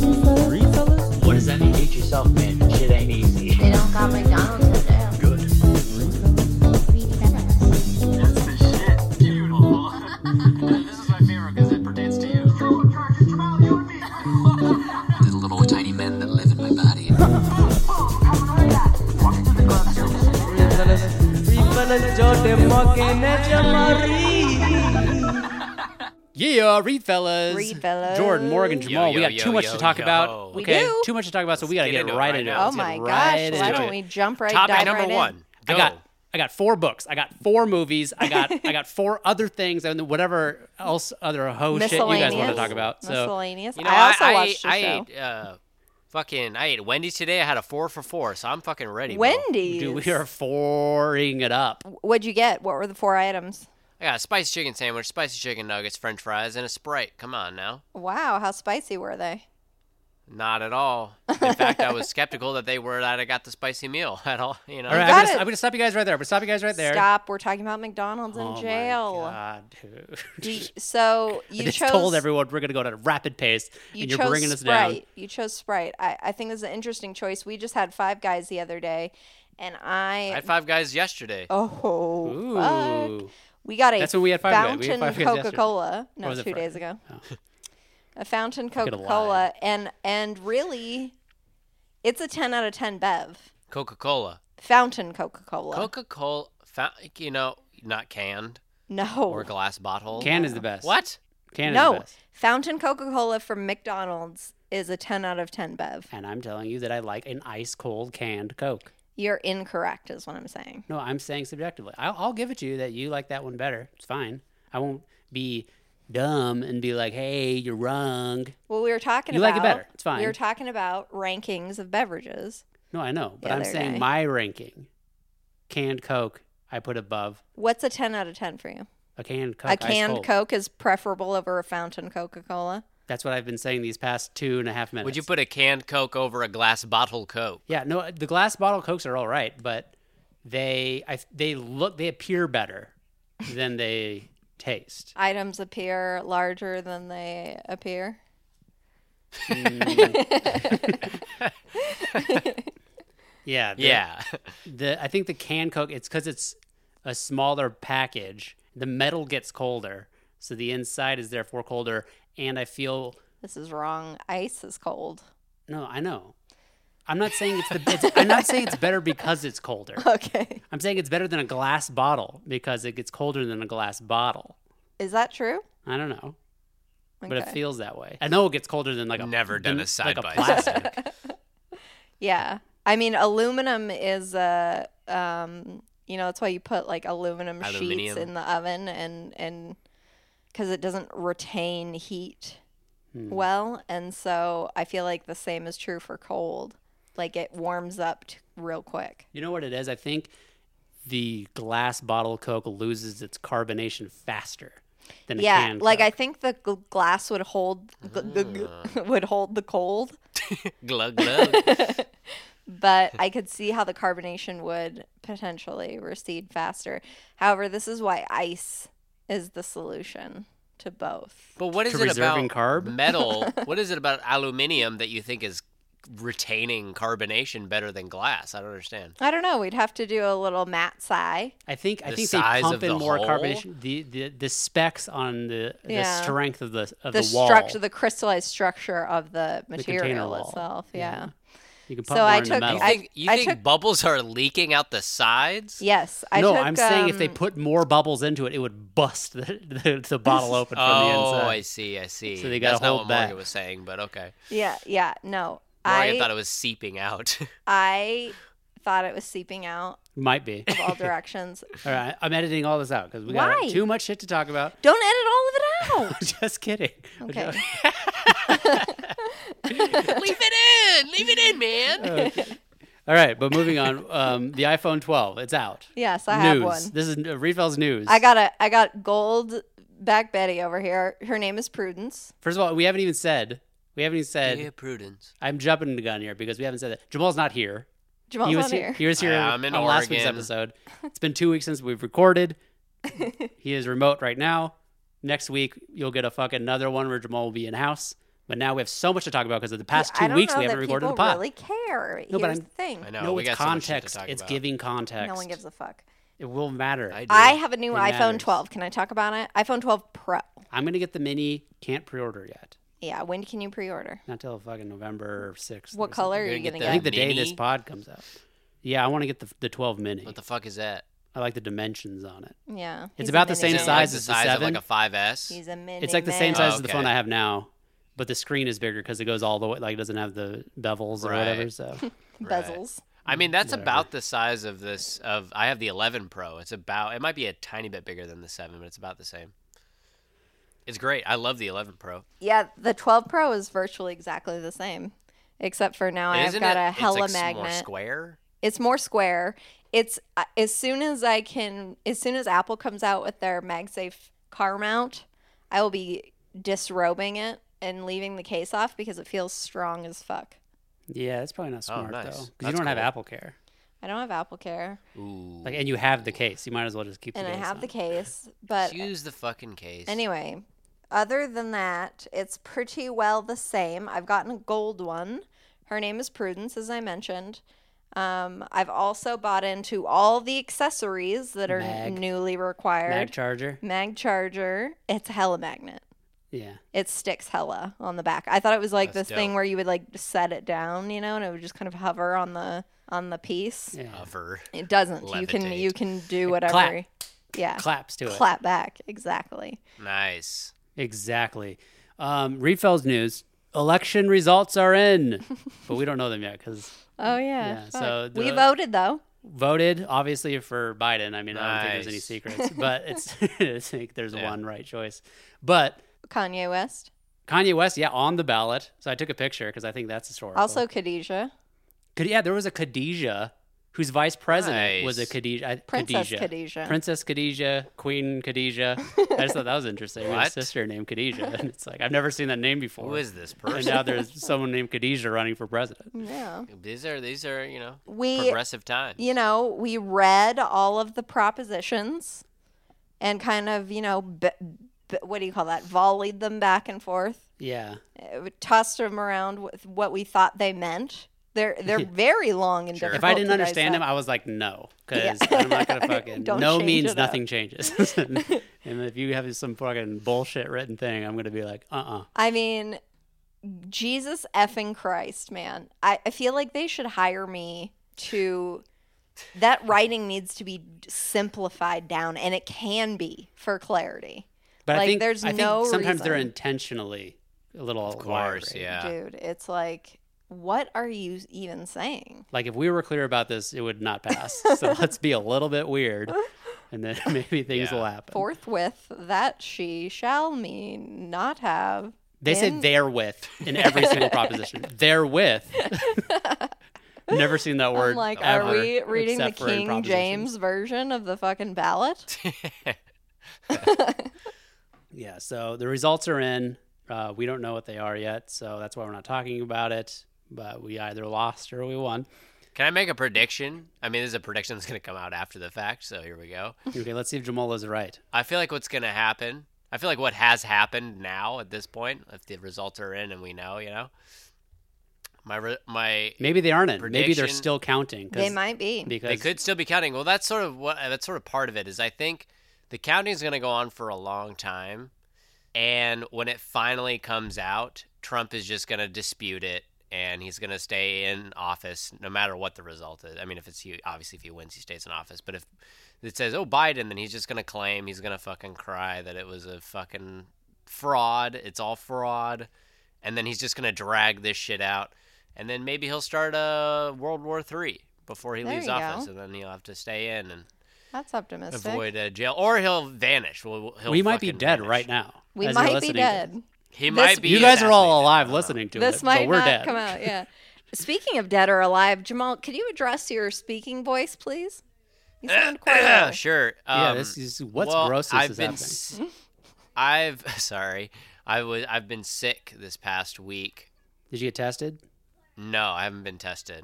What does that mean? Hate yourself, man. Shit ain't easy. They don't got McDonald's today. Good. That's the shit. Beautiful. this is my favorite because it pertains to you. You're in charge of Jamal, you and me. The little tiny men that live in my body. Yeah, read fellas. Read fellas. Jordan, Morgan, Jamal. Yo, we yo, got too yo, much to yo, talk about. yo. We okay, do. too much to talk about, so we got to get get, into it right right into it. now. Oh Let's get my right gosh! into Why don't it. we jump right? Top dive at number right in? one. Go. I got I got four books. I got four movies. I got I got four other things and whatever else other ho shit you guys want to Miscellaneous. talk about. So Miscellaneous. You know, I also I, watched I, a show. ate, uh, fucking, I ate Wendy's today. I had a four for four, so I'm fucking ready. bro. Wendy's. dude, we are foring it up. What'd you get? What were the four items? I got a spicy chicken sandwich, spicy chicken nuggets, french fries, and a Sprite. Come on now. Wow, how spicy were they? Not at all. In fact, I was skeptical that they were that I got the spicy meal at all. You know, All right, got I'm gonna, it. I'm gonna stop you guys right there. I'm gonna stop you guys right there. Stop. We're talking about McDonald's in Oh my jail. God, dude. Do you- so I you just chose. told everyone we're gonna go at a rapid pace, You and you're chose bringing us Sprite. down. You chose Sprite. I, I think this is an interesting choice. We just had five guys the other day, and I. I had five guys yesterday. oh, Ooh, fuck. We got a That's when we had Five Guys. We had fountain Five Guys yesterday. Coca Cola. No, was it two Friday? Oh. days ago. A fountain Coca coulda Cola, and and really, it's a ten out of ten bev. Coca Cola. Fountain Coca Cola. Coca Cola, fa- you know, not canned or No, glass bottle. can is the best. What? Can is the no. best. Fountain Coca Cola from McDonald's is a ten out of ten bev. And I'm telling you that I like an ice cold canned Coke. You're incorrect, is what I'm saying. No, I'm saying subjectively. I'll, I'll give it to you that you like that one better. It's fine. I won't be dumb and be like, "Hey, you're wrong." Well, we were talking You like about it better. It's fine. We were talking about rankings of beverages. No, I know, but The I'm other saying day. my ranking, canned Coke, I put above What's a ten out of ten for you? a canned Coke. A ice canned cold. Coke is preferable over a fountain Coca Cola. That's what I've been saying these past two and a half minutes. Would you put a canned Coke over a glass bottle Coke? Yeah, no, the glass bottle Cokes are all right, but they I, they look they appear better than they taste. items appear larger than they appear. Yeah, the- Yeah. The I think the canned Coke it's because it's a smaller package. The metal gets colder, so the inside is therefore colder, and I feel This is wrong. Ice is cold. no, I know. I'm not saying it's the. It's, I'm not saying it's better because it's colder. Okay. I'm saying it's better than a glass bottle because it gets colder than a glass bottle. Is that true? I don't know. but it Okay. feels that way. I know it gets colder than like a Never done than- a side like by a plastic. yeah. I mean, aluminum is uh um you know that's why you put like aluminum, sheets Aluminium. in the oven and and because it doesn't retain heat Hmm. well, and so I feel like the same is true for cold. Like it warms up t- real quick. you know what it is? I think the glass bottle Coke loses its carbonation faster than a yeah, can. like I Coke. think the gl- glass would hold gl- gl- Ah. gl- would hold the cold. glug glug. but I could see how the carbonation would potentially recede faster. However, this is why ice is the solution to both. But what is To it reserving about carb? metal? What is it about aluminium that you think is retaining carbonation better than glass? I don't understand. I don't know. We'd have to do a little mat sci. I think I think the they size pump of in the more hole? carbonation. The, the the specs on the Yeah. the strength of the of The, the, wall. structure, the crystallized structure of the container material wall. itself. Yeah. you can pump more So I in the took- You metal. I- think you think took- bubbles are leaking out the sides? Yes. I no, took, I'm saying if they um, put more bubbles into it, it would bust the, the, the bottle open from the Oh, inside. I see. I see. So they gotta That's not hold what back. Morgan was saying, but okay. Yeah. Yeah. No. Morgan I thought it was seeping out. I thought it was seeping out Might be. of all directions. All right, I'm editing all this out because we Why? got too much shit to talk about. Don't edit all of it out. Just kidding. Okay. Leave it in. Leave it in, man. All right, but moving on. Um, the iPhone 12, it's out. Yes, I have news. one. This is uh, Refell's news. I got a I got gold back Betty over here. Her name is Prudence. First of all, we haven't even said. We haven't even said. Yeah, prudence. I'm jumping the gun here because we haven't said that. Jamal's not here. Jamal's he was on he- here. He was here Yeah, I'm in on last week's Oregon. episode. It's been two weeks since we've recorded. He is remote right now. Next week, you'll get a fuck another one where Jamal will be in house. But now we have so much to talk about because of the past I two don't weeks know we haven't that recorded people the pod. really care. No, but Here's I'm- the thing. I know. no, we it's got so much shit to context. talk it's about. giving context. No one gives a fuck. It will matter. I I, do. I have a new It iPhone matters. 12. Can I talk about it? iPhone 12 Pro. am gonna get the mini. Can't pre-order yet. Yeah. When can you pre-order? Not till fucking November sixth. What color are You're you gonna get? gonna get the- I think the day Mini? this pod comes out. Yeah, I want to get the the 12 mini. What the fuck is that? I like the dimensions on it. Yeah. It's he's a about the mini same size man. Is it like as the the size seven? of like a 5S? He's a mini. It's like the same man. size Oh, as the okay. phone I have now, but the screen is bigger because it goes all the way. Like it doesn't have the bevels or Right. whatever. So Right. bezels. I mean, that's Whatever. about the size of this. Of I have the 11 Pro. It's about. It might be a tiny bit bigger than the 7, but it's about the same. It's great. I love the 11 Pro. Yeah, the 12 Pro is virtually exactly the same, except for now I've Isn't got it? a hella it's like s- magnet. More square. it's more square. It's uh, as soon as I can, as soon as Apple comes out with their MagSafe car mount, I will be disrobing it and leaving the case off because it feels strong as fuck. yeah, it's probably not smart Oh, nice. though because you That's don't have cool. Apple Care. I don't have Apple Care Ooh. Like, and you have the case. You might as well just keep. and the I case have on. the case, but use the fucking case. Anyway, other than that, it's pretty well the same. I've gotten a gold one. Her name is Prudence, as I mentioned. Um, I've also bought into all the accessories that are Mag. newly mag required. charger. Mag charger. It's a hella magnet. Yeah, It sticks hella on the back. I thought it was like That's this thing dope. where you would like set it down, you know, and it would just kind of hover on the on the piece. yeah. Hover. It doesn't. You can Levitate. you can do whatever. Yeah. Claps to it. Clap back. Exactly. Nice. Exactly. Um, Reedfell's news. Election results are in, but we don't know them yet because Oh yeah. Yeah, fuck. so we the- voted though. voted obviously for Biden. I mean, I don't think there's any Nice. secrets, but it's I think there's Yeah. one right choice. But Kanye West. Kanye West, yeah, on the ballot. So I took a picture because I think that's historical. Also Khadijah. Khad- yeah, there was a Khadijah whose vice president was a Nice. Khadijah. I- Princess Khadijah. Khadijah. Princess Khadijah, Queen Khadijah. I just thought that was interesting. We have a What? sister named Khadijah, and it's like I've never seen that name before. Who is this and person? now there's someone named Khadijah running for president. yeah. these are these are you know We progressive times. you know, we read all of the propositions and kind of, you know, b- b- what do you call that? volleyed them back and forth. Yeah, Uh, tossed them around with what we thought they meant. They're they're very long and Sure. difficult. if I didn't to understand him, dissect. I was like, no, Yeah. because I'm not gonna fucking. Don't no change means it up. nothing changes. and if you have some fucking bullshit written thing, I'm gonna be like, uh-uh. I mean, Jesus effing Christ, man. I, I feel like they should hire me to. That writing needs to be simplified down, and it can be for clarity. But I Like, think there's I think no sometimes they're reason. intentionally a little of course, wiry. yeah. Dude, it's like, what are you even saying? Like if we were clear about this, it would not pass. so let's be a little bit weird, and then maybe things Yeah. will happen. Forthwith, that she shall me not have. they say in- therewith in every single proposition. Therewith. Never seen that word. I'm like, ever, are we reading the except for in King propositions. James version of the fucking ballot? Yeah. So the results are in. Uh, we don't know what they are yet, so that's why we're not talking about it. But we either lost or we won. Can I make a prediction? I mean, this is a prediction that's going to come out after the fact. So here we go. Okay, let's see if Jamal is right. I feel like what's going to happen. I feel like what has happened now at this point, if the results are in and we know, you know, my re- my Maybe they aren't in. Maybe they're Prediction- still counting. 'cause- They might be. Because they could still be counting. Well, that's sort of what that's sort of part of it is. I think the counting is going to go on for a long time, and when it finally comes out, Trump is just going to dispute it, and he's going to stay in office no matter what the result is. I mean, if it's he, obviously if he wins, he stays in office. But if it says oh Biden, then he's just going to claim he's going to fucking cry that it was a fucking fraud. It's all fraud, and then he's just going to drag this shit out. And then maybe he'll start uh, World War Three before he There leaves you office, go. and then he'll have to stay in and That's optimistic. avoid uh, jail, or he'll vanish. We'll, he'll we might be fucking dead vanish. right now. we as you're might be listening to this. dead. He might be. You guys are all assassinated. alive I don't know. listening to this it, might but we're not dead. come out. Yeah. Speaking of dead or alive, Jamal, could you address your speaking voice, please? You Eh, sound quite Yeah, ill. sure. Yeah, Um, this is what's well, grossest I've is been happening. s- I've sorry. I was I've been sick this past week. Did you get tested? No, I haven't been Mm. Hmm. tested.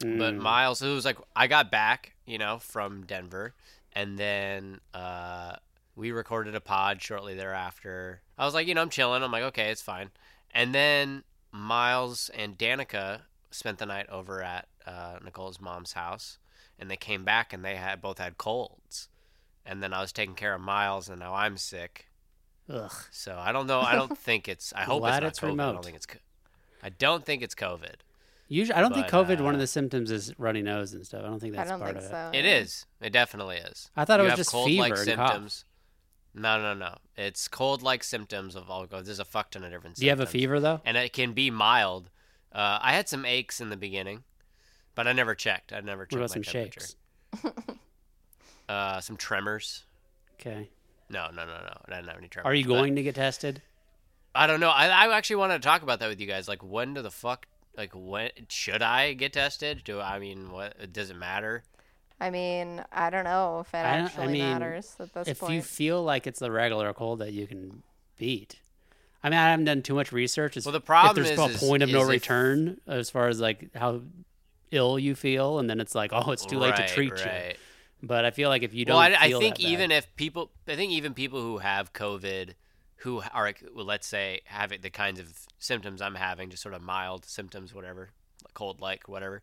But Miles, it was like I got back, you know, from Denver, and then uh, we recorded a pod shortly thereafter. I was like, you know, I'm chilling. I'm like, okay, it's fine. And then Miles and Danica spent the night over at uh, Nicole's mom's house, and they came back and they had both had colds. And then I was taking care of Miles, and now I'm sick. Ugh. So I don't know. I don't think it's. I hope Glad it's it's not COVID. I remote. don't think it's. co- I don't think it's COVID. Usually, I don't think But, COVID. one of uh, the symptoms is runny nose and stuff. I don't think I that's don't part think of so. It is. It definitely is. Uh, I thought it you was have just cold-like fever and cough. symptoms. No, no, no. It's cold-like symptoms of alcohol. There's a fuck ton of different. it. Do you have a symptoms. fever though? And it can be mild. Uh, I had some aches in the beginning, but I never checked. I never checked What about some my temperature. shakes? Uh, some tremors. Okay. No, no, no, no. I didn't have any tremors. Are you but- going to get tested? I don't know. I, I actually wanted to talk about that with you guys. Like, when do the fuck? Like, when should I get tested? Do I mean, what does it matter? I mean, I don't know if it I don't- I actually mean, matters at this if point. you feel like it's the regular cold that you can beat. I mean, I haven't done too much research. As, Well, the problem if there's is- a is- point of no is if- return as far as like how ill you feel, and then it's like, oh, it's too late Right, to treat right. you. But I feel like if you don't, Well, I, I feel think that bad- even if people, I think even people who have COVID, who are, like, well, let's say, having the kinds of symptoms I'm having, just sort of mild symptoms, whatever, cold like, whatever.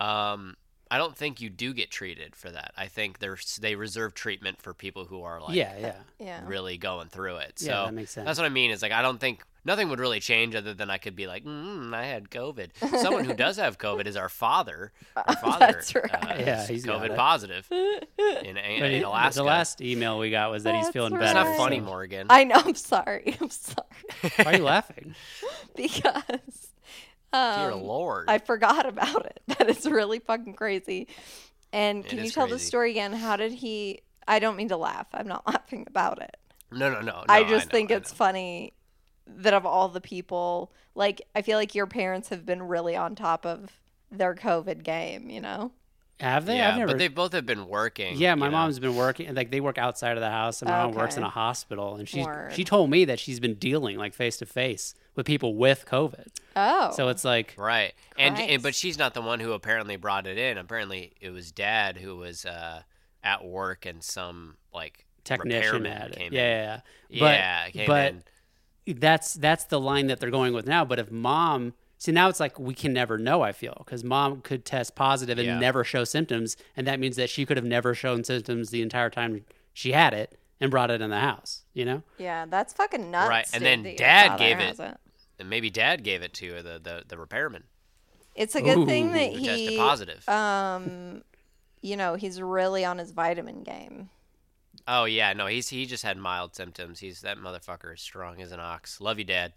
Um, I don't think you do get treated for that. I think there's they reserve treatment for people who are like yeah, yeah, yeah. really going through it. So Yeah, that makes sense. That's what I mean. Is like I don't think nothing would really change other than I could be like, mm, I had COVID. Someone who does have COVID is our father. Our father That's right. uh, is Yeah, he's got COVID it. positive in, in, But it- in Alaska. the last email we got was that he's That's feeling right. it's better. not funny, so- Morgan. I know. I'm sorry. I'm sorry Why are you laughing? because Dear um, Lord. I forgot about it. That is really fucking crazy. And It can you is tell the crazy. story again? How did he? I don't mean to laugh. I'm not laughing about it. no, no, no, no. I just know, think I it's know. funny that of all the people, like I feel like your parents have been really on top of their COVID game. You know? Have they? Yeah, I've never. but they both have been working. yeah, my you know. mom's been working. Like they work outside of the house, and my mom works in Okay. a hospital. And she Word. she told me that she's been dealing like face to face with people with COVID. Oh, So it's like Right. And, and Christ. but she's not the one who apparently brought it in. Apparently it was dad who was uh, at work and some like technician repairman at it. came Yeah, in. yeah, yeah. yeah, came but in. but that's that's the line that they're going with now. But if mom, see now it's like we can never know. I feel because mom could test positive and Yeah. never show symptoms, and that means that she could have never shown symptoms the entire time she had it and brought it in the house. You know, yeah, that's fucking nuts. Right, and dude, then that your Dad father gave has it. And maybe dad gave it to the the, the repairman It's a good Ooh. thing that who tested he, positive. um, you know, he's really on his vitamin game. oh yeah, no, he's he just had mild symptoms. He's that motherfucker is strong as an ox. Love you, dad.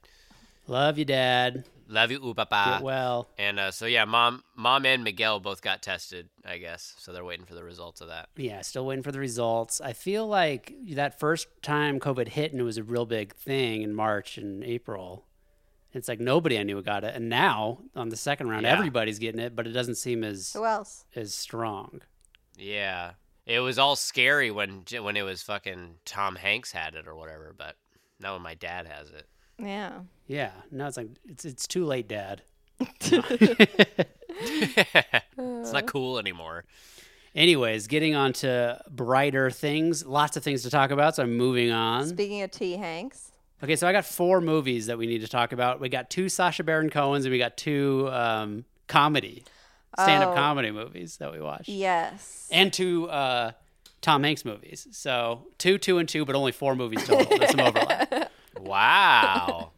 love you, dad. Love you, ooh, Get papa. well. And uh, so yeah, mom, mom and Miguel both got tested, I guess. So they're waiting for the results of that. Yeah, still waiting for the results. I feel like that first time COVID hit and it was a real big thing in March and April. It's like nobody I knew got it, and now on the second round, Yeah. everybody's getting it, but it doesn't seem as Who else? as strong. Yeah, it was all scary when j- when it was fucking Tom Hanks had it or whatever, but now when my dad has it. Yeah. Yeah, now it's like it's it's too late, Dad. it's not cool anymore. Anyways, getting on to brighter things, lots of things to talk about, so I'm moving on. Speaking of T. Hanks, Okay, so I got four movies that we need to talk about. We got two Sasha Baron Cohen's and we got two um, comedy, stand up Oh. comedy movies that we watched, yes. and two uh, Tom Hanks movies. So two, two, and two, but only four movies total. There's some overlap. Wow,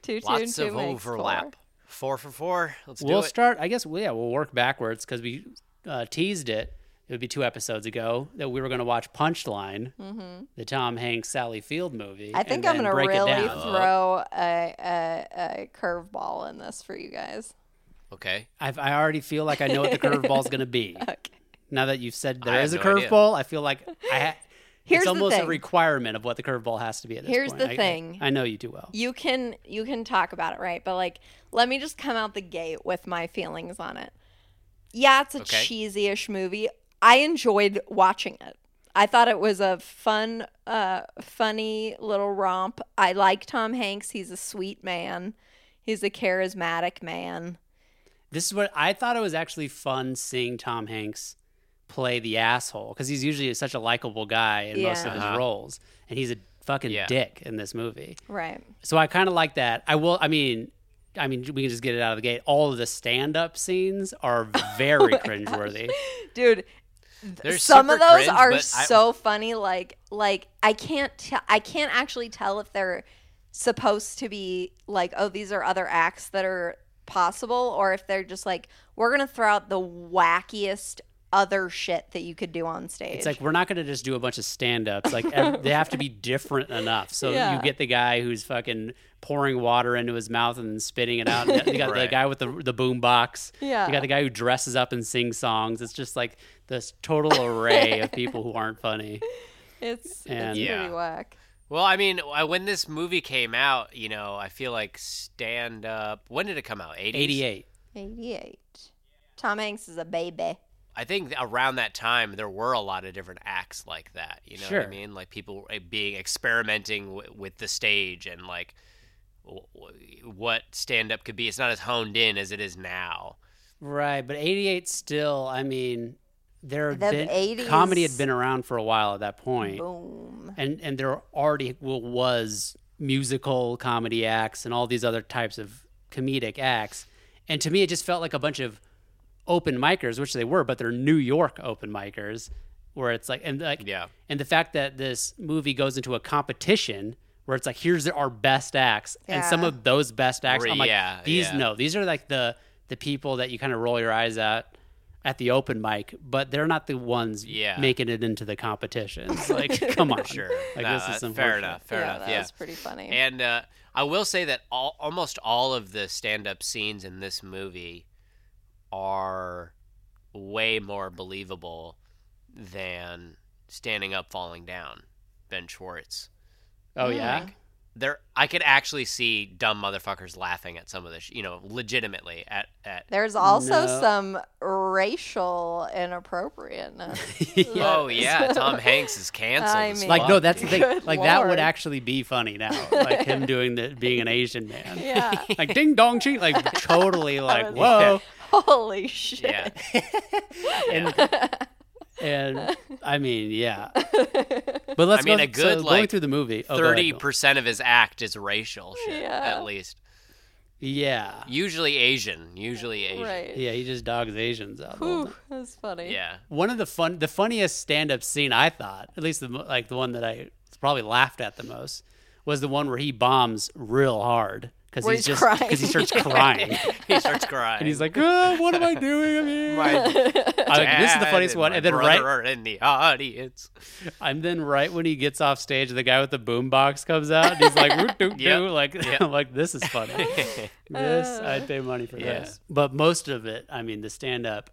two, two, and lots two of makes four. overlap. Four. for four. Let's We'll do it. start, I guess, well, yeah, we'll work backwards because we uh, teased it. It would be two episodes ago that we were going to watch Punchline, the Tom Hanks Sally Field movie. Mm-hmm. I and think I'm then gonna break it really down. throw a, a, a curveball in this for you guys. okay. I've, I already feel like I know what the curveball's going to be. Now that you've said there have is a no idea. curveball, I feel like I ha- Here's it's the almost a thing. requirement of what the curveball has to be at this Here's point. the I- I- thing. I, know you too well. You can you can talk about it, right? But like, let me just come out the gate with my feelings on it. Yeah, it's a Okay. cheesy-ish movie. I enjoyed watching it. I thought it was a fun, uh, funny little romp. I like Tom Hanks. He's a sweet man. He's a charismatic man. This is what I thought it was actually fun seeing Tom Hanks play the asshole because he's usually such a likable guy in most of Yeah. his Uh-huh. roles, and he's a fucking Yeah. dick in this movie. Right. So I kind of like that. I will. I mean, I mean, we can just get it out of the gate. All of the stand-up scenes are Oh very cringeworthy. Dude, They're some super of those cringe, are but I- so funny like like I can't tell I can't actually tell if they're supposed to be like oh these are other acts that are possible or if they're just like we're going to throw out the wackiest other shit that you could do on stage. It's like we're not going to just do a bunch of stand-ups. Like ev- they have to be different enough. So Yeah. you get the guy who's fucking pouring water into his mouth and then spitting it out. You got the Right. guy with the the boom box. Yeah. You got the guy who dresses up and sings songs. It's just like this total array of people who aren't funny. it's And- it's Yeah. pretty whack. Well, I mean, I- when this movie came out, you know, I feel like stand up. When did it come out? 80s? 88. 88. Tom Hanks is a baby. I think around that time there were a lot of different acts like that. You know what I Sure. mean? Like people eh, being experimenting w- with the stage and like w- w- what stand up could be. It's not as honed in as it is now. Right, but 88 still, I mean, there have The been 80s. comedy had been around for a while at that point. Boom. and and there already w- was musical comedy acts and all these other types of comedic acts and to me it just felt like a bunch of open micers which they were but they're new york open micers where it's like and like Yeah. and the fact that this movie goes into a competition where it's like here's our best acts and some Yeah. of those best acts Re- i'm like yeah, these yeah. no these are like the the people that you kind of roll your eyes at at the open mic but they're not the ones Yeah. making it into the competitions like come on Sure. like No, this is that's some fair horseshit. enough. Fair yeah, enough. that yeah. was pretty funny. And uh, I will say that all, almost all of the stand-up scenes in this movie are way more believable than standing up, falling down, Ben Schwartz. Oh yeah. There, I could actually see dumb motherfuckers laughing at some of this, you know, legitimately at at. There's also No. some racial inappropriateness. Oh yeah, Tom Hanks is canceled. I as mean- Like fuck, no, that's the dude. thing. Good Like that would lord. actually be funny now. Like him doing the being an Asian man. yeah. Like ding dong cheat. Like totally. Like was- whoa. Holy shit. Yeah. And and I mean yeah. But let's I mean, go. a good, so going like, through the movie. oh, go ahead, Thirty Bill. percent of his act is racial shit, Yeah. at least. Yeah. Usually Asian. Usually Asian. Right. Yeah. He just dogs Asians out. the whole Whew, time. that's funny. Yeah. One of the fun, the funniest stand-up scene I thought, at least the mo- like the one that I probably laughed at the most, was the one where he bombs real hard because Where he's, he's just because he crying. starts crying. He starts crying. And he's like, "Ah, "What am I doing? I'm here." I was like, this is the "Dad funniest and one. my And then brother right, are in the audience. and then right when he gets off stage, the guy with the boombox comes out. And he's like, "Woot doot Yep. doo," like, Yep. like this is funny. this I'd pay money for Yeah. this. But most of it, I mean, the stand up.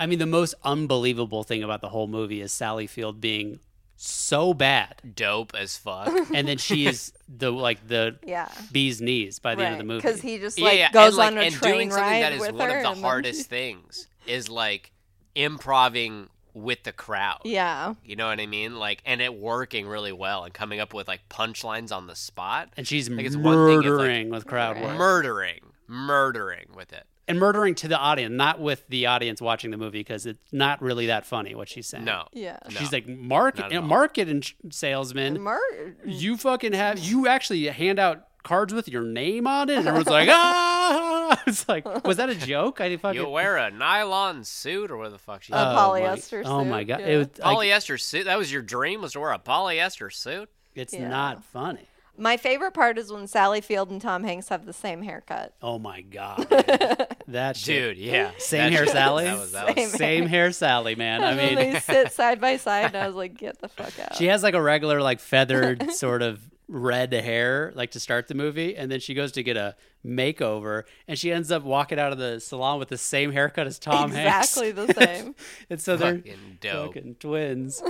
I mean, the most unbelievable thing about the whole movie is Sally Field being so bad, Dope as fuck. and then she is the like the Yeah. bee's knees by the end of the movie. Because he just yeah, like yeah. goes and like, on a and train doing something ride that is with one her of the and then- hardest things is like improving with the crowd. Yeah. You know what I mean? Like, and it working really well and coming up with like punchlines on the spot, and she's Like, it's one thing if, like- murdering with crowd work. murdering, murdering with it. and murdering to the audience, not with the audience watching the movie, because it's not really that funny what she's saying. No, Yeah. she's like market at all. market and sh- salesman. Mur- you fucking have you actually hand out cards with your name on it, and everyone's like, ah. It's like, was that a joke? I didn't fucking. you wear a nylon suit or what the fuck she A Oh my- polyester Oh my suit, god! yeah. It was, like, polyester suit. That was your dream was to wear a polyester suit. it's Yeah. not funny. My favorite part is when Sally Field and Tom Hanks have the same haircut. Oh my god! that shit. Dude, yeah. Same That hair, shit- Sally. That was, that was Same Same hair, Sally. Man, I And then mean, they sit side by side, and I was like, "Get the fuck out!" She has like a regular, like feathered sort of red hair, like to start the movie, and then she goes to get a makeover, and she ends up walking out of the salon with the same haircut as Tom exactly Hanks. the same. and so they're fucking dope. fucking twins.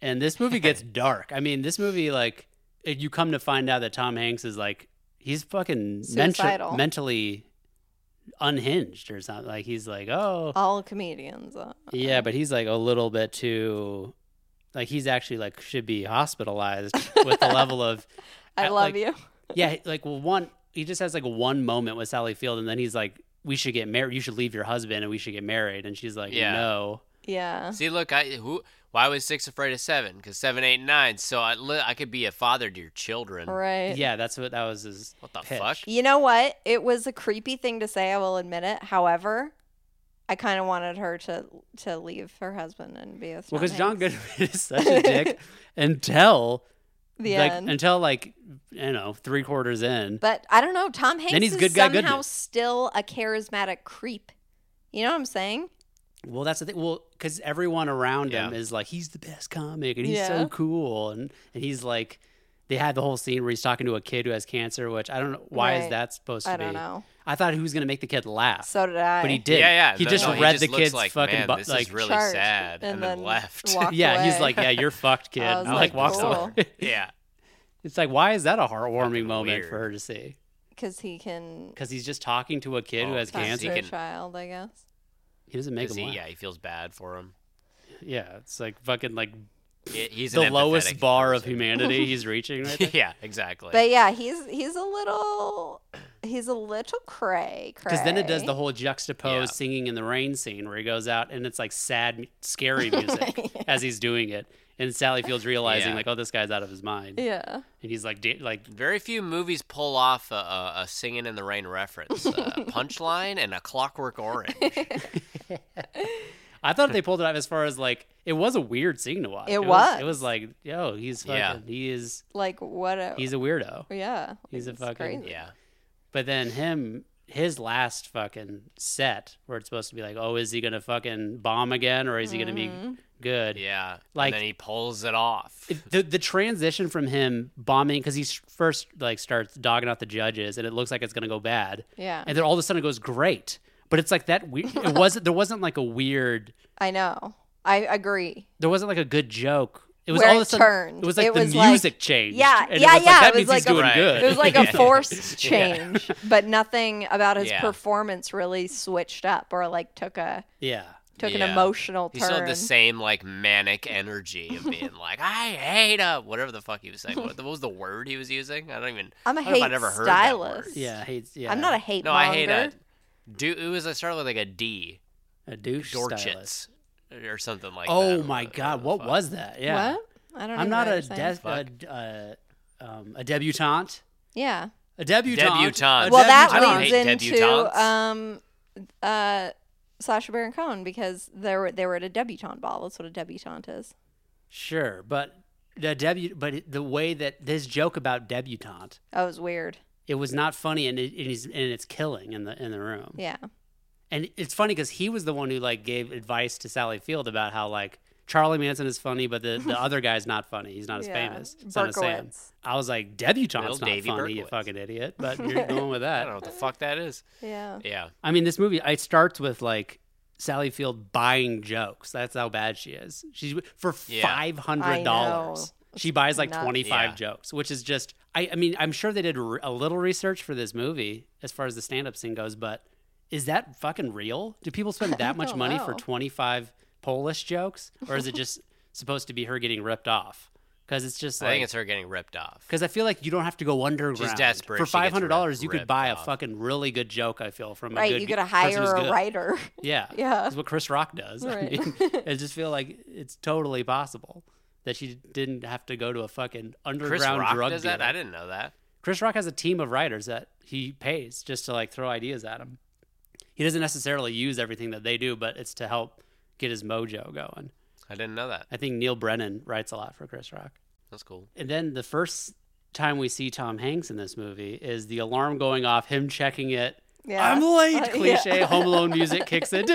and this movie gets dark. I mean, this movie, like, it- you come to find out that Tom Hanks is like he's fucking mental, Suicidal. mentally unhinged or something. Like he's like, oh, All comedians. uh, yeah, but he's like a little bit too like he's actually like should be hospitalized with the level of I uh, love like, you. Yeah, like well one he just has like one moment with Sally Field and then he's like we should get married. You should leave your husband and we should get married and she's like Yeah. no. Yeah. See, look, I who why was six afraid of seven? Because seven, eight, nine. So I li- I could be a father to your children. Right. Yeah, that's what that was his. What the pitch. fuck? You know what? It was a creepy thing to say, I will admit it. However, I kind of wanted her to to leave her husband and be with Well, Tom because John Hanks. Goodman is such a dick until the like end. until like you know three quarters in. But I don't know. Tom Hanks he's is good guy somehow goodness. still a charismatic creep. You know what I'm saying? Well, that's the thing. Well, because everyone around him Yeah. is like, he's the best comic, and he's so Yeah. cool, and and he's like, they had the whole scene where he's talking to a kid who has cancer, which I don't know why is Right. that supposed to I be. don't know. I thought he was gonna make the kid laugh, So did I. Uh, but he did. Yeah, yeah. He No, just no, read the looks kid's like, fucking Man, bu- this like. is really Charged sad, and, then, left. walked yeah, he's away. like, yeah, you're fucked, kid. I was and, like, walks cool. away. yeah. It's like, why is that a heartwarming Fucking moment for weird. her to see? because he can Because he's just talking to a kid who Oh, has because foster cancer. a can- child, I guess. He doesn't make 'Cause him He, laugh. yeah, he feels bad for him. Yeah, it's like fucking like He- He's the an lowest empathetic bar of person. humanity he's reaching right there. yeah, exactly. But yeah, he's he's a little he's a little cray. Because then it does the cray. whole juxtaposed Yeah. singing in the rain scene where he goes out and it's like sad, m- scary music as he's doing it. And Sally Fields realizing Yeah. like, oh, this guy's out of his mind, yeah. and he's like, da- like, Very few movies pull off a, a, a singing in the rain reference, a punchline, and a Clockwork Orange. I thought they pulled it off as far as like it was a weird scene to watch. It It was. was like, yo, he's fucking, Yeah. he is, Like what? A, he's a weirdo. yeah. he's a it's fucking- crazy. Yeah, But then him, his last fucking set where it's supposed to be like, oh, is he gonna fucking bomb again or is he gonna be good? yeah. Like- and then he pulls it off. the the transition from him bombing because he first like starts dogging out the judges and it looks like it's gonna go bad Yeah. and then all of a sudden it goes great but it's like that weird it wasn't there wasn't like a weird I know. I agree. there wasn't like a good joke it was Where all of a it sudden turned. it was like It the was like- music changed Yeah, and yeah, it was yeah, like, that it was means he's like a- doing Right. good It was like a Yeah. forced Yeah. change, but nothing about his Yeah. performance really switched up or like took a yeah took an Yeah. emotional He turn. still had the same like manic energy of being like, "I hate him," whatever the fuck he was saying. What, what was the word he was using? I don't even. I'm a I don't know if I'd hate ever heard that word. stylist. yeah he's yeah I'm not a hate No, monger. I hate a. Do it was I started with like a D, a douche stylist. Dorchitz, or something like that. oh or my whatever god the what fuck. was that yeah What? I don't. I'm even not a, understand. des- a, uh, um, a debutante Yeah. a debutante Debutante. a Well, don't that debutante. leads hate debutantes. into um, uh, Sasha Baron Cohen because they were they were at a debutante ball. That's what a debutante is. Sure, but the debut, but it- the way that this joke about debutante, That was weird. it was not funny, and it, it is, and it's killing in the in the room. Yeah. And it's funny because he was the one who like gave advice to Sally Field about how like Charlie Manson is funny, but the, the other guy's not funny. He's not as Yeah. famous. It's not as Sam. Berkowitz. I was like, debutante's Little not Davy funny, you Berkowitz. fucking idiot. But you're going with I that. don't know what the fuck that is. Yeah. Yeah, I mean, this movie it starts with like Sally Field buying jokes. That's how bad she is. She's for Yeah. five I hundred know. dollars. She buys like nuts. twenty five Yeah. jokes, which is just. I, I mean, I'm sure they did re- a little research for this movie as far as the stand up scene goes, but is that fucking real? Do people spend that much don't money for know. twenty five Polish jokes, or is it just supposed to be her getting ripped off? Because it's just I think like it's her getting ripped off. because I feel like you don't have to go underground. desperate. For She gets five hundred dollars, rip- you could ripped buy a off. fucking really good joke. I feel from a Right. good You g- gotta person hire who's a good. writer. Yeah. Yeah. That's what Chris Rock does. Right. I, mean, I just feel like it's totally possible that she didn't have to go to a fucking Chris underground Rock drug does dealer. that. I didn't know that. Chris Rock has a team of writers that he pays just to like throw ideas at him. He doesn't necessarily use everything that they do, but it's to help get his mojo going. I didn't know that. I think Neil Brennan writes a lot for Chris Rock. That's cool. And then the first time we see Tom Hanks in this movie is the alarm going off, him checking it. Yeah. I'm late. Uh, Cliche yeah. Home Alone music kicks in.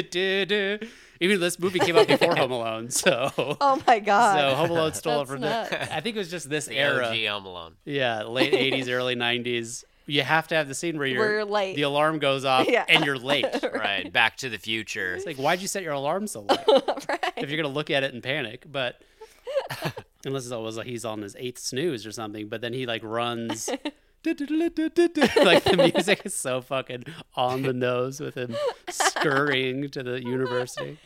Even this movie came out before Home Alone, so Oh my god. so Home Alone stole it That's from the. nuts. I think it was just this The era. OG Home Alone. Yeah, late '80s, early '90s. You have to have the scene where you're, Where you're late. The alarm goes off Yeah. and you're late. It's Right. Back to the Future. like, why'd you set your alarm so late? right. if you're gonna look at it and panic, but unless it's always like he's on his eighth snooze or something, but then he like runs like the music is so fucking on the nose with him scurrying to the university.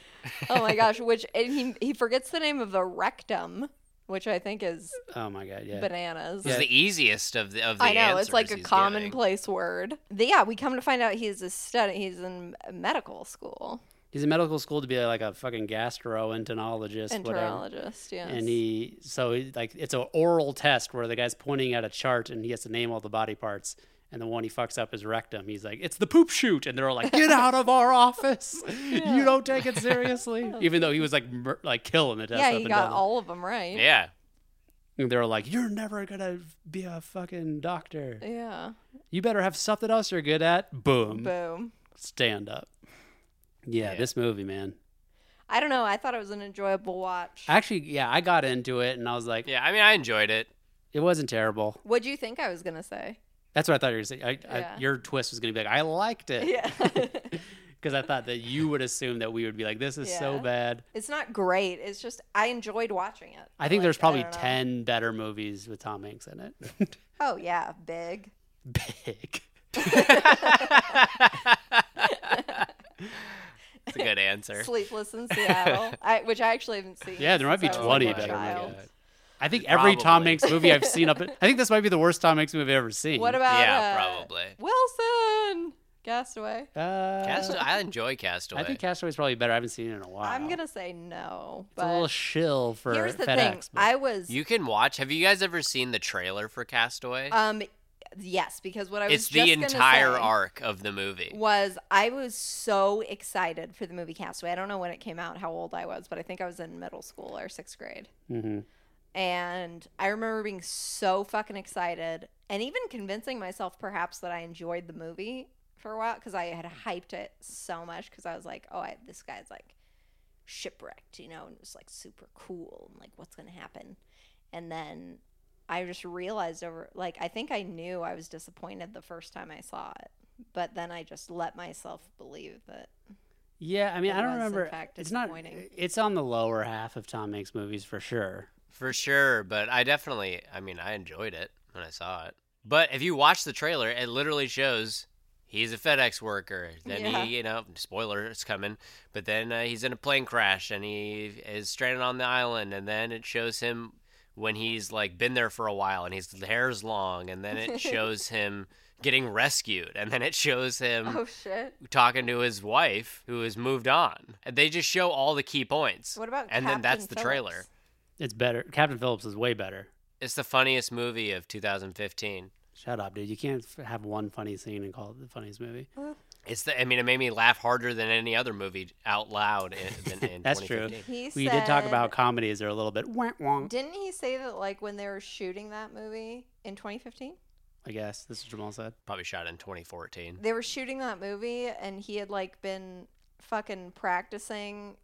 Oh my gosh. Which and he he forgets the name of the rectum, which I think is Oh my god, yeah. bananas. This is the easiest of the of the I know it's like a answers he's giving. commonplace word. The- yeah, we come to find out he's a stud. He's in medical school. He's in medical school to be like a fucking gastroenterologist, whatever. Enterologist, yes. And he, so he, like, it's an oral test where the guy's pointing at a chart and he has to name all the body parts. And the one he fucks up is rectum. He's like, "It's the poop shoot," and they're all like, "Get out of our office! You don't take it seriously." Even though he was like, mur- like killing the test. yeah, up he and got down. all of them right. Yeah. And they're like, "You're never gonna be a fucking doctor. Yeah. You better have something else you're good at." Boom, Boom. stand up. Yeah, Yeah. this movie, man. I don't know. I thought it was an enjoyable watch. Actually, yeah, I got into it and I was like, Yeah. I mean, I enjoyed it. it wasn't terrible. What'd you think I was gonna say? That's what I thought you were saying. I, I, Yeah. your twist was gonna be like, I liked it. Yeah. Because I thought that you would assume that we would be like, this is so Yeah. bad. it's not great. It's just I enjoyed watching it. I think Like, there's probably don't know. ten better movies with Tom Hanks in it. Oh yeah, big. Big. It's a good answer. Sleepless in Seattle, I, which I actually haven't seen. Yeah, there might be since I was, 20 like, a better child. movies. I think every Tom Probably. Hanks movie I've seen up. I think this might be the worst Tom Hanks movie I've ever seen. What about Yeah, uh, probably. Wilson? Castaway. Uh, Castaway, I enjoy Castaway. I think Castaway's probably better. I haven't seen it in a while. I'm gonna say no, It's a little but shill for here's the thing. FedEx. but- I was you can watch. Have you guys ever seen the trailer for Castaway? um yes because what I was it's the just gonna entire say arc of the movie. was I was so excited for the movie Castaway. I don't know when it came out, how old I was, but I think I was in middle school or sixth grade. Mhm. and I remember being so fucking excited and even convincing myself perhaps that I enjoyed the movie for a while because I had hyped it so much because I was like, oh, I, this guy's like shipwrecked, you know, and it's like super cool and like what's gonna happen, and then I just realized over like I think I knew I was disappointed the first time I saw it, but then I just let myself believe that Yeah, I mean, It I don't was, in remember. fact, it's not. disappointing. It's on the lower half of Tom Hanks movies for sure. For sure, but I definitely, I mean, I enjoyed it when I saw it. But if you watch the trailer, it literally shows he's a FedEx worker. Then Yeah. he, you know, spoiler, it's coming. But then uh, he's in a plane crash and he is stranded on the island. And then it shows him when he's like been there for a while and his hair's long. And then it shows him getting rescued. And then it shows him Mm. oh shit. talking to his wife who has moved on. And they just show all the key points. What about and then that's Captain the Phillips? trailer. It's better. Captain Phillips is way better. It's the funniest movie of 2015. Shut up, dude. You can't f- have one funny scene and call it the funniest movie. It's the. I mean, it made me laugh harder than any other movie out loud. In, than in That's true. He 2015. We did talk said- about comedies. They're a little bit wonk wonk. Didn't he say that like when they were shooting that movie in 2015? I guess this is what Jamal said. Probably shot in 2014. They were shooting that movie and he had like been fucking practicing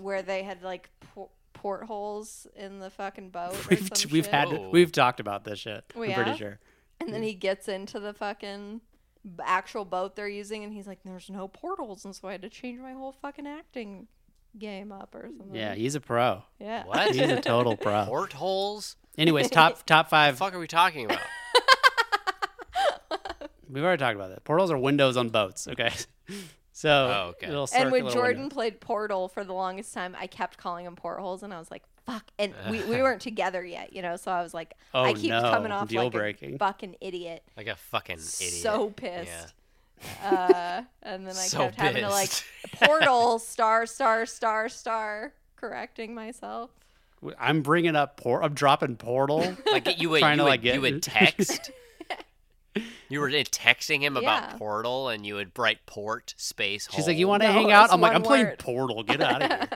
where they had like por- portholes in the fucking boat or We've, some we've shit. had Whoa. we've talked about this shit. Oh, I'm yeah? pretty sure. and then he gets into the fucking b- actual boat they're using and he's like there's no portholes and so I had to change my whole fucking acting game up or something. Yeah, he's a pro. Yeah. What? He's a total pro. Portholes? Anyways, top top The five. fuck are we talking about? We've already talked about that. Portals are windows on boats. Okay. So Oh, okay. little And when circular Jordan window. played Portal for the longest time, I kept calling him Portholes, and I was like, "Fuck!" And we, we weren't together yet, you know. So I was like, Oh, I keep no. coming off Deal like breaking. a fucking idiot, Like a fucking idiot. so Yeah. pissed. Uh, and then I So kept having to like pissed. Portal star star star star correcting myself. I'm bringing up port. I'm dropping portal. Like you would, Trying you to, would, like, get- you would text. you were eh, texting him Yeah. about Portal, and you would write port space. She's like, "You want to No, hang out?" it's I'm like, one "I'm playing word. Portal. Get out of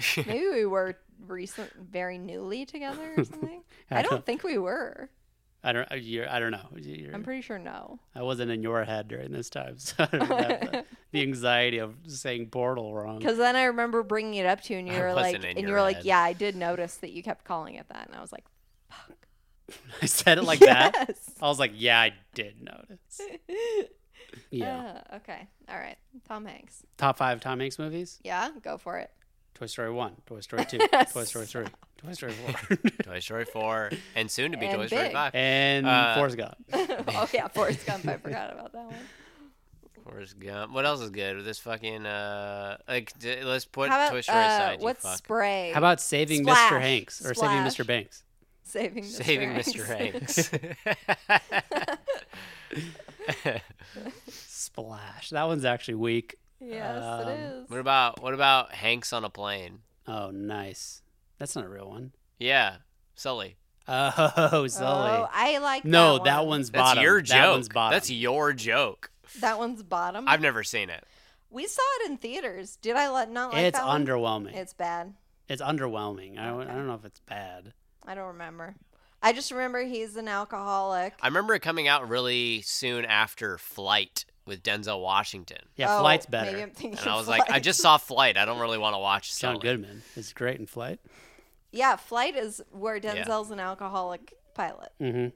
here." Maybe we were recent, very newly together or something. I don't think we were. I don't. uh, You're, I don't know. You're, I'm pretty sure no. I wasn't in your head during this time, so I don't have the, the anxiety of saying Portal wrong. Because then I remember bringing it up to you, and you I were wasn't like, in and your you were like, head. yeah, I did notice that you kept calling it that, and I was like, I said it like that. yes. I was like, "Yeah, I did notice." Yeah. Uh, okay. All right. Tom Hanks. Top five Tom Hanks movies: Yeah. Go for it. Toy Story One, Toy Story Two, Toy Story Three, Toy Story Four, Toy Story Four, and soon to be And Toy Story Big. Five. and Uh, Forrest Gump. oh yeah, Forrest Gump. I forgot about that one. Forrest Gump. What else is good? This fucking uh, like d- let's put How Toy about Story uh, aside. You what's fuck. spray? How about Saving Mr. Splash, Hanks or Saving Mr. Splash. Banks? saving Mr. Saving Hanks? Mr. Hanks. Splash. That one's actually weak. Yes, Um, it is. What about what about Hanks on a plane? Oh, nice. That's not a real one. Yeah, Sully. Oh, Sully. Oh, I like no, that, that one. one's That's bottom. your joke. That one's bottom. That's your joke. That one's bottom. I've never seen it. we saw it in theaters. Did Oh, I let not like it's that one? underwhelming. It's, It's bad. underwhelming. I, don't- I don't know if it's bad. I don't remember. I just remember he's an alcoholic. I remember it coming out really soon after Flight with Denzel Washington. Yeah, Oh, flight's better. Maybe I'm thinking And I was Flight. like, I just saw Flight. I don't really want to watch John Sully. Goodman is great in Flight. Yeah, Flight is where Yeah. Denzel's an alcoholic pilot. Mm-hmm.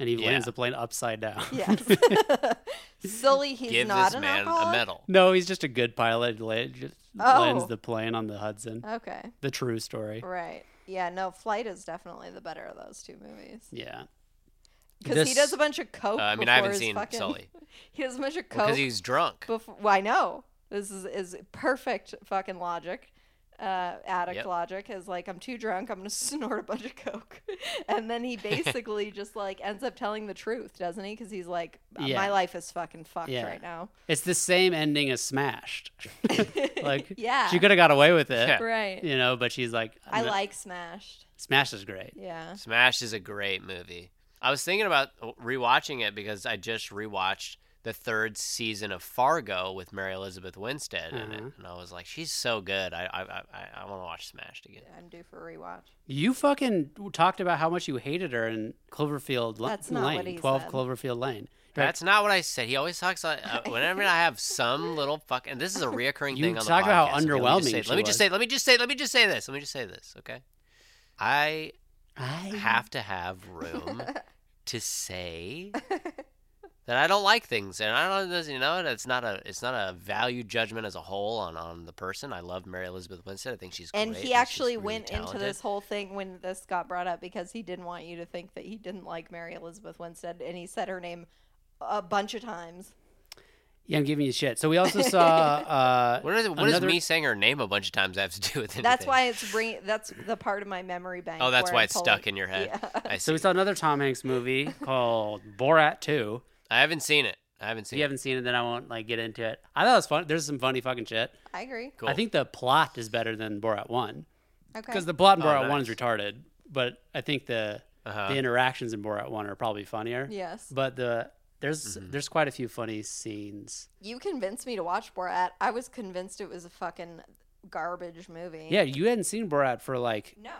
And he Yeah. lands the plane upside down. Yes. Sully, he's Give not this an man alcoholic. a medal. no, he's just a good pilot. La- just Oh. Lands the plane on the Hudson. Okay. The true story. Right. Yeah, no, Flight is definitely the better of those two movies. Yeah. Because he This- does a bunch of coke. Uh, I mean, before I haven't his seen fucking... Sully He does a bunch of coke. because he's drunk. before. Well, I know this is is perfect fucking logic. Uh, addict Yep. logic is like I'm too drunk. I'm gonna snort a bunch of coke, and then he basically just like ends up telling the truth, doesn't he? Because he's like, "Uh, Yeah. my life is fucking fucked Yeah. right now. It's the same ending as Smashed. like, Yeah. she could have got away with it, Yeah. Right. you know, but she's like, I "No, like Smashed. Smashed is great. Yeah. Smash is a great movie. I was thinking about uh, rewatching it because I just rewatched the third season of Fargo with Mary Elizabeth Winstead in it, Mhm. and I was like, she's so good. I I I, I want to watch Smashed again. I'm due for a rewatch. You fucking talked about how much you hated her in Cloverfield L- That's not Lane, what he 12 said. Cloverfield Lane. You're like, That's not what I said. He always talks like uh, whenever I have some little fuck, and this is a reoccurring You thing. on the talk about how podcast, okay? Let me just underwhelming say- she Let me just was. say. Let me just say. Let me just say this. Let me just say this. Okay. I I have to have room to say that I don't like things, and I don't. You know, it's not a. It's not a value judgment as a whole on on the person. I love Mary Elizabeth Winstead. I think she's And great, he and she's actually really went into talented. this whole thing when this got brought up because he didn't want you to think that he didn't like Mary Elizabeth Winstead, and he said her name a bunch of times. Yeah, I'm giving you shit. So we also saw. Uh, What is, what does another- me saying her name a bunch of times have to do with anything? That's why it's bring. That's the part of my memory bank. Oh, that's where why I'm it's stuck pulling- in your head. Yeah. I So see. we saw another Tom Hanks movie called Borat 2. I haven't seen it. I haven't If seen you it. haven't seen it, then I won't like get into it. I thought it was fun. There's some funny fucking shit. I agree. Cool. I think the plot is better than Borat 1 Okay. because the plot in Oh, Borat 1 is nice. retarded, but I think the Uh-huh. the interactions in Borat 1 are probably funnier. yes, But the there's Mm-hmm. there's quite a few funny scenes. you convinced me to watch Borat. I was convinced it was a fucking garbage movie. Yeah, you hadn't seen Borat for like No,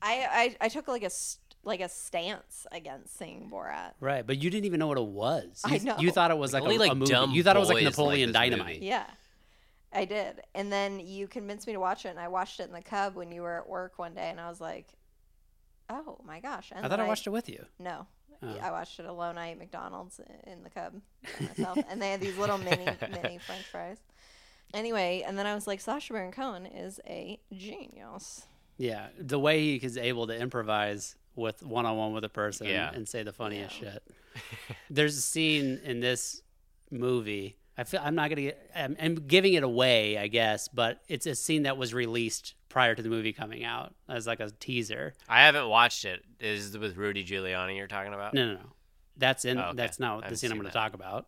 I I, I took like a st- like a stance against seeing Borat. Right, but you didn't even know what it was. You, I know. You thought it was like, only, a, like, a movie. dumb You thought it was like boys like Napoleon this Dynamite. movie. Yeah, I did. And then you convinced me to watch it, and I watched it in the Cub when you were at work one day, and I was like, "Oh my gosh!" And I thought then I watched it with you. No, Oh. I watched it alone. I ate McDonald's in the Cub by myself, and they had these little mini mini French fries. Anyway, and then I was like, Sasha Baron Cohen is a genius. Yeah, the way he is able to improvise with one on one with a person Yeah. and say the funniest shit. There's a scene in this movie. I feel I'm not gonna get. I'm, I'm giving it away, I guess, but it's a scene that was released prior to the movie coming out as like a teaser. I haven't watched it. Is it with Rudy Giuliani you're talking about? No, no, no. That's in. Oh, okay. That's I not the haven't scene I'm seen going to that. talk about.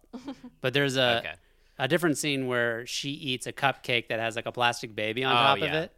But there's a Okay. a different scene where she eats a cupcake that has like a plastic baby on Oh, top yeah. of it,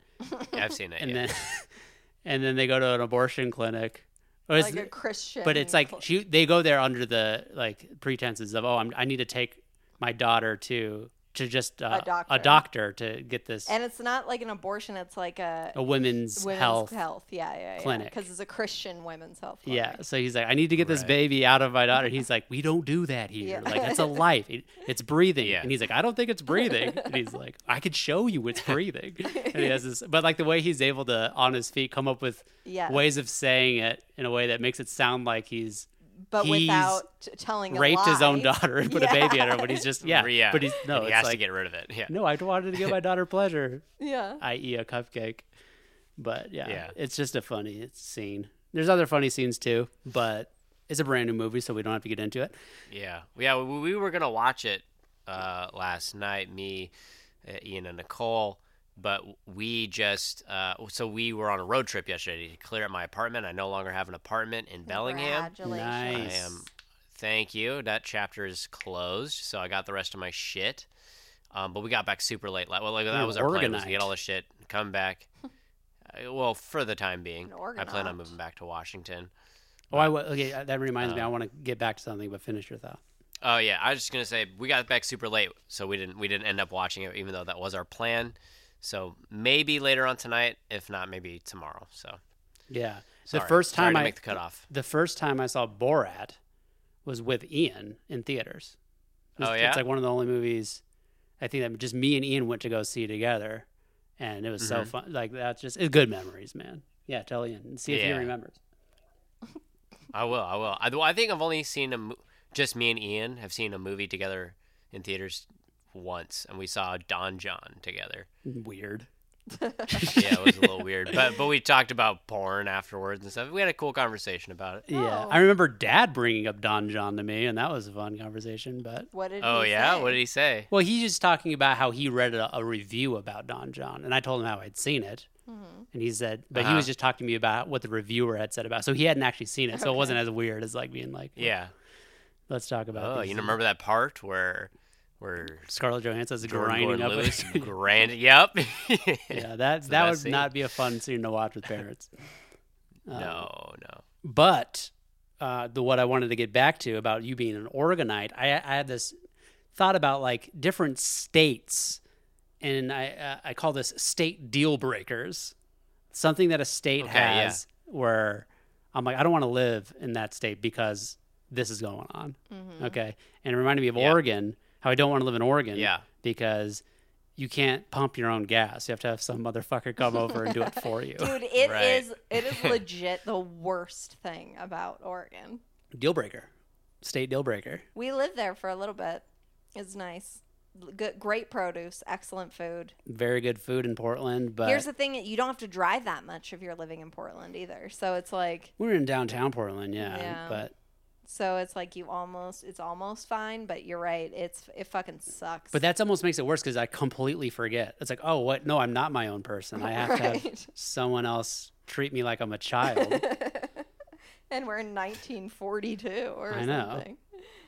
Yeah, I've seen it. and yeah. then and then they go to an abortion clinic. Or it's- Like a Christian. but it's like cl- she they go there under the like pretenses of oh I'm, I need to take my daughter to to just uh, doctor. doctor to get this and it's not like an abortion. It's like a a women's, women's health. health, yeah, yeah, yeah. clinic. Because it's a Christian women's health. Yeah, clinic. so he's like, I need to get this Right. baby out of my daughter. He's like, we don't do that here. Yeah. Like, it's a life. It, it's breathing. Yeah. And he's like, I don't think it's breathing. And he's like, I could show you it's breathing. And he has this, but like the way he's able to on his feet come up with Yes. ways of saying it in a way that makes it sound like he's but he's without t- telling a raped his own lie. daughter and put a baby in her. But he's just yeah. Yeah. But he's no. And he it's has like to get rid of it. Yeah. no. I wanted to give my daughter pleasure, Yeah. i.e., a cupcake. But yeah, Yeah. it's just a funny scene. There's other funny scenes too, but it's a brand new movie, so we don't have to get into it. Yeah. Yeah. We, we were gonna watch it uh, last night, me, uh, Ian, and Nicole, but we just uh, so we were on a road trip yesterday to clear out my apartment. I no longer have an apartment in Bellingham. Congratulations. Nice. I am. Thank you. That chapter is closed, so I got the rest of my shit. Um, but we got back super late. Like, well, like that You're was our plan was to organized. get all the shit, come back. Uh, well, for the time being, An I plan on organoid. moving back to Washington. Oh, I wa- okay. uh, That reminds me. I want to get back to something, but finish your thought. Oh yeah, I was just gonna say we got back super late, so we didn't we didn't end up watching it, even though that was our plan. So maybe later on tonight, if not, maybe tomorrow. So Yeah. sorry. The first Sorry time to I make the cutoff. the first time I saw Borat was with Ian in theaters. It's- Oh, yeah? It's like one of the only movies I think that just me and Ian went to go see together, and it was so Mhm. fun. Like that's just it's good memories, man. Yeah, tell Ian and see if Yeah. he remembers. I will. I will. I, well, I think I've only seen a mo- just me and Ian have seen a movie together in theaters once, and we saw Don John together. Weird. Yeah, it was a little weird, but but we talked about porn afterwards and stuff. We had a cool conversation about it. Yeah, I remember Dad bringing up Don John to me, and that was a fun conversation. But What did Oh he yeah, say? what did he say? well, he's just talking about how he read a, a review about Don John, and I told him how I'd seen it, Mm-hmm. and he said, but he Uh-huh. was just talking to me about what the reviewer had said about. it. So he hadn't actually seen it, so it wasn't as weird as like being like, Yeah. let's talk about. Oh, these you things. remember that part where where Scarlett Johansson's Jordan grinding up. Gordon-Lewis a- grind? Yep. yeah, that the that would best not be a fun scene to watch with parents. Um, No, no. But uh, the what I wanted to get back to about you being an Oregonite, I, I had this thought about like different states, and I uh, I call this state deal breakers, something that a state Okay, yeah. has where I'm like I don't want to live in that state because this is going on. Mm-hmm. Okay, and it reminded me of Mm-hmm. Yeah. Oregon, how I don't want to live in Oregon. Yeah. because. You can't pump your own gas. You have to have some motherfucker come over and do it for you. Dude, it is Right. it is legit the worst thing about Oregon. Deal breaker. State deal breaker. We lived there for a little bit. It's nice. L- Good, great produce, excellent food. very good food in Portland, but Here's the thing: you don't have to drive that much if you're living in Portland either. So it's like, we were in downtown Portland, yeah. Yeah. But so it's like you almost, it's almost fine. But you're right; it's it fucking sucks. but that almost makes it worse because I completely forget. It's like, oh, what? No, I'm not my own person. I have to have Right. someone else treat me like I'm a child. and we're in 1942 or I know. something.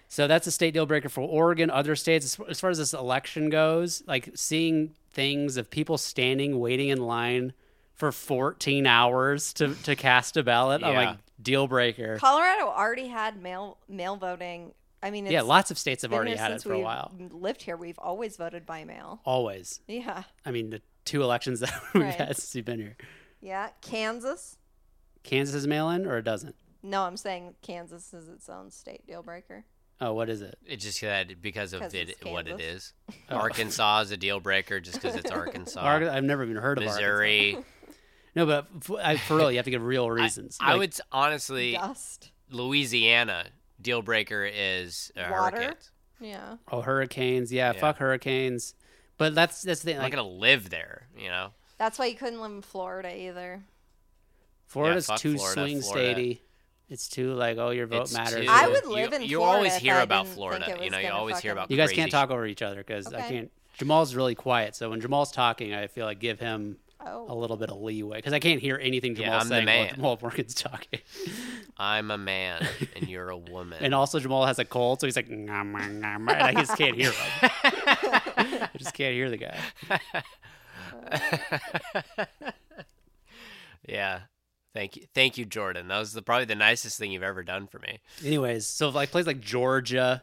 so that's a state deal breaker for Oregon. Other states, as f- as far as this election goes, like seeing things of people standing, waiting in line for 14 hours to to cast a ballot. I'm Yeah. like, deal breaker. Colorado already had mail mail voting. I mean, it's Yeah, lots of states have been already there had it since for a we've while. Lived here, we've always voted by mail. Always. Yeah, I mean, the two elections that we've Right. had since you've been here. yeah. Kansas. Kansas is mail in or it doesn't? No, I'm saying Kansas is its own state deal breaker. Oh, what is it? It's just that because of 'Cause it, it's what it Kansas. is. Arkansas is a deal breaker just because it's Arkansas. Arg- Oh. I've never even heard of Arkansas. Uh, Missouri. No, but f- I, for real, you have to give real reasons. I Like, would s- honestly, Dust. Louisiana deal breaker is uh, Water? hurricanes. Yeah. Oh, hurricanes. Yeah, Yeah. fuck hurricanes. But that's that's the thing. I'm Like, not gonna live there, you know. That's why you couldn't live in Florida either. Florida's fuck too Florida, swing Florida. statey. It's too like, oh, your vote It's matters. too- I Yeah. would You- live in you Florida. always if hear I about didn't Florida, think it you was know, you gonna always hear fucking- about- you guys Crazy can't talk over each other because I Okay. can't. Jamal's really quiet, so when Jamal's talking, I feel like give him a Oh, little bit of leeway because I can't hear anything Yeah, Jamal's I'm the saying while man. Jamal Morgan's talking. I'm a man and you're a woman. And also Jamal has a cold, so he's like, "Nah, nah, nah, nah," and I just can't hear him. I just can't hear the guy. yeah. Thank you, thank you, Jordan. That was the, probably the nicest thing you've ever done for me. Anyways, so like places like Georgia,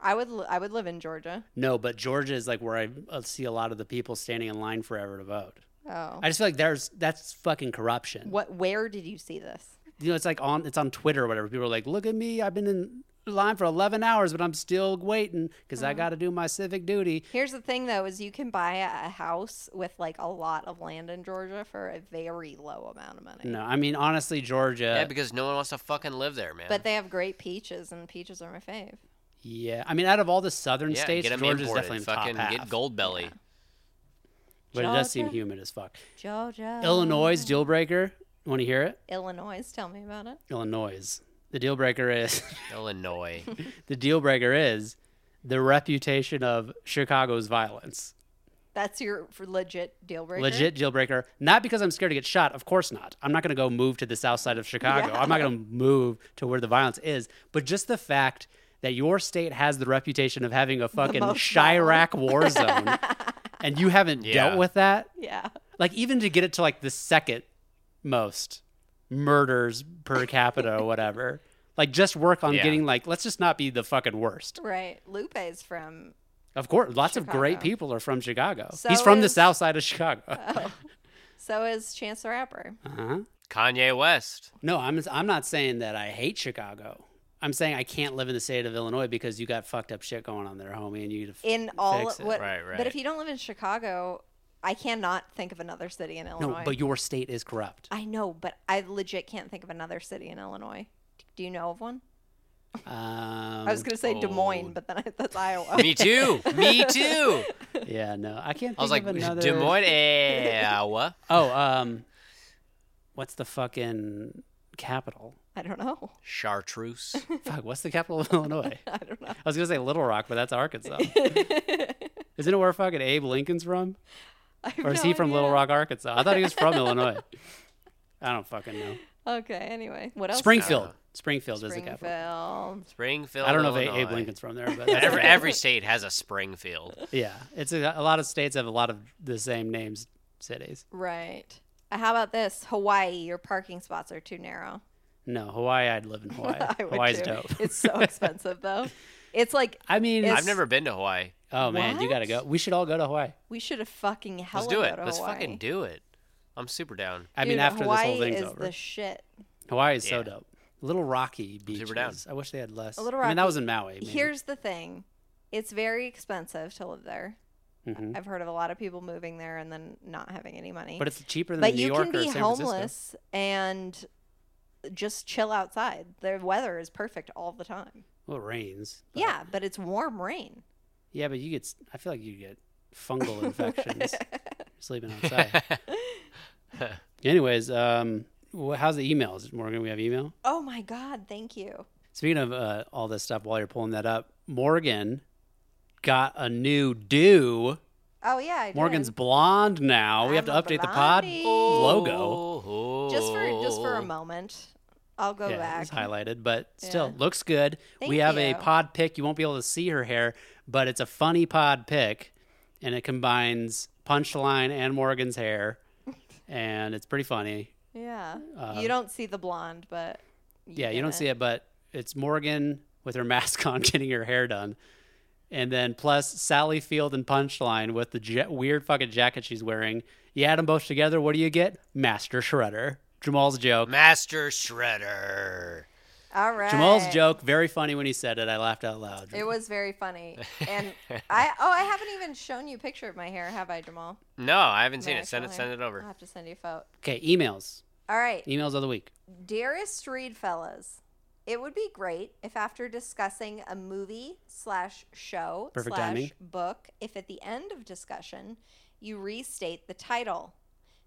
I would. Li- I would live in Georgia. no, but Georgia is like where I uh, see a lot of the people standing in line forever to vote. Oh. I just feel like there's that's fucking corruption. what? Where did you see this? You know, it's like on it's on Twitter or whatever. People are like, "Look at me, I've been in line for 11 hours, but I'm still waiting because Mm-hmm. I got to do my civic duty." Here's the thing, though, is you can buy a a house with like a lot of land in Georgia for a very low amount of money. No, I mean honestly, Georgia. Yeah, because no one wants to fucking live there, man. But they have great peaches, and peaches are my fave. yeah, I mean out of all the southern yeah, states, get 'em Georgia's imported. definitely in the fucking top half. get gold belly. But it does seem Georgia. Oh, humid as fuck. Georgia. Illinois deal breaker. Want to hear it? Illinois. Tell me about it. Illinois. The deal breaker is Illinois. the deal breaker is the reputation of Chicago's violence. That's your f- legit deal breaker. Legit deal breaker. Not because I'm scared to get shot. Of course not. I'm not going to go move to the south side of Chicago. I'm not going to move to where the violence is. But just the fact that your state has the reputation of having a fucking most Chirac war zone, and you haven't Yeah. dealt with that. Yeah. Like even to get it to like the second most murders per capita or whatever. Like just work on Yeah. getting like let's just not be the fucking worst. Right. Lupe's from. Of course, lots of great Chicago. people are from Chicago. So He's from the is- south side of Chicago. Oh. so is Chance the Rapper. Uh-huh. Kanye West. No, I'm I'm not saying that I hate Chicago. I'm saying I can't live in the state of Illinois because you got fucked up shit going on there, homie, and you need to f- In all Fix it. what? Right, right. But if you don't live in Chicago, I cannot think of another city in Illinois. No, but your state is corrupt. I know, but I legit can't think of another city in Illinois. Do you know of one? Um, I was gonna say Des Moines, oh. but then I, that's Iowa. Me too. Me too. Yeah, no, I can't. Think I was like, of another... Des Moines, eh, Iowa. Oh, um, what's the fucking capital? I don't know. Chartreuse. Fuck, what's the capital of Illinois? I don't know. I was gonna say Little Rock, but that's Arkansas. Isn't it where fucking Abe Lincoln's from? I have Or is no he from Little idea. Rock, Arkansas? I thought he was from Illinois. I don't fucking know. Okay. Anyway, what else? Springfield. Springfield, is the capital. Springfield. Springfield. I don't know if Illinois. A- Abe Lincoln's from there, but that's- Every, every state has a Springfield. yeah, it's a, a lot of states have a lot of the same names cities. Right. Uh, How about this? Hawaii. Your parking spots are too narrow. No, Hawaii, I'd live in Hawaii. I would Hawaii's too. dope. It's so expensive though. It's like I mean, It's- I've never been to Hawaii. oh man, you gotta go. What? We should all go to Hawaii. we should have fucking hell Let's do it. To Let's Hawaii. fucking do it. I'm super down. I mean, Dude, after Hawaii this whole thing's is over, the shit. Hawaii is so Yeah. dope. Little rocky beaches. super down. I wish they had less. A Little I mean, that Rocky. was in Maui. maybe. Here's the thing. It's very expensive to live there. Mhm. I've heard of a lot of people moving there and then not having any money. but it's cheaper than But New you York can or be San Francisco. homeless and just chill outside. The weather is perfect all the time. Well, it rains. but- Yeah, but it's warm rain. Yeah, but you get. s- I feel like you get fungal infections sleeping outside. Anyways, um, wh- how's the emails, Morgan? We have email. Oh my God, thank you. Speaking of uh, all this stuff, while you're pulling that up, Morgan got a new do. Oh yeah, I did. Morgan's blonde now. we have to I'm a update the pod blondie. logo. just for just for a moment. moment. I'll go Yeah, back. it's highlighted, but still Yeah. looks good. we Thank have a you. pod pick. You won't be able to see her hair, but it's a funny pod pick, and it combines punchline and Morgan's hair, and it's pretty funny. Yeah. you don't see the blonde, but Um, Yeah, you don't see it, but it's Morgan with her mask on getting her hair done. And then plus Sally Field and Punchline with the ja weird fucking jacket she's wearing. You add them both together, what do you get? Master Shredder. Jamal's joke. Oh. Master Shredder. All right. Jamal's joke, very funny when he said it. I laughed out loud. It was very funny. And I oh, I haven't even shown you a picture of my hair, have I, Jamal? No, I haven't seen My it. Send it. actual hair. Send it over. I'll have to send you a photo. Okay, emails. All right. Emails of the week. Dearest Reed fellas, it would be great if after discussing a movie slash show Perfect slash timing. book, if at the end of discussion you restate the title.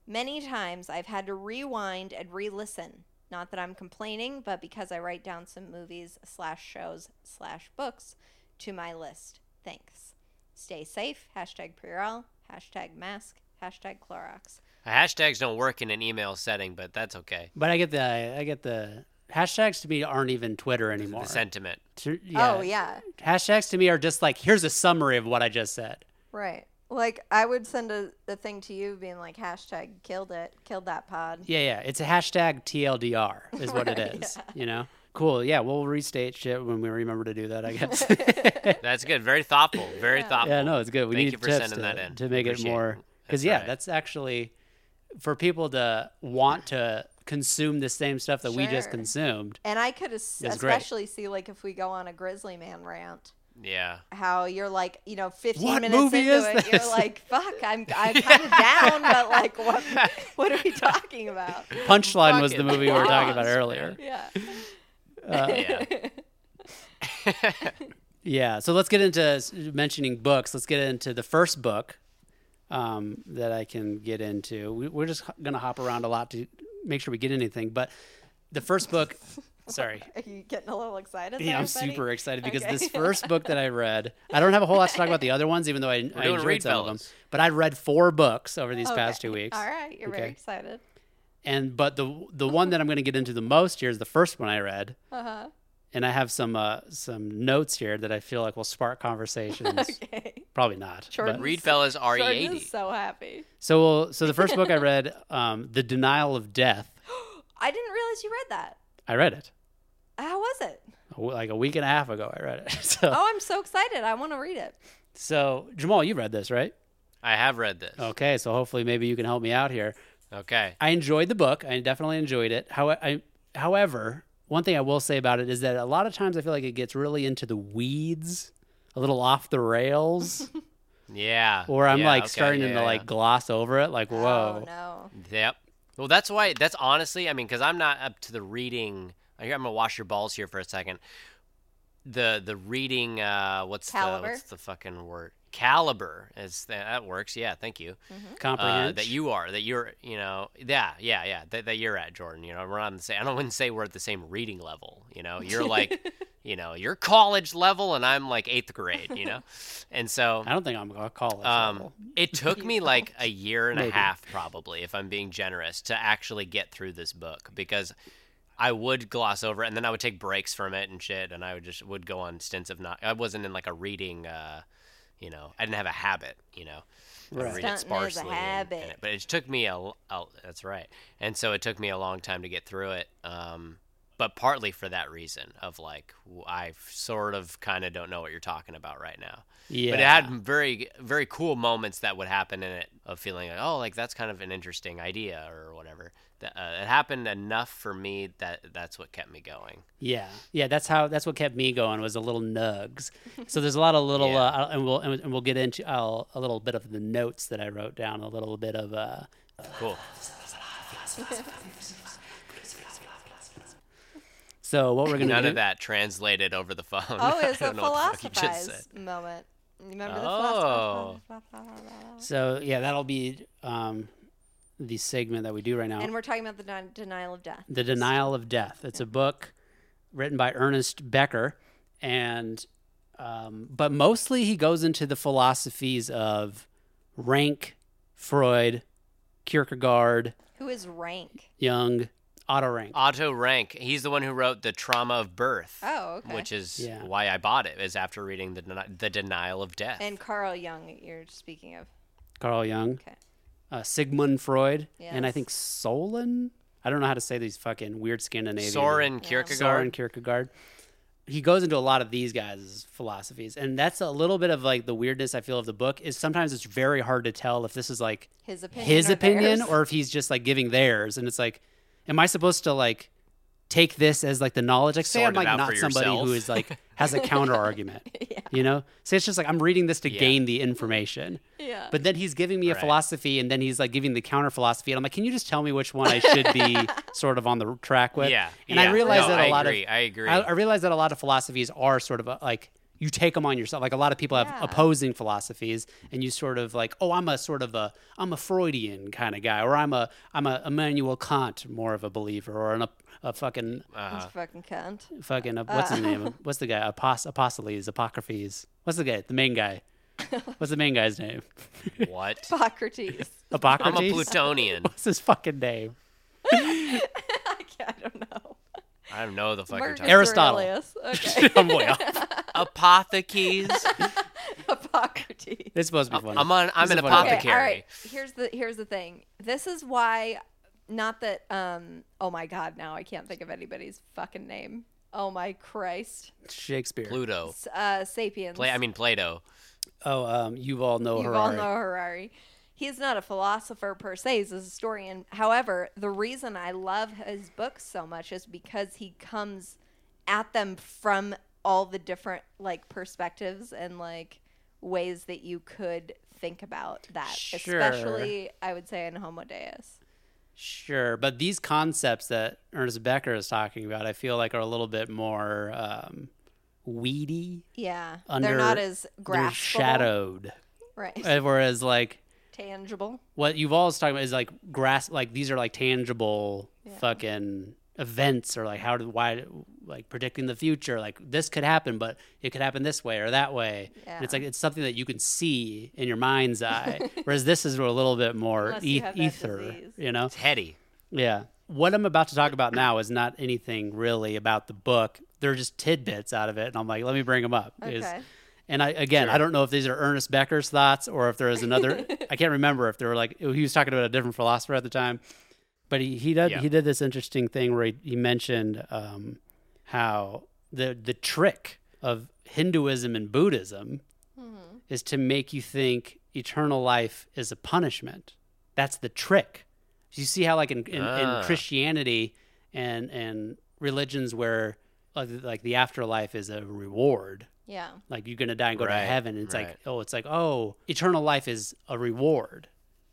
Many times I've had to rewind and re listen. Not that I'm complaining, but because I write down some movies slash shows slash books to my list. Thanks. Stay safe. Hashtag Purell. Hashtag mask. Hashtag Clorox. Hashtags don't work in an email setting, but that's okay. But I get the I get the hashtags to me aren't even Twitter anymore. The sentiment. To- yeah. Oh, yeah. Hashtags to me are just like here's a summary of what I just said. Right. Like I would send a, a thing to you being like hashtag killed it, killed that pod. Yeah, yeah. It's a hashtag TLDR is what it is. You know? Cool. Yeah, we'll restate shit when we remember to do that, I guess. That's good. Very thoughtful. Very thoughtful. yeah, no, it's good. We Thank need you for tips sending to, that in. to make it Appreciate it. more because That's yeah, right. that's actually for people to want to consume the same stuff that we just Sure. consumed. And I could es- That's great. especially see like if we go on a Grizzly Man rant, Yeah. how you're like, you know, 15 What minutes movie into is it, this? you're like, fuck, I'm I'm kind of down, but like, what what are we talking about? Punchline was the Fucking movie we were talking about bombs, earlier. Yeah. Uh, Yeah. Yeah. So let's get into s- mentioning books. Let's get into the first book um, that I can get into. We, we're just h- going to hop around a lot to make sure we get anything. But the first book, sorry. Are you getting a little excited? Yeah, there, I'm buddy? super excited because Okay. this first book that I read, I don't have a whole lot to talk about the other ones, even though I, I doing enjoyed read some of them. fellas. But I read four books over these Okay. past two weeks. All right, you're Okay. very excited. And but the the one that I'm going to get into the most here is the first one I read, Uh huh. and I have some uh, some notes here that I feel like will spark conversations. Okay. Probably not. Jordan. but- Reed Fellas E E Jordan RE80. is so happy. So, so the first book I read, um, The Denial of Death, I didn't realize you read that. I read it How was it? a w- like a week and a half ago. I read it. So, Oh, I'm so excited. I want to read it. so Jamal, you read this, right? I have read this. Okay. So hopefully, maybe you can help me out here. Okay. I enjoyed the book. I definitely enjoyed it. How, I, however, one thing I will say about it is that a lot of times I feel like it gets really into the weeds, a little off the rails, Yeah. or I'm Yeah, like okay, starting yeah, to like yeah. gloss over it. Like, whoa. Oh no. Yep. Well, that's why. That's honestly, I mean, because I'm not up to the reading. I hear I'm gonna wash your balls here for a second. The the reading. Uh, what's Caliber? the what's the fucking word? Caliber is that, that works? Yeah. Thank you. Uh, Comprehend that you are. That you're. You know. Yeah. Yeah. Yeah. That, that you're at Jordan. You know. We're on the same. I don't wouldn't say we're at the same reading level. You know. You're like. you know. You're college level, and I'm like eighth grade. You know. And so. I don't think I'm gonna call it. Um, it took me like a year and Maybe. a half, probably, if I'm being generous, to actually get through this book because I would gloss over it and then I would take breaks from it and shit, and I would just would go on stints of not. I wasn't in like a reading, uh, you know, I didn't have a habit, you know. I'd Right. read it Stunting is a sparsely, and- and habit. it- but it took me a, l- a- That's right, and so it took me a long time to get through it. Um, but partly for that reason of like w- I sort of kind of don't know what you're talking about right now. yeah. But it had very very cool moments that would happen in it of feeling like oh like that's kind of an interesting idea or whatever. That, uh, it happened enough for me that that's what kept me going. Yeah, yeah, that's how that's what kept me going was the little nugs. So there's a lot of little, Yeah. uh, and we'll and we'll get into uh, a little bit of the notes that I wrote down, a little bit of uh, Cool. so what we're gonna None do. of that translated over the phone. Oh, it was I a don't know what the fuck you just philosophize moment. You remember the Oh. philosophize? So yeah, that'll be um, the segment that we do right now. And we're talking about the den- denial of death. The Denial of Death. It's a book written by Ernest Becker, and um, but mostly he goes into the philosophies of Rank, Freud, Kierkegaard, Who is rank? Jung, Otto Rank. Otto Rank. He's the one who wrote The Trauma of Birth. Oh, okay. Which is Yeah. why I bought it is after reading the Deni- the denial of death. and Carl Jung, you're speaking of. Carl Jung, Okay. uh, Sigmund Freud, and I Yes. think Solon. I don't know how to say these fucking weird Scandinavian. Soren Kierkegaard. Soren Kierkegaard. He goes into a lot of these guys' philosophies, and that's a little bit of like the weirdness I feel of the book. Is sometimes it's very hard to tell if this is like His opinion. his or opinion theirs. or if he's just like giving theirs, and it's like, am I supposed to like take this as like the knowledge? Like, say Sort I'm it like out not for somebody yourself. who is like has a counter argument, you know? Say it's just like I'm reading this to Yeah. gain the information. Yeah. But then he's giving me a Right. philosophy, and then he's like giving the counter philosophy, and I'm like, can you just tell me which one I should be sort of on the track with? yeah. and I yeah. realize No, that I a lot agree, of I agree. I, I realize that a lot of philosophies are sort of uh, like you take them on yourself. Like a lot of people have Yeah. opposing philosophies, and you sort of like, oh, I'm a sort of a I'm a Freudian kind of guy, or I'm a I'm a Immanuel Kant more of a believer, or an, a, a fucking Uh, He's a fucking cunt. fucking uh, what's his name? What's the guy? Apos- Apostles, Apocryphes. What's the guy? The main guy. What's the main guy's name? what? Socrates. I'm Apocrates. a Plutonian. What's his fucking name? I don't know. I don't know the fuck you're Marcus talking Aristotle. about. Aurelius. Okay. I'm way off. apothecaries. Hippocrates. It's supposed to be funny. I'm on. I'm This an is funny. Okay, all apothecary. right. Here's the here's the thing. This is why not that um oh my god, now I can't think of anybody's fucking name. Oh my Christ. Shakespeare. Pluto. S- Uh Sapiens. Play. I mean Plato. Oh, um, you all know you her. all know Harari. He's not a philosopher per se, he's a historian. However, the reason I love his books so much is because he comes at them from all the different like perspectives and like ways that you could think about that. Sure. Especially I would say in Homo Deus. Sure, but these concepts that Ernest Becker is talking about, I feel like are a little bit more um, weedy. Yeah. Under they're not as They're graspable. shadowed. Right. Uh, Whereas, like Tangible. what you've always talking about is like grasp. Like these are like tangible Yeah. fucking events, or like how do why like predicting the future. Like this could happen, but it could happen this way or that way. And it's Yeah. like it's something that you can see in your mind's eye. Whereas this is a little bit more Unless you eth have that ether. disease. You know? It's heady. Yeah. what I'm about to talk about now is not anything really about the book. They're just tidbits out of it, and I'm like, let me bring them up. Is- Okay. and I again, I don't know if these are Ernest Becker's thoughts or if there is another. I can't remember if they were like he was talking about a different philosopher at the time, but he he did Yeah. he did this interesting thing where he, he mentioned um, how the the trick of Hinduism and Buddhism Mm-hmm. is to make you think eternal life is a punishment. That's the trick. You see how like in, in, Ah. in Christianity and and religions where uh, like the afterlife is a reward Yeah. like you're gonna die and go Right, to heaven and it's right. like oh it's like oh eternal life is a reward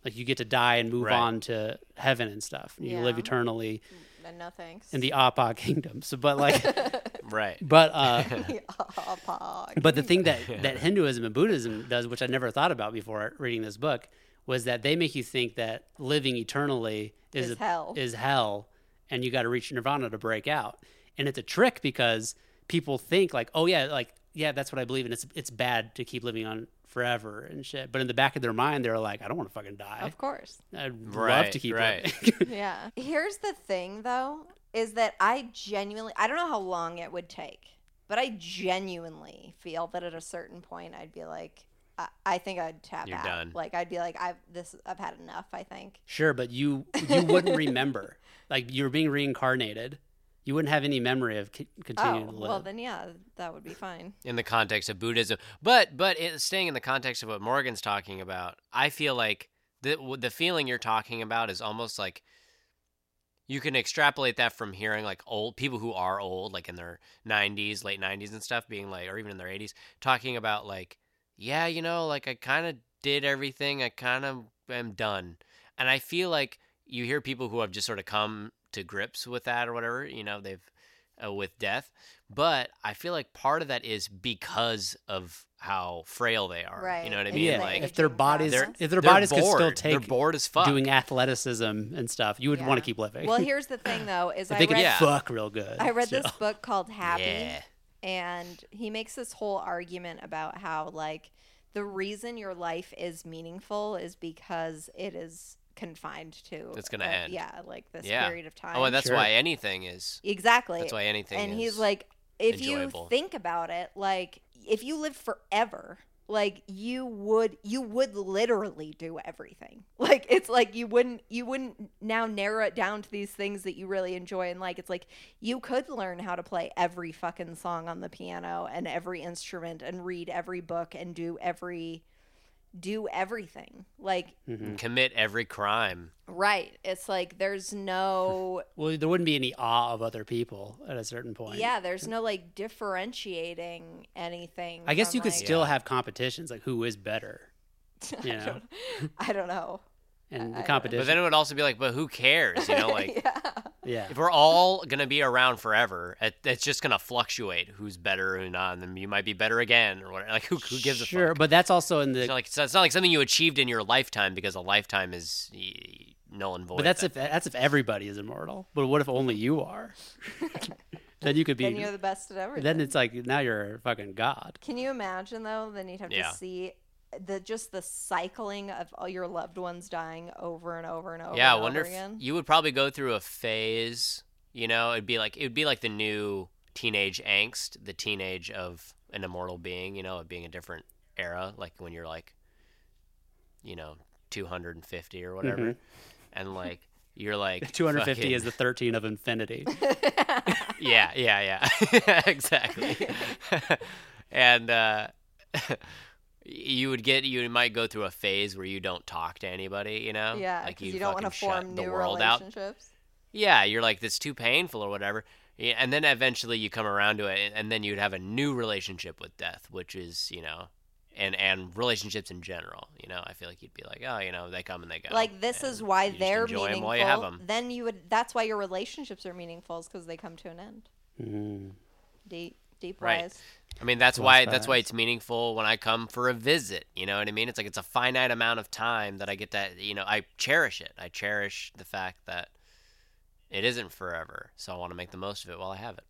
like you get to die and move Right. on to heaven and stuff you live Yeah. eternally And no thanks. in the appa kingdom so but like Right. but uh Aw, pog. but the thing that that hinduism and buddhism does which i never thought about before reading this book was that they make you think that living eternally is, Is hell. is hell and you got to reach nirvana to break out and it's a trick because people think like oh yeah like yeah that's what i believe and it's it's bad to keep living on forever and shit but in the back of their mind they're like i don't want to fucking die Of course. i'd love Right, to keep right. living Yeah. Here's the thing though, is that I genuinely I don't know how long it would take, but I genuinely feel that at a certain point I'd be like I, I think I'd tap You're out. done. Like I'd be like I've this I've had enough, I think. sure but you you wouldn't remember like you're being reincarnated you wouldn't have any memory of c- continuing oh, to live well then yeah, that would be fine. in the context of Buddhism. But but it, staying in the context of what Morgan's talking about, I feel like the w- the feeling you're talking about is almost like you can extrapolate that from hearing like old people who are old, like in their 90s, late 90s and stuff, being like, or even in their 80s, talking about like, yeah, you know, like I kind of did everything, I kind of am done, and I feel like you hear people who have just sort of come to grips with that or whatever, you know, they've uh, with death. But I feel like part of that is because of how frail they are. Right. You know what I It's mean? yeah, like- if their bodies, They're- if their they're bodies could still bored. take They're bored as fuck. doing athleticism and stuff, you would want Yeah. to keep living. Well, here's the thing though, is if I they could read Yeah. fuck real good. I read so- this book called Happy. Yeah. and he makes this whole argument about how like the reason your life is meaningful is because it is confined to It's gonna uh, end. yeah like this Yeah. period of time Oh, and that's Sure. why anything is. exactly That's why anything. and is, he's like if you enjoyable. think about it like if you live forever like you would you would literally do everything like it's like you wouldn't you wouldn't now narrow it down to these things that you really enjoy and like it's like you could learn how to play every fucking song on the piano and every instrument and read every book and do every do everything like Mhm. commit every crime. right it's like there's no Well, there wouldn't be any awe of other people at a certain point. yeah there's no like differentiating anything I guess from, you could like- still have competitions, like who is better, you I know, don't- I don't know. and I- the I- competition. But then it would also be like, but who cares? You know, like yeah. yeah, if we're all gonna be around forever, it, it's just gonna fluctuate. Who's better, who not, and then you might be better again or whatever. Like who, who gives a sure. fuck? But that's also in It's the. not like it's not, it's not like something you achieved in your lifetime because a lifetime is y- null and void. But at that's that if that's if everybody is immortal. But what if only you are? then you could be. Then you're the best at everything. then it's like now you're a fucking god. Can you imagine though? Then you'd have Yeah. to see the just the cycling of all your loved ones dying over and over and over. yeah, I and wonder over if again. you would probably go through a phase. You know, it'd be like it would be like the new teenage angst, the teenage of an immortal being. You know, it being a different era, like when you're like, you know, two hundred and fifty or whatever, and like you're like 250 fucking- is the 13 of infinity. yeah, yeah, yeah. exactly. and uh, you would get you might go through a phase where you don't talk to anybody, you know? yeah, like because you, don't want to fucking shut form the new world out. relationships. Yeah, you're like it's too painful or whatever. Yeah, and then eventually you come around to it and- and then you'd have a new relationship with death, which is, you know, and and relationships in general, you know. I feel like you'd be like, "Oh, you know, they come and they go." Like this is and why you just they're enjoy 'em meaningful. while you have 'em. Then you would. That's why your relationships are meaningful, is because they come to an end. Mhm. Deep, deep Right. wise. I mean that's Plus why that's why that. it's meaningful when I come for a visit. You know what I mean? It's like it's a finite amount of time that I get that you know, I cherish it. I cherish the fact that it isn't forever. So I want to make the most of it while I have it.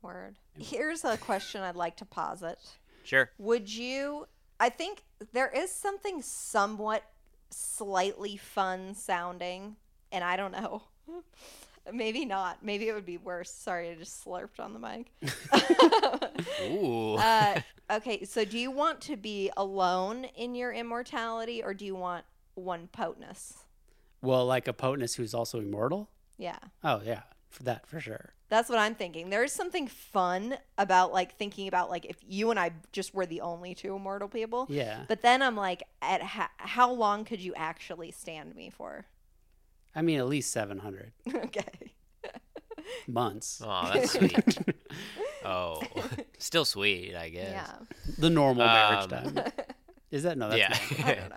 Word. Here's a question I'd like to posit. Sure. Would you? I think there is something somewhat slightly fun sounding, and I don't know. Maybe not. Maybe it would be worse. Sorry, I just slurped on the mic. Ooh. uh, okay, so do you want to be alone in your immortality or do you want one potentness? Well, like a potentness who's also immortal. Yeah. Oh yeah, for that for sure. That's what I'm thinking. There is something fun about like thinking about like if you and I just were the only two immortal people. Yeah. But then I'm like, at ha- how long could you actually stand me for? I mean, at least seven hundred okay. months. Oh, that's sweet. oh, still sweet, I guess. Yeah. The normal marriage Um, time. Is that no? Oh, That's Yeah. not. I don't know.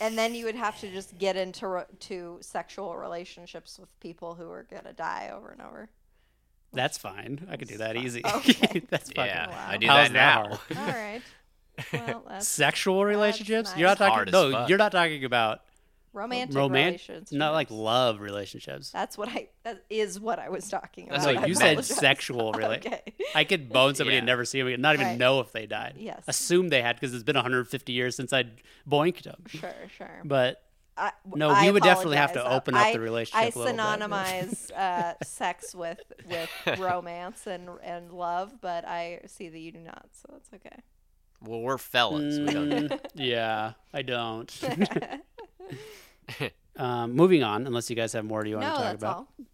And then you would have to just get into re- to sexual relationships with people who are gonna die over and over. That's fine. I could do that easy. Okay. that's fucking. Yeah, Wow. I do How's that that now. hard? All right. Well, that's Sexual relationships? nice. You're not Hard talking. as No, fuck. you're not talking about romantic roman- relationships. Not like love relationships. That's what I. That is what I was talking about. That's no, what I you said apologize. sexual really. Okay. I could bone somebody and Yeah. never see them again, not even Right. know if they died. Yes. Assume they had because it's been 150 years since I boinked them. Sure, sure. But I, No, we would definitely have to apologize. open up I- the relationship I a little bit. synonymize uh, sex with with romance and and love, but I see that you do not, so that's okay. Well, we're felons. We don't. mm, yeah, I don't. um, moving on, unless you guys have more you want no, to talk that's about. all.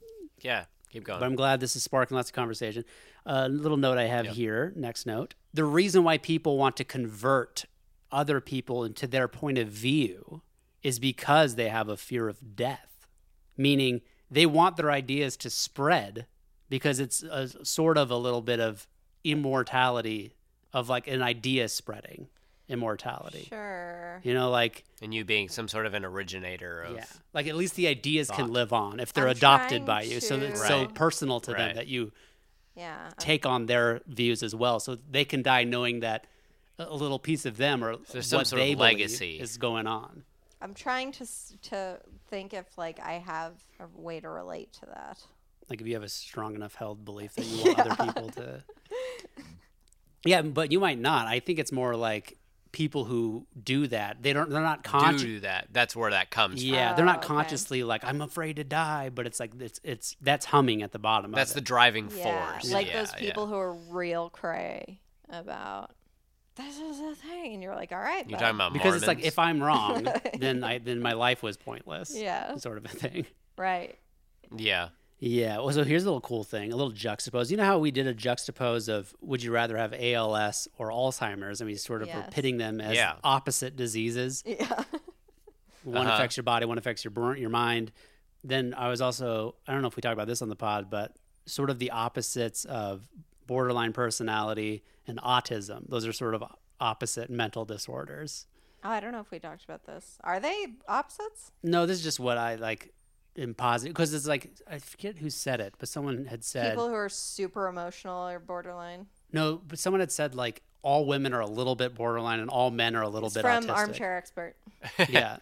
Yeah, keep going. But I'm glad this is sparking lots of conversation. A little note I have here, next note. The reason why people want to convert other people into their point of view is because they have a fear of death, meaning they want their ideas to spread because it's a, sort of a little bit of immortality of like an idea spreading immortality. Sure. You know, like and you being some sort of an originator of yeah, like at least the ideas thought. can live on if they're I'm adopted trying by you, so that it's so to- personal to Right. them that you Yeah. Uh-huh. take on their views as well, so they can die knowing that a a little piece of them or there's some what sort of they believe legacy. is going on. I'm trying to s- to think if like I have a way to relate to that. Like if you have a strong enough held belief that you want other people to, yeah, but you might not. I think it's more like people who do that. They don't. They're not conscious. do that. That's where that comes from. Yeah, they're Oh, not okay. consciously like I'm afraid to die, but it's like it's it's that's humming at the bottom. That's of the it. driving Yeah, Mm, force. like yeah, those people who are real cray about this is a thing, and you're like, all right, Yeah. You're bud." talking about because it's like Mormons? if I'm wrong, then I then my life was pointless. Yeah. sort of a thing. right. yeah, Yeah. Well, so here's a little cool thing, a little juxtapose. You know how we did a juxtapose of would you rather have ALS or Alzheimer's, and we sort of were Yes. pitting them as Yeah. opposite diseases. Yeah. One Uh-huh. affects your body, one affects your br- your mind. Then I was also I don't know if we talked about this on the pod, but sort of the opposites of borderline personality and autism. Those are sort of opposite mental disorders. Oh, I don't know if we talked about this. Are they opposites? No, this is just what I like in positive because it's like I forget who said it, but someone had said People who are super emotional or borderline. no, but someone had said like all women are a little bit borderline and all men are a little It's bit from autistic. Armchair Expert. yeah,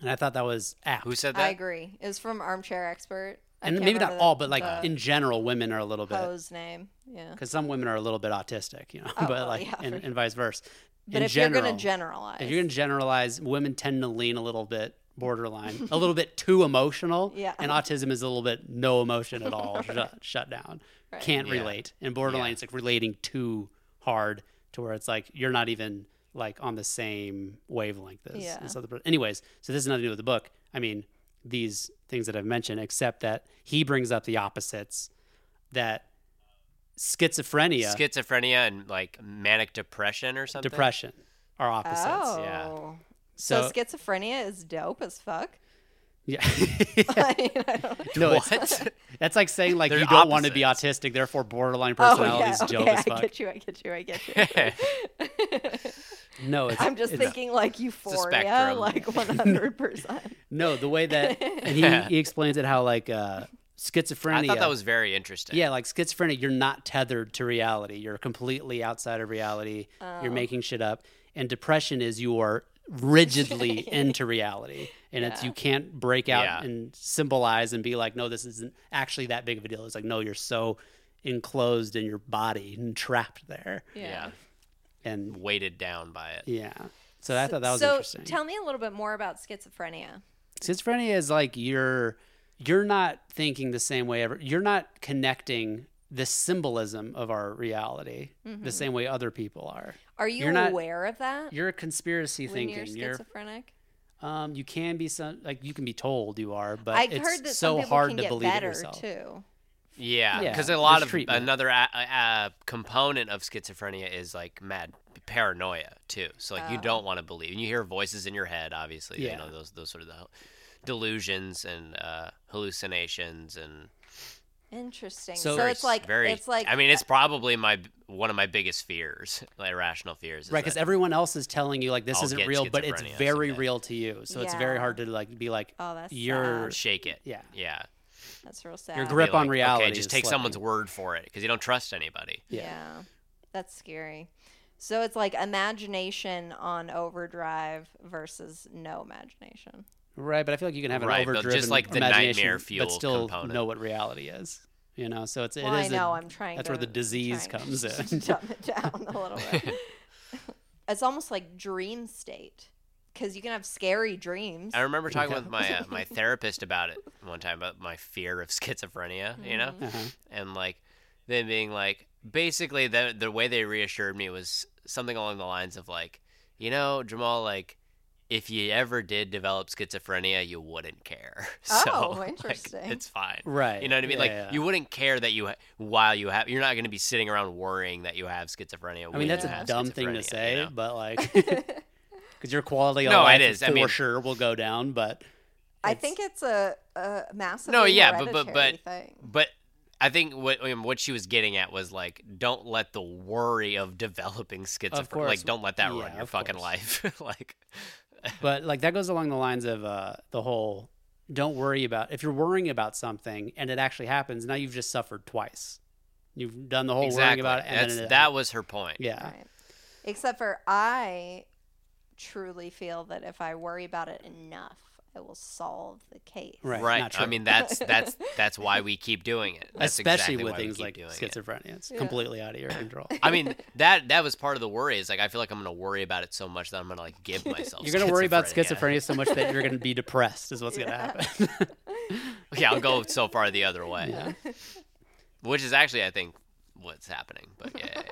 and I thought that was apt. who said I that? agree. It's from Armchair Expert. I and can't maybe not remember the- all, but like the in general, women are a little bit pose name. Yeah. because some women are a little bit autistic, you know, Oh, but well, like yeah, and, for sure. and vice versa. But in if general, you're gonna generalize, if you're gonna generalize, women tend to lean a little bit borderline, a little bit too emotional, Yeah. and autism is a little bit no emotion at all, shut, shut down, Right. can't Yeah. relate, and borderline Yeah. it's like relating too hard to where it's like you're not even like on the same wavelength as Yeah. this other person. Anyways, so this is nothing to do with the book. I mean these things that I've mentioned, except that he brings up the opposites that schizophrenia, Schizophrenia and like manic depression or something. depression are opposites. oh, yeah. so, So, schizophrenia is dope as fuck. yeah. I mean, I don't- No, it's- What? that's like saying like They're you don't want to be autistic, therefore borderline oh personality yeah, is okay, dope as I fuck. get you. I get you. I get you. I get you. No, it's, I'm just it's- thinking like euphoria, spectrum. like 100. percent No, the way that and he, he explains it how like uh, schizophrenia. I thought that was very interesting. yeah, like schizophrenia. You're not tethered to reality. You're completely outside of reality. You're Oh. making shit up. And depression is you are rigidly into reality, and it's you can't break out Yeah. and symbolize and be like, no, this isn't actually that big of a deal. It's like no, you're so enclosed in your body and trapped there. yeah, and weighted down by it. yeah. So I thought that was so interesting. tell me a little bit more about schizophrenia. Schizophrenia is like you're you're not thinking the same way ever. You're not connecting the symbolism of our reality Mm-hmm. the same way other people are. Are you You're not- aware of that You're a conspiracy when thinking. you're You're, schizophrenic? um, you can be some like you can be told you are, but I've it's heard so that some people hard can to get believe better in yourself. too. Yeah, Yeah, because a lot there's of treatment. another a, a, a component of schizophrenia is like mad paranoia too. So like you don't want to believe, and you hear voices in your head. Obviously, Oh. Yeah. you know those those sort of the delusions and uh, hallucinations and Interesting. So- So, very it's like very. it's like I mean, it's probably my one of my biggest fears, like irrational fears. Is Right, because that- everyone else is telling you like this I'll isn't get real, but it's schizophrenia very someday. real to you. So it's very Yeah. hard to like be like Oh, that's you're sad. shake it. Yeah. yeah. that's real sad. your grip Be on like, reality. Okay, just is take slipping. someone's word for it because you don't trust anybody. Yeah. That's scary. So it's like imagination on overdrive versus no imagination. Right, but I feel like you can have an Right, but just overdriven like the imagination, nightmare fuel but still component. know what reality is. You know, so it's Well, it I is. a- know I'm trying. that's to, where the disease trying comes to in. Dumb it down a little bit. it's almost like dream state because you can have scary dreams. I remember talking with my uh, my therapist about it one time about my fear of schizophrenia. You know, uh-huh. and like them being like basically the the way they reassured me was something along the lines of like you know Jamal like if you ever did develop schizophrenia you wouldn't care so Oh, like, interesting. it's fine Right, you know what I mean yeah, like yeah. you wouldn't care that you ha- while you have you're not going to be sitting around worrying that you have schizophrenia I mean, when that's you a have dumb thing to schizophrenia, say, you know? but like, Mm-hmm. because your quality of No, it life is. for I mean- sure will go down. But I think it's a, a massive No, yeah, but- but- but- thing. But I think what I mean, what she was getting at was like, don't let the worry of developing schizophrenia, course. like, don't let that Yeah, ruin your of fucking course. life. like, but like that goes along the lines of uh, the whole. Don't worry about if you're worrying about something and it actually happens. Now you've just suffered twice. You've done the whole Oh, worrying exactly. about it, and That's, then it, that was her point. yeah, Right. Except for I truly feel that if I worry about it enough, I will solve the case. Right. Right. not I true. mean, that's that's that's why we keep doing it. That's especially exactly with why we things keep like doing it. schizophrenia. It's Yeah. completely out of your control. I mean, that that was part of the worry. Is like, I feel like I'm gonna worry about it so much that I'm gonna like give myself. You're gonna worry about schizophrenia. schizophrenia so much that you're gonna be depressed. Is what's gonna happen. Yeah, I'll go so far the other way. Which is actually, I think, what's happening. But yeah,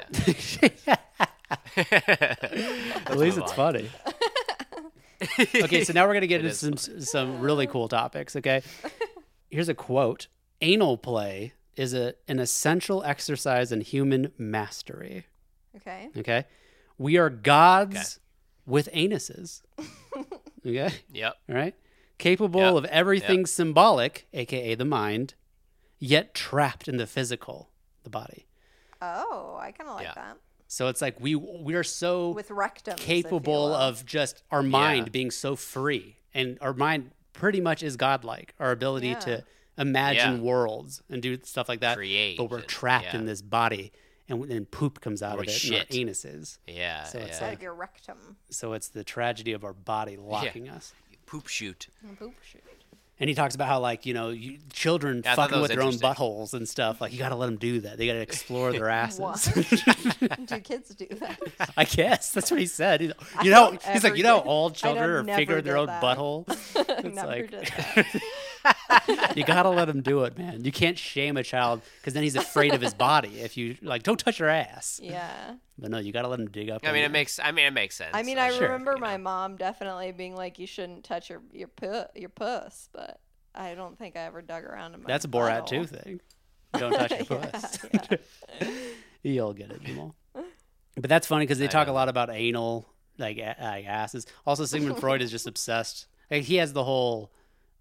yeah. yeah. At least it's funny. okay, so now we're gonna get It into is some some really cool topics. Okay, here's a quote: "Anal play is a an essential exercise in human mastery." Okay. Okay, we are gods with anuses. Okay. Yep. All right. Capable Yep. of everything symbolic, aka the mind, yet trapped in the physical, the body. Oh, I kind of like Yeah. that. So it's like we we are so With rectum. capable of just our mind being so free, and our mind pretty much is godlike. Our ability Yeah. to imagine Yeah. worlds and do stuff like that. Create but we're and- trapped yeah. in this body, and then poop comes out Or of it, shit. and our anuses. Yeah. So it's yeah. out of your rectum. So it's the tragedy of our body locking us. poop shoot. Poop shoot. And he talks about how like you know you, children Yeah, I thought fucking that was with their own interesting. buttholes and stuff. Like you got to let them do that. They got to explore their asses. Do kids do that? I guess that's what he said. He's- I you know, don't he's ever like you know, did- all I children don't- are never figuring their did own that. butthole. I It's never like did you got to let him do it, man. You can't shame a child because then he's afraid of his body. If you like, don't touch your ass. Yeah. But no, you got to let him dig up. I in mean, there. it makes. I mean, it makes sense. I mean, I sure, remember you my know. mom definitely being like, "You shouldn't touch your your pu- your puss," but I don't think I ever dug around in my. that's a Borat butthole. too thing. Don't touch your puss. You'll get it, Jamal. But that's funny because they talk a lot about anal, like, a- like asses. Also, Sigmund Freud is just obsessed. Like, he has the whole,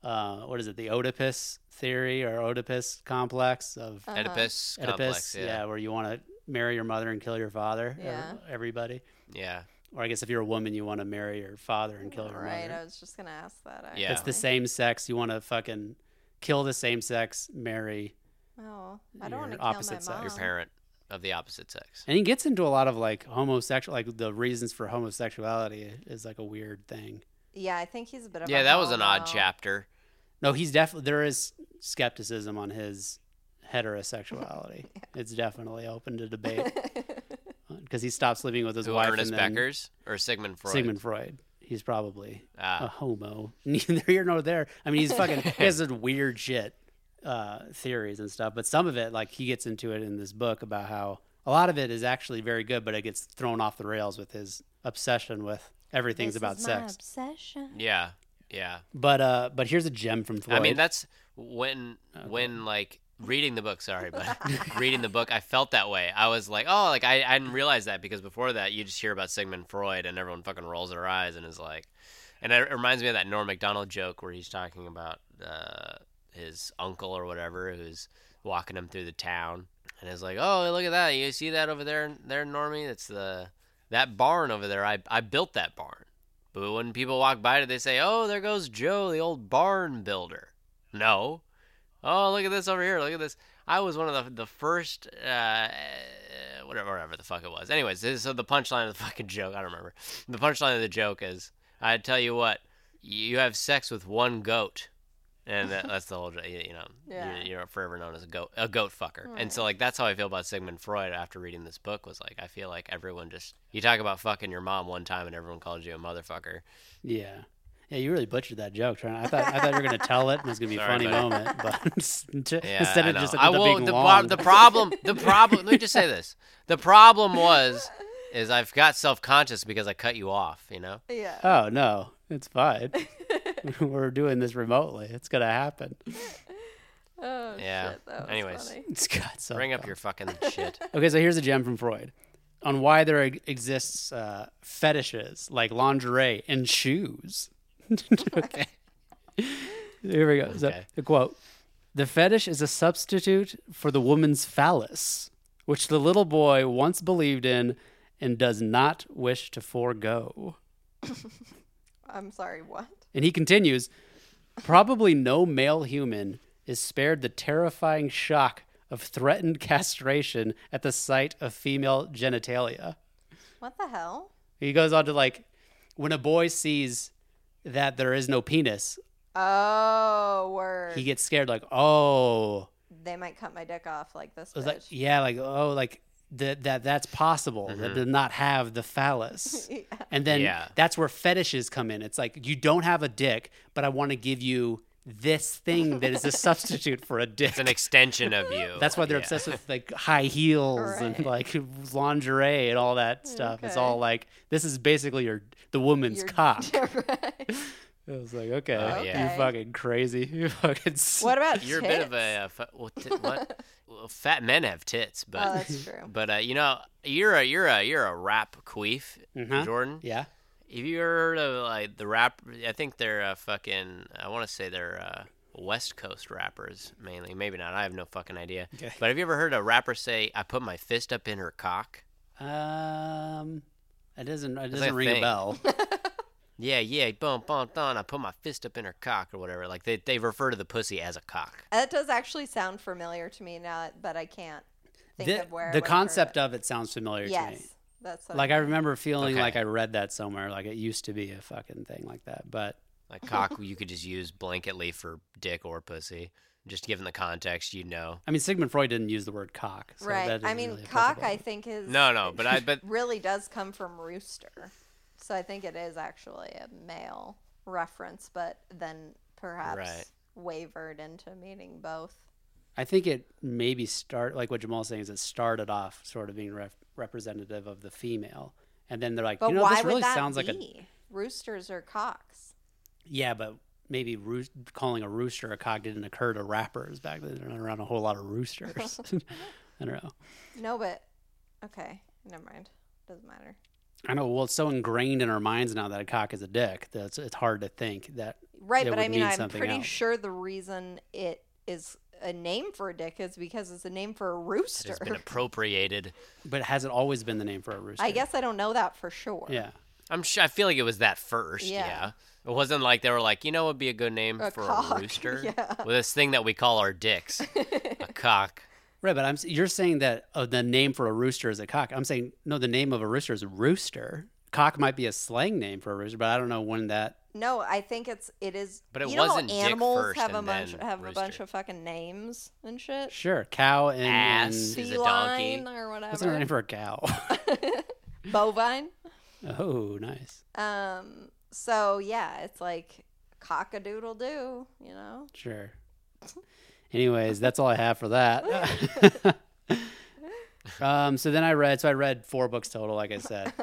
uh, what is it, the Oedipus theory or Oedipus complex of Uh, uh-huh. Oedipus Oedipus, complex. yeah. Yeah. where you want to marry your mother and kill your father, ev- Yeah. everybody. Yeah. Or I guess if you're a woman, you want to marry your father and kill your Right. mother. I was just gonna ask that. Actually. Yeah. It's the same sex. You want to fucking kill the same sex, marry Oh, I don't Your want to kill my opposite sex. mom. Your Your parent of the opposite sex. Oh. And he gets into a lot of like homosexual, like the reasons for homosexuality is like a weird thing. Yeah, I think he's a bit of. Yeah, a that was an odd homo. chapter. No, he's definitely there is skepticism on his heterosexuality. It's definitely open to debate because he stops living with his Who wife Ernest and then Becker's or Sigmund Freud? Sigmund Freud. He He's probably Ah. a homo. Neither here nor there. I mean, he's fucking. he has this weird shit uh, theories and stuff. But some of it, like he gets into it in this book about how a lot of it is actually very good, but it gets thrown off the rails with his obsession with everything's This about is my sex. obsession. Yeah. Yeah. But uh, but here's a gem from Freud. I mean, that's when when like reading the book. Sorry, but reading the book, I felt that way. I was like, oh, like I, I didn't realize that because before that, you just hear about Sigmund Freud and everyone fucking rolls their eyes and is like, and it reminds me of that Norm Macdonald joke where he's talking about uh, his uncle or whatever who's walking him through the town and is like, oh, look at that, you see that over there, there, Normie? That's the that barn over there. I I built that barn. But when people walk by it, they say, "Oh, there goes Joe, the old barn builder." No. Oh, look at this over here. Look at this. I was one of the the first, uh, whatever, whatever the fuck it was. Anyways, this, so the punchline of the fucking joke, I don't remember. The punchline of the joke is, I tell you what, you have sex with one goat, and that, that's the whole, jo- you, you know, Yeah. you're, you're forever known as a goat, a goat fucker. And so like that's how I feel about Sigmund Freud after reading this book. Was like I feel like everyone just you talk about fucking your mom one time and everyone calls you a motherfucker. yeah, yeah. You really butchered that joke. Trying, I thought I thought you were gonna tell it and it was gonna be a Sorry, funny buddy. moment, but Yeah, instead I of know. just I with will- a big the, pro- long. the problem the problem let me just say this the problem was is I've got self conscious because I cut you off you know Yeah. oh no, it's fine. we're doing this remotely. It's gonna happen. Oh, Yeah. shit. That was Anyways. funny. It's got so bring up your fucking shit Okay, so here's a gem from Freud on why there e- exists uh, fetishes like lingerie and shoes. okay. Here we go. So, Okay. the quote The fetish is a substitute for the woman's phallus, which the little boy once believed in and does not wish to forego. I'm sorry, what? And he continues Probably no male human is spared the terrifying shock of threatened castration at the sight of female genitalia. What the hell? He goes on to like, when a boy sees that there is no penis, Oh, word. he gets scared, like, oh, they might cut my dick off like this. It was like, bitch. yeah, like, oh, like that that that's possible that did not have the phallus. And then Mm-hmm. Yeah. that's where fetishes come in. It's like you don't have a dick, but I want to give you this thing that is a substitute for a dick. it's an extension of you That's why they're Yeah. obsessed with like high heels and like lingerie and all that stuff. It's Okay. all like this is basically your the woman's Your- cock. Right. It was like, okay, Oh, you yeah. fucking crazy. You fucking. s- What about you're a tits? bit of a uh, fa- well, ti- what well, fat men have tits but Oh, that's true. but uh, you know you're a you're a you're a rap queef Mhm. Jordan Yeah. Have you ever heard of like the rap? I think they're uh, fucking. I want to say they're uh, West Coast rappers mainly. Maybe not. I have no fucking idea. Okay. But have you ever heard a rapper say, "I put my fist up in her cock"? Um, it doesn't. It doesn't like a ring a thing. bell. Yeah, yeah, bum bum thon. I put my fist up in her cock or whatever. Like they they refer to the pussy as a cock. That does actually sound familiar to me now, but I can't think the of where. I the would've heard concept it. of it sounds familiar to me. Yes, that's what Like I remember feeling Okay. like I read that somewhere. Like it used to be a fucking thing like that. But Like cock, you could just use blanketly for dick or pussy. Just given the context, you'd know. I mean, Sigmund Freud didn't use the word cock. So right. That I isn't mean, really cock. I applicable. think is No, no, but I but really does come from rooster, so I think it is actually a male reference, but then perhaps Right. wavered into meaning both. I think it maybe start like what Jamal's saying is it started off sort of being ref- representative of the female, and then they're like, But you know, why this really would that sounds be? like a Roosters are cocks. yeah, but maybe roo- calling a rooster a cock didn't occur to rappers back then. There were around a whole lot of roosters. I don't know. No, but okay, never mind. Doesn't matter. I know. Well, it's so ingrained in our minds now that a cock is a dick that it's, it's hard to think that. Right, that but I would mean, mean I'm something pretty else. sure the reason it is a name for a dick is because it's a name for a it rooster. has been appropriated. But has it always been the name for a rooster? I guess I don't know that for sure. Yeah. I'm sure. I feel like it was that first. Yeah. Yeah. It wasn't like they were like, you know, what would be a good name A for a cock, rooster. yeah. Well, this thing that we call our dicks, a cock. Right, but I'm s- you're saying that uh, the name for a rooster is a cock. I'm saying no, the name of a rooster is rooster. Cock might be a slang name for a rooster, but I don't know when that No, I think it's it is. But it you know how wasn't dick animals first have a and bunch then have a bunch rooster. of fucking names and shit. Sure, cow and, Ass. and- Is a donkey. Feline or what's another name whatever. for a cow? Bovine. oh, nice. Um, So yeah, it's like cock a doodle doo, you know? Sure. Anyways, that's all I have for that. um, so then I read. So I read four books total, like I said.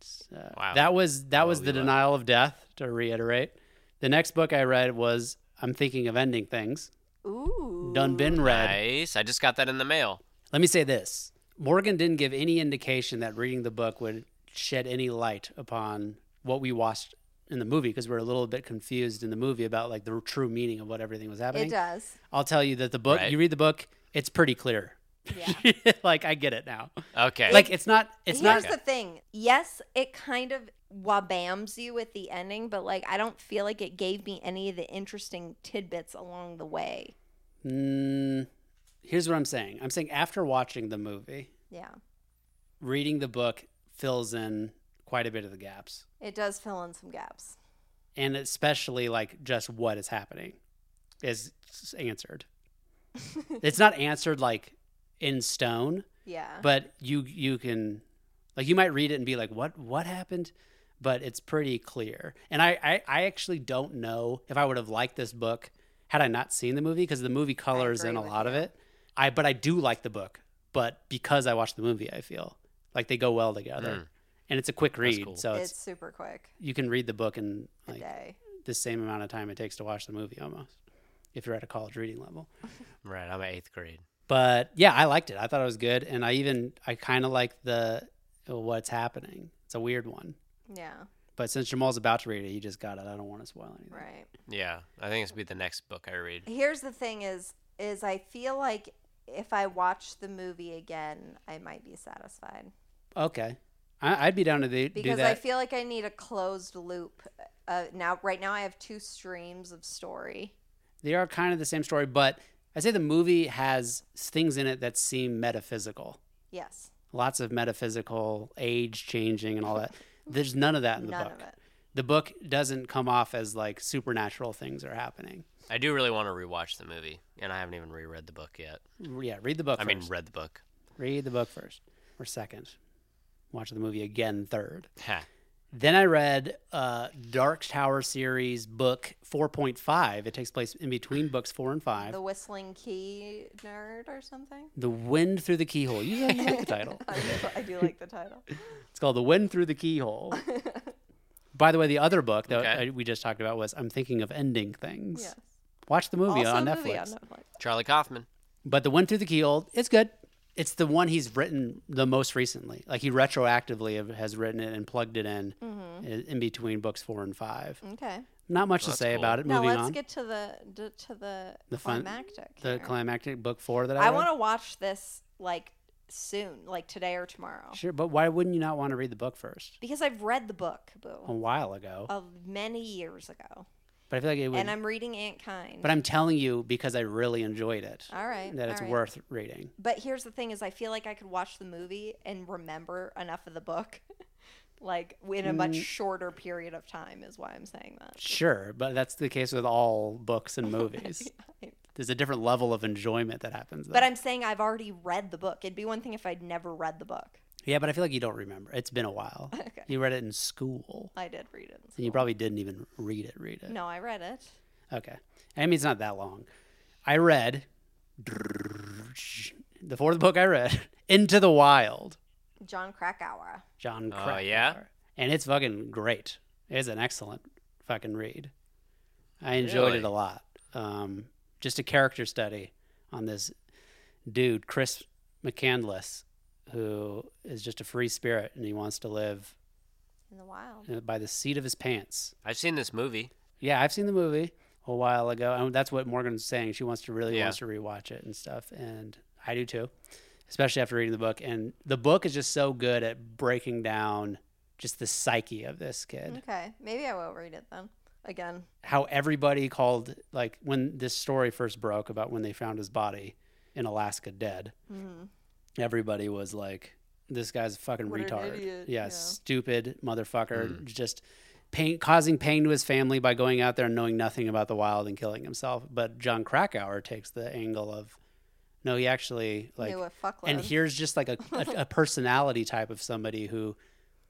So Wow. That was that was we the love- denial of death. To reiterate, the next book I read was I'm thinking of ending things. Ooh. Done been read. Nice. I just got that in the mail. Let me say this: Morgan didn't give any indication that reading the book would shed any light upon what we watched in the movie because we're a little bit confused in the movie about like the true meaning of what everything was happening. It does. I'll tell you that the book, Right. you read the book, it's pretty clear. Yeah. like I get it now. Okay. Like it's not it's Here's not the thing. Yes, it kind of wabams you at the ending, but like I don't feel like it gave me any of the interesting tidbits along the way. mm, Here's what I'm saying. I'm saying after watching the movie, Yeah. reading the book fills in quite a bit of the gaps. It does fill in some gaps. And especially like just what is happening is answered. it's not answered like in stone, Yeah. but you you can like you might read it and be like what what happened but it's pretty clear and i i, I actually don't know if i would have liked this book had i not seen the movie because the movie colors in agree a with lot of it i but i do like the book but because i watched the movie i feel like they go well together Mm. and it's a quick read cool. so it's, it's super quick. you can read the book in A like day. the same amount of time it takes to watch the movie almost if you're at a college reading level right. I'm at eighth grade. but yeah i liked it i thought it was good and i even i kind of like the oh, what's happening it's a weird one Yeah. but since jamal's about to read it he just got it i don't want to spoil anything Right. Yeah. I think it's be the next book I read. Here's the thing is is I feel like if I watch the movie again, I might be satisfied. okay I, i'd be down to the, do because that I feel like I need a closed loop. Uh, now, right now, I have two streams of story. they are kind of the same story but i say the movie has things in it that seem metaphysical Yes, lots of metaphysical age changing and all that there's none of that in the none book of it. the book doesn't come off as like supernatural things are happening I do really want to rewatch the movie, and I haven't even reread the book yet. yeah read the book I first. mean, read the book. read the book first or second watch the movie again third Ha. Then I read uh, Dark Tower series book 4.5. It takes place in between books four and five. The whistling key nerd or something. The Wind Through the Keyhole. You like, you like the title. I do, I do like the title. It's called The Wind Through the Keyhole. By the way, the other book that Okay. I, we just talked about was I'm Thinking of Ending Things. Yes. Watch the movie, also on, a Netflix. movie on Netflix. Charlie Kaufman. But The Wind Through the Keyhole, it's good. It's the one he's written the most recently. Like he retroactively have- has written it and plugged it in Mm-hmm. i- in between books four and five. Okay. Not much to that's say cool. about it. Now Moving let's on. get to the d- to the, The fun- climactic. the here. climactic book four that I, I read? want to watch this like soon, like today or tomorrow, Sure, but why wouldn't you not want to read the book first? because I've read the book, A boo, while ago, of many years ago, but I feel like it would. and I'm reading Ant Kind. but I'm telling you because I really enjoyed it all right. that all it's right. worth reading. But here's the thing: is I feel like I could watch the movie and remember enough of the book, like in a much shorter period of time. Is why I'm saying that. Mm. Sure, but that's the case with all books and movies. There's a different level of enjoyment that happens. But there. I'm saying I've already read the book. It'd be one thing if I'd never read the book. yeah, but I feel like you don't remember. It's been a while. Okay. You read it in school, I did read it. in and you school. probably didn't even read it. Read it. no, I read it. Okay. I mean, it's not that long. I read the fourth book I read, Into the Wild. John Krakauer. John Oh, Krakauer. yeah? And it's fucking great. It's an excellent fucking read. I enjoyed Really? it a lot. Um, just a character study on this dude, Chris McCandless, who is just a free spirit and he wants to live In the wild. uh, by the seat of his pants. I've seen this movie. Yeah, I've seen the movie a while ago. And that's what Morgan's saying. She wants to really Yeah. wants to rewatch it and stuff. And I do too, especially after reading the book. And the book is just so good at breaking down just the psyche of this kid. Okay, maybe I will read it then. Again, How everybody called, like, when this story first broke about when they found his body in Alaska dead, Mm-hmm. everybody was like, this guy's a fucking What an retard. idiot, Yeah, yeah. stupid motherfucker. Just pain, causing pain to his family by going out there and knowing nothing about the wild and killing himself. But John Krakauer takes the angle of, no, he actually like, knew a fuckload. and here's just like a, a, a personality type of somebody who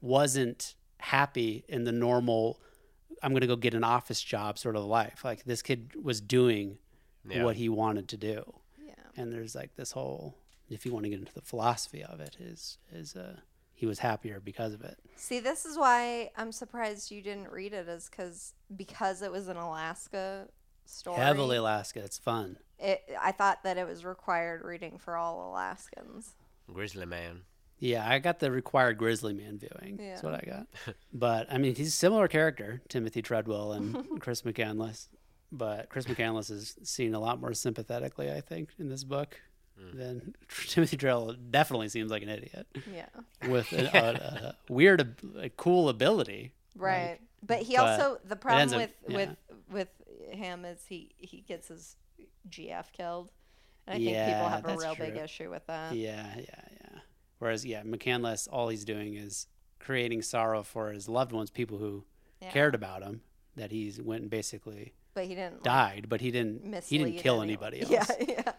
wasn't happy in the normal I'm going to go get an office job sort of life. Like this kid was doing Yeah. what he wanted to do. Yeah. And there's like this whole if you want to get into the philosophy of it is is uh he was happier because of it. See, this is why I'm surprised you didn't read it, is because because it was an Alaska story. Heavily Alaska, it's fun. It, I thought that it was required reading for all Alaskans. Grizzly man. Yeah, I got the required Grizzly Man viewing. That's Yeah. what I got. But I mean, he's a similar character, Timothy Treadwell and Chris McCandless. But Chris McCandless is seen a lot more sympathetically, I think, in this book than Timothy Treadwell. Definitely seems like an idiot Yeah. with a, a, a weird, ab- a cool ability. Right. but he but also the problem ends up- with yeah. with with him is he he gets his GF killed. And I think people Yeah, have a that's real big true. issue with that. Yeah, yeah, yeah. Whereas, yeah, McCandless, all he's doing is creating sorrow for his loved ones, people who Yeah. cared about him, that he's went and basically But he didn't like, died, but he didn't. he mislead didn't kill anyone. anybody else. Yeah, yeah.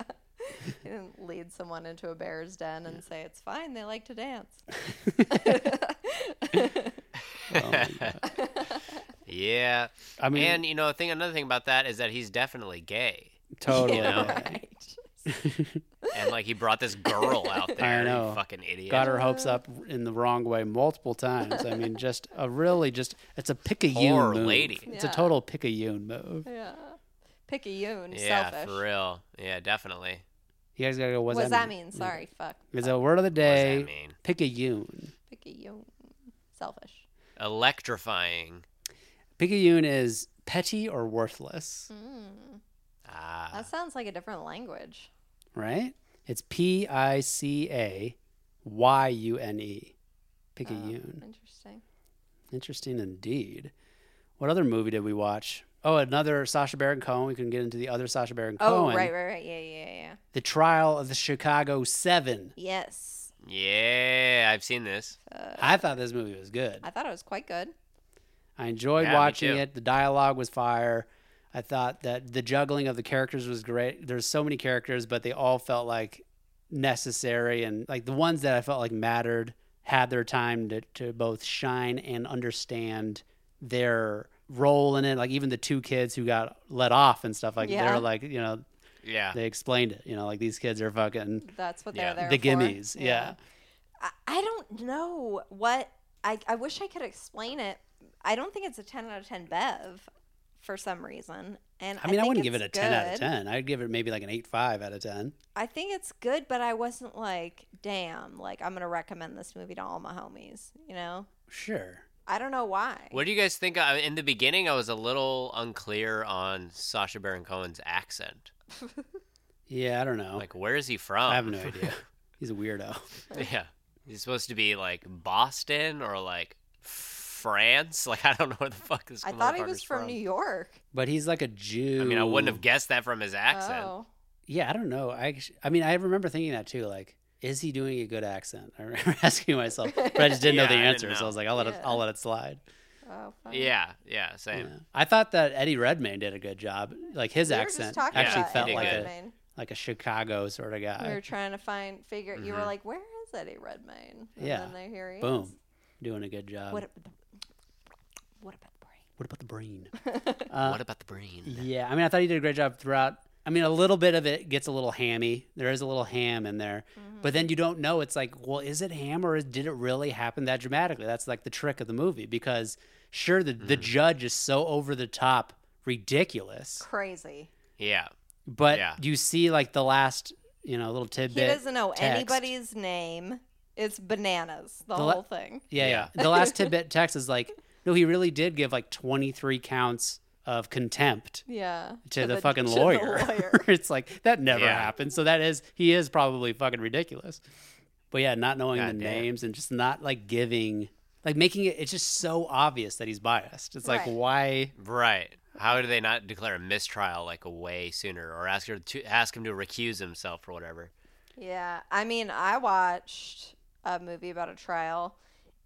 he didn't lead someone into a bear's den and say it's fine, they like to dance. Oh my God. Yeah. I mean, and you know, a thing another thing about that is that he's definitely gay. totally. Yeah, yeah. Right. And like he brought this girl out there, know. you fucking idiot. Got her hopes up in the wrong way multiple times. I mean, just a really just it's a pick a Poor yoon move. lady. It's a Yeah. total pick a yoon move. Yeah. Picayune, yeah, selfish. for real. Yeah, definitely. You guys gotta go. What what does that mean? mean? Sorry, fuck. It's a word of the What does day. that mean? Pick a yoon. Picayune, selfish. Electrifying. Pick a yoon is petty or worthless, Ah. Hmm. That sounds like a different language. right? It's P I C A Y U N E. Ah. Pick a yoon. Oh, Interesting. Interesting indeed. What other movie did we watch? Oh, another Sasha Baron Cohen. We can get into the other Sasha Baron Oh, Cohen. right, right, right. Yeah, yeah, yeah. The Trial of the Chicago Seven. Yes. Uh, yeah, I've seen this. I thought this movie was good. I thought it was quite good. I enjoyed Yeah, me watching too. it. The dialogue was fire. I thought that the juggling of the characters was great. There's so many characters, but they all felt like necessary and like the ones that I felt like mattered had their time to, to both shine and understand their role in it. Like even the two kids who got let off and stuff like Yeah. they're like, you know, Yeah. they explained it. You know, like these kids are fucking That's what Yeah. they're the there for. gimmies. yeah. I, I don't know what. I, I wish I could explain it. I don't think it's a 10 out of 10 Bev for some reason. And I mean, I, think wouldn't give it it's a 10 out of good. 10. I'd give it maybe like an 8.5 out of 10. I think it's good, but I wasn't like, damn, like I'm going to recommend this movie to all my homies, you know? Sure. I don't know why. What do you guys think? I- In the beginning, I was a little unclear on Sasha Baron Cohen's accent. Yeah, I don't know. Like, where is he from? I have no idea. He's a weirdo. yeah. He's supposed to be like Boston or like France. Like, I don't know where the fuck this I thought he motherfucker's was from, New York. But he's like a Jew. I mean, I wouldn't have guessed that from his accent. Oh. Yeah, I don't know. I actu- I mean, I remember thinking that too. Like, is he doing a good accent? I remember asking myself, but I just didn't know Yeah, the I didn't answer. So I know. was like, I'll let it. Yeah. I'll let it slide. Oh, fun. Yeah, yeah, same. Yeah. I thought that Eddie Redmayne did a good job. Like his We were just accent talking actually about felt Eddie like a Redmayne. like a Chicago sort of guy. We were trying to find, figure. You were Mhm. like, "Where is Eddie Redmayne?" And Mm-hmm. Yeah. Then there, here he Boom, is. doing a good job. What? What, a- What about the brain? about the brain? Uh, what about the brain? Yeah, I mean, I thought he did a great job throughout. I mean, a little bit of it gets a little hammy. There is a little ham in there, Mm-hmm. but then you don't know. It's like, well, is it ham or did it really happen that dramatically? That's like the trick of the movie because sure, the, the judge is so over the top, ridiculous, Crazy. Yeah, but Yeah. you see like the last, you know, little tidbit. He doesn't know text. anybody's name. It's bananas. The, The la- whole thing. Yeah, yeah. The last tidbit text is like, no, he really did give like 23 counts of contempt. Yeah. to the, the- fucking to the lawyer. lawyer. it's like that never Yeah. happened. So that is he is probably fucking ridiculous. But yeah, not knowing the God damn. names and just not like giving like making it it's just so obvious that he's biased. It's like Right. why right. How do they not declare a mistrial like way sooner, or ask her to ask him to recuse himself or whatever? Yeah. I mean, I watched a movie about a trial,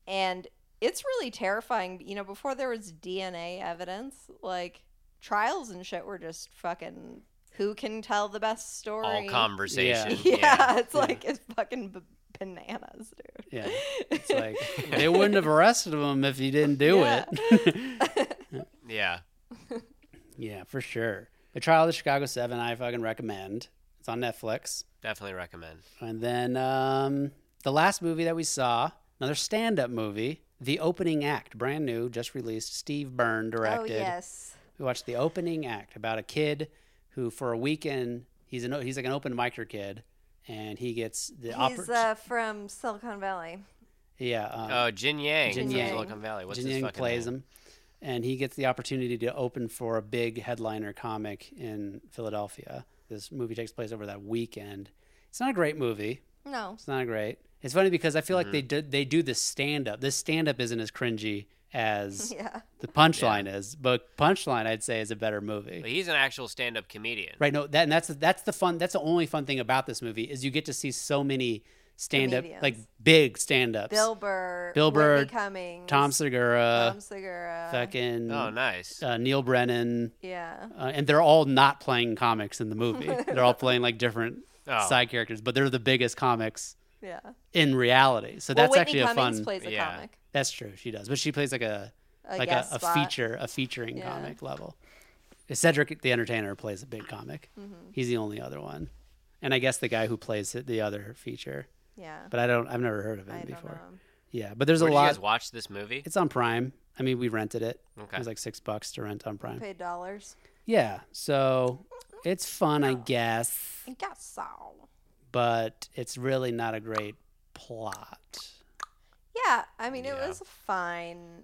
and it's really terrifying. You know, before there was DNA evidence, like trials and shit were just fucking. Who can tell the best story? All conversation. Yeah, it's like it's fucking b- bananas, dude. Yeah. It's like they wouldn't have arrested him if he didn't do Yeah. it. Yeah. yeah, for sure. The Trial of the Chicago Seven, I fucking recommend. It's on Netflix. Definitely recommend. And then um, the last movie that we saw, another stand up movie, The Opening Act, brand new, just released. Steve Byrne Oh directed. yes. We watched The Opening Act about a kid who, for a weekend, he's, an, he's like an open micer kid. And he gets the He's oppor- uh, from Silicon Valley. yeah. um, Oh, Jin Yang Jin from Yang. Silicon Valley. What's Jin his Yang fucking plays name? him, and he gets the opportunity to open for a big headliner comic in Philadelphia. This movie takes place over that weekend. It's not a great movie. No. It's not great. It's funny because I feel like Mm-hmm. they do, they do the stand up. This stand up isn't as cringy as Yeah. the punchline is, but punchline I'd say is a better movie. But he's an actual stand-up comedian. Right? No, that and that's that's the fun. That's the only fun thing about this movie is you get to see so many stand up like Comedians. big stand ups. Bill Burr. Bill Burr, Whitney Cummings. Tom uh, Segura, Tom Segura. fucking Oh, nice. uh, Neil Brennan, Yeah. uh, and they're all not playing comics in the movie. they're all playing like different Oh. side characters, but they're the biggest comics Yeah. Well, in reality. So that's Whitney actually a Cummings fun. plays a Yeah. comic. that's true. She does, but she plays like a, A like a, guest a spot. feature, a featuring Yeah. comic level. Cedric the Entertainer plays a big comic. Mm-hmm. He's the only other one, and I guess the guy who plays it- the other feature. Yeah. But I don't. I've never heard of him I don't before. know. him. Yeah, but there's Where a did you lot. guys watch this movie? It's on Prime. I mean, we rented it. Okay. It was like six bucks to rent on Prime. Paid dollars. Yeah, so it's fun, Oh. I guess, I guess so. but it's really not a great plot. Yeah. I mean, it Yeah. was a fine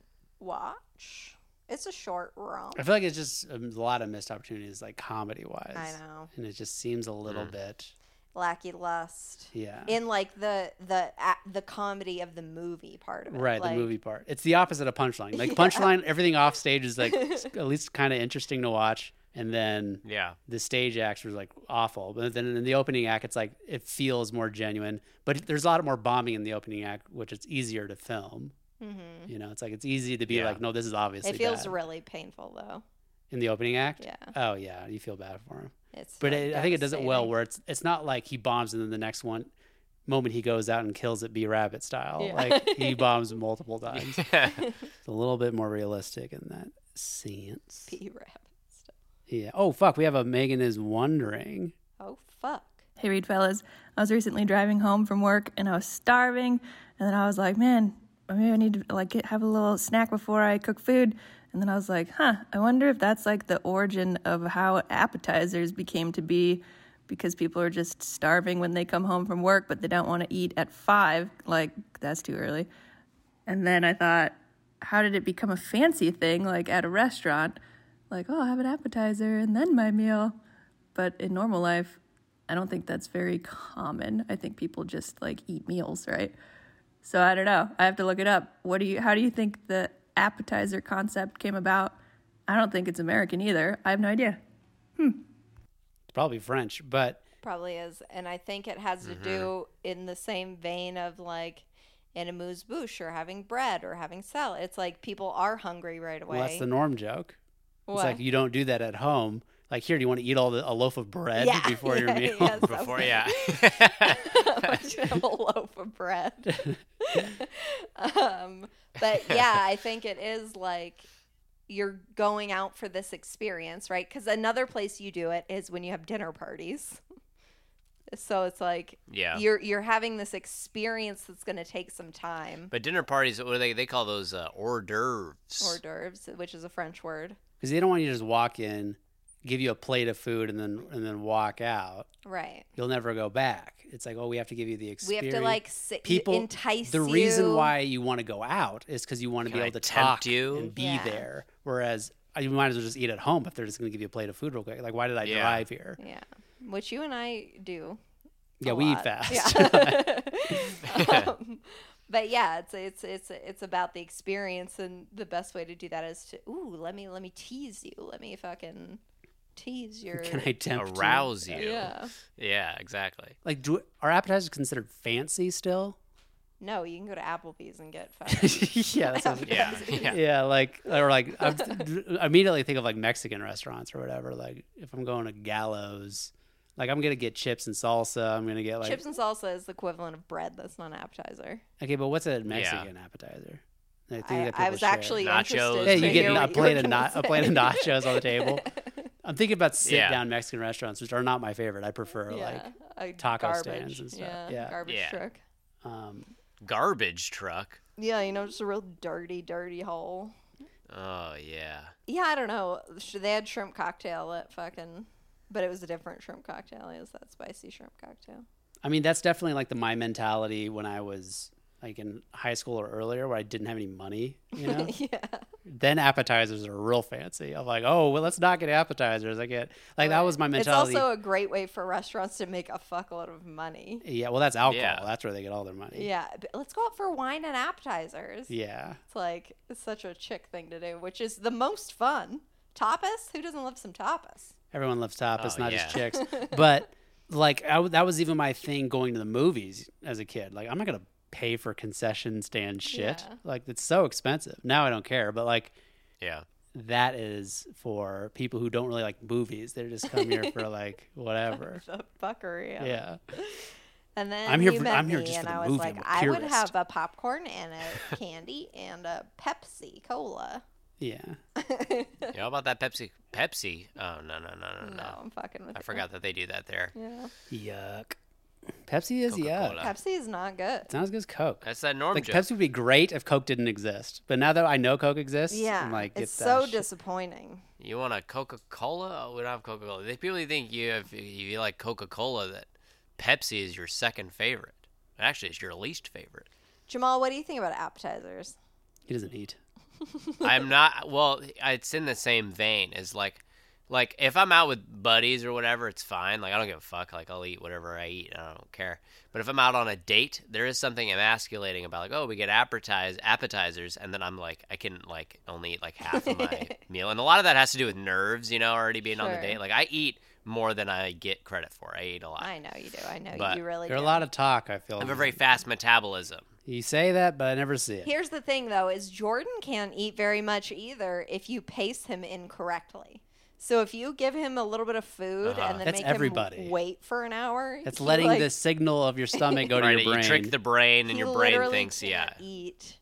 watch. It's a short romp. I feel like it's just um, a lot of missed opportunities, like comedy wise. I know. And it just seems a little bit, Lackey lust. yeah, In like the the a- the comedy of the movie part of it. right. like, the movie part. It's the opposite of punchline. Like Yeah. punchline, everything off stage is like s- at least kind of interesting to watch, and then Yeah. the stage acts was like awful. But then in the opening act, it's like it feels more genuine. But there's a lot more bombing in the opening act, which it's easier to film. Mhm. You know, it's like it's easy to be Yeah. like, no, this is obviously It feels bad. really painful though. in the opening act. Yeah. Oh yeah, you feel bad for him. It's But like, it, I think it does it well, devastating. where it's it's not like he bombs and then the next one moment he goes out and kills it, B Rabbit style. Yeah. Like he bombs multiple times. yeah. it's a little bit more realistic in that sense. P rap stuff. Yeah. Oh fuck, we have a Megan is wondering. Oh fuck. Hey, Reed fellas. I was recently driving home from work and I was starving. And then I was like, man, maybe I need to like get, have a little snack before I cook food. And then I was like, huh, I wonder if that's like the origin of how appetizers became to be because people are just starving when they come home from work, but they don't want to eat at five. Like, that's too early. And then I thought, how did it become a fancy thing like at a restaurant? Like, oh, I'll have an appetizer and then my meal. But in normal life, I don't think that's very common. I think people just like eat meals, right? So I don't know. I have to look it up. What do you how do you think the appetizer concept came about? I don't think it's American either. I have no idea. It's probably French, but Probably is. And I think it has Mm-hmm. to do in the same vein of like in a mousse bouche or having bread or having salad. It's like people are hungry right away. well, that's the norm joke. It's What? like you don't do that at home. Like here, do you want to eat all the, a loaf of bread Yeah, before your yeah, meal? yeah, Before, yeah. I should have a loaf of bread. um, but yeah, I think it is like you're going out for this experience, right? Because another place you do it is when you have dinner parties. So it's like yeah. you're you're having this experience that's going to take some time. But dinner parties, what do they? They call those uh, hors d'oeuvres. Hors d'oeuvres, which is a French word, because they don't want you to just walk in, give you a plate of food, and then and then walk out. right? You'll never go back. It's like, oh, we have to give you the We experience. have to like sit, people. entice the reason you. why you want to go out is because you want to be Kinda able to tempt talk you. and be Yeah. there. Whereas uh, you might as well just eat at home if they're just going to give you a plate of food real quick. Like, why did I Yeah. drive here? yeah, which you and I do Yeah, a we eat lot. fast. Yeah. Um, but yeah, it's it's it's it's about the experience, and the best way to do that is to ooh, let me let me tease you, let me fucking tease your Can I tempt you? Arouse you. yeah. Yeah, exactly. Like, do are appetizers considered fancy still? No, you can go to Applebee's and get fucking yeah, that's what, Yeah. yeah. Yeah. like or like I'm, I immediately think of like Mexican restaurants or whatever. Like if I'm going to Gallows, Like I'm gonna get chips and salsa. I'm gonna get like Chips and salsa is the equivalent of bread. That's not an appetizer. okay, but what's a Mexican appetizer? I, think I, that I people was share. actually Nachos. interested. Yeah, to you hear get a what you were plate of gonna na- a plate of say. nachos on the table. I'm thinking about sit Yeah. down Mexican restaurants, which are not my favorite. I prefer like yeah, a taco garbage, stands and stuff. Yeah, Yeah. garbage Yeah. truck. um, Garbage truck. Yeah, you know, just a real dirty, dirty hole. Oh yeah. Yeah, I don't know. Sh- They had shrimp cocktail at fucking, but it was a different shrimp cocktail. It was that spicy shrimp cocktail. I mean, that's definitely like the my mentality when I was like in high school or earlier, where I didn't have any money. You know, Yeah, then appetizers are real fancy. I'm like, oh well, let's not get appetizers. I get like that was my it's mentality. also a great way for restaurants to make a fuckload of money. yeah, well, that's alcohol. Yeah. That's where they get all their money. Yeah, but let's go out for wine and appetizers. Yeah. It's like it's such a chick thing to do, which is the most fun. Tapas? Who doesn't love some tapas? Everyone loves tapas, Oh, not just yeah. chicks. But like I w that was even my thing going to the movies as a kid. Like I'm not gonna pay for concession stand shit. Yeah. Like it's so expensive. Now I don't care. But like Yeah. that is for people who don't really like movies. They just come here for like whatever. The fuckery. of it. Yeah. And then I'm here you for- met I'm here me, just for and the I was movie. like, I'm a I would purist." have a popcorn and a candy and a Pepsi Cola. Yeah. You know about that Pepsi? Pepsi? Oh no no no no No, no! I'm fucking with I you. forgot that they do that there. Yeah. Yuck. Pepsi is Coca-Cola. yuck. Pepsi is not good. It's not as good as Coke. That's that norm like joke. Pepsi would be great if Coke didn't exist. But now that I know Coke exists, Yeah. I'm like, it's get that so shit. disappointing. You want a Coca Cola? Oh, we don't have Coca Cola. They people think you if you like Coca Cola that Pepsi is your second favorite. Actually, it's your least favorite. Jamal, what do you think about appetizers? He doesn't eat. I'm not. Well, it's in the same vein as like, like if I'm out with buddies or whatever, it's fine. Like I don't give a fuck. Like I'll eat whatever I eat. I don't care. But if I'm out on a date, there is something emasculating about like, oh, we get appetize appetizers, and then I'm like, I can like only eat like half of my meal, and a lot of that has to do with nerves, you know, already being on the Sure. date. Like I eat more than I get credit for. I eat a lot. I know you do. I know But you really There are do. a lot of talk, I feel. I have a like. very fast metabolism. You say that, but I never see it. Here's the thing, though, is Jordan can't eat very much either if you pace him incorrectly. So if you give him a little bit of food Uh-huh. and then That's make everybody. him wait for an hour, It's he, letting like, the signal of your stomach go to Right, your brain. you trick the brain, and he your brain literally thinks, yeah, can't eat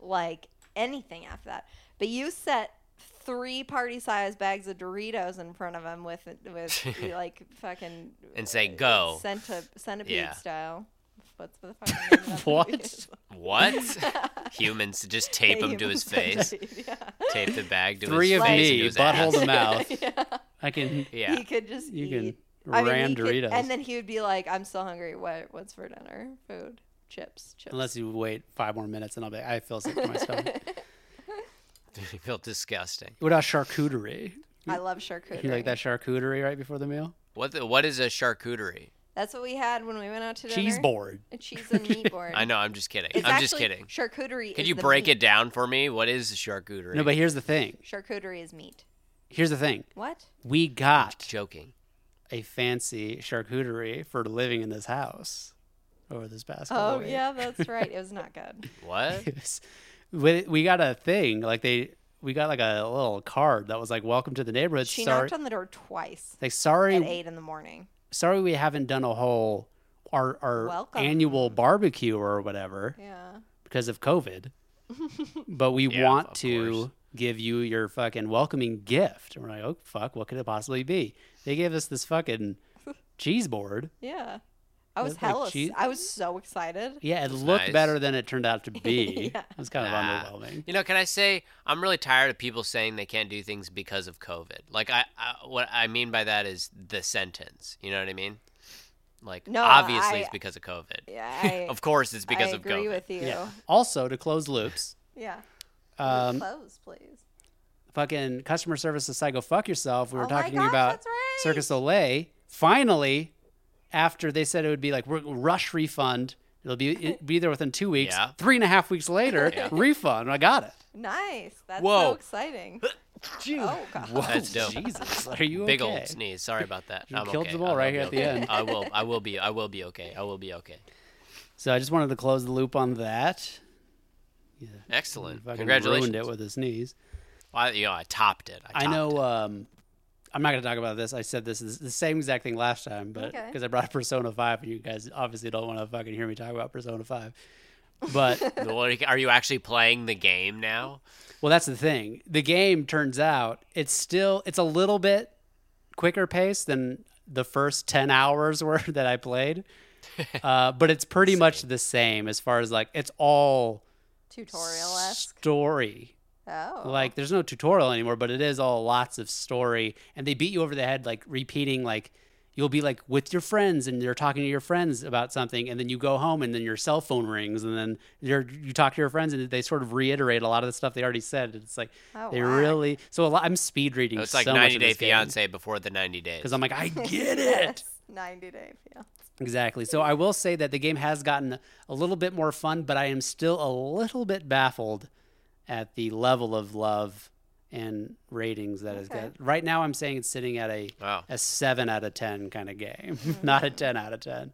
like anything after that. But you set three party-sized bags of Doritos in front of him with with e, like fucking and say go. centip- centipede Yeah. style. What's the fucking name of that movie? What? What? Humans just tape him to his face. Centipede, yeah. Tape the bag to Three his of face. me, and to his butthole ass. to mouth. yeah. I can. Yeah. He could just You can eat. ram he could- Doritos. and then he would be like, "I'm still hungry. What? What's for dinner? Food? Chips? Chips? Unless you wait five more minutes, and I'll be. I feel sick to my stomach. I feel disgusting. What about charcuterie? I love charcuterie. You like that charcuterie right before the meal? What the, what is a charcuterie? That's what we had when we went out to dinner. Cheese board. A cheese and meat board. I know. I'm just kidding. It's I'm just actually- kidding. Charcuterie. Could is you the break meat. it down for me? What is a charcuterie? No, but here's the thing. Charcuterie is meat. Here's the thing. What? We got joking. a fancy charcuterie for living in this house over this past. couple Oh weeks. yeah, that's right. It was not good. What? It was- we, we got a thing like they. We got like a little card that was like "Welcome to the neighborhood." She sorry, knocked on the door twice like sorry, at eight in the morning. sorry we haven't done a whole our our Welcome. annual barbecue or whatever Yeah. because of COVID. but we Yeah, want of to course. give you your fucking welcoming gift. And we're like, oh fuck, what could it possibly be? They gave us this fucking cheese board. Yeah. I was Looked like hella. cheese- I was so excited. Yeah, it looked nice. better than it turned out to be. Yeah. It was kind of Ah. underwhelming. You know, can I say I'm really tired of people saying they can't do things because of COVID. Like I, I what I mean by that is the sentence. You know what I mean? Like No, obviously I- it's because of COVID. Yeah. I, Of course it's because I of agree COVID. with you. Yeah. Also, to close loops, Yeah. um, Close, please. fucking customer service to psycho fuck yourself. We were Oh my talking gosh, about that's right. Circus Soleil. Finally, after they said it would be like we're- rush refund, it'll be it be there within two weeks. Yeah. Three and a half weeks later, refund. I got it. Nice. That's so Whoa. exciting. Dude, Oh god. That's dope. Jesus, are you Big okay? old sneeze. Sorry about that. You I'm killed okay. the ball I'll right be here at the okay. end. I will. I will be. I will be okay. I will be okay. So I just wanted to close the loop on that. Excellent. Fucking Congratulations. Ruined it with a sneeze. Well, I, you know, I topped it. I, I topped know. It. Um, I'm not going to talk about this. I said this is the same exact thing last time, but Okay. because I brought up Persona 5, and you guys obviously don't want to fucking hear me talk about Persona 5. But, Like, Are you actually playing the game now? well, that's the thing. The game turns out it's still, it's a little bit quicker pace than the first 10 hours were that I played. Uh, but it's pretty much the same as far as like, it's all Tutorial esque. story. Oh. Like there's no tutorial anymore, but it is all lots of story. And they beat you over the head like repeating like you'll be like with your friends and you're talking to your friends about something and then you go home and then your cell phone rings and then you're you talk to your friends and they sort of reiterate a lot of the stuff they already said. It's like Oh, they whack. really so a lot I'm speed reading It's like so 90 Day Fiance before the 90 days. because I'm like I get it. 90 day fiance. Exactly. So I will say that the game has gotten a little bit more fun, but I am still a little bit baffled at the level of love and ratings that it's got. Right now, I'm saying it's sitting at a Wow. a seven out of ten kind of game, not a ten out of ten.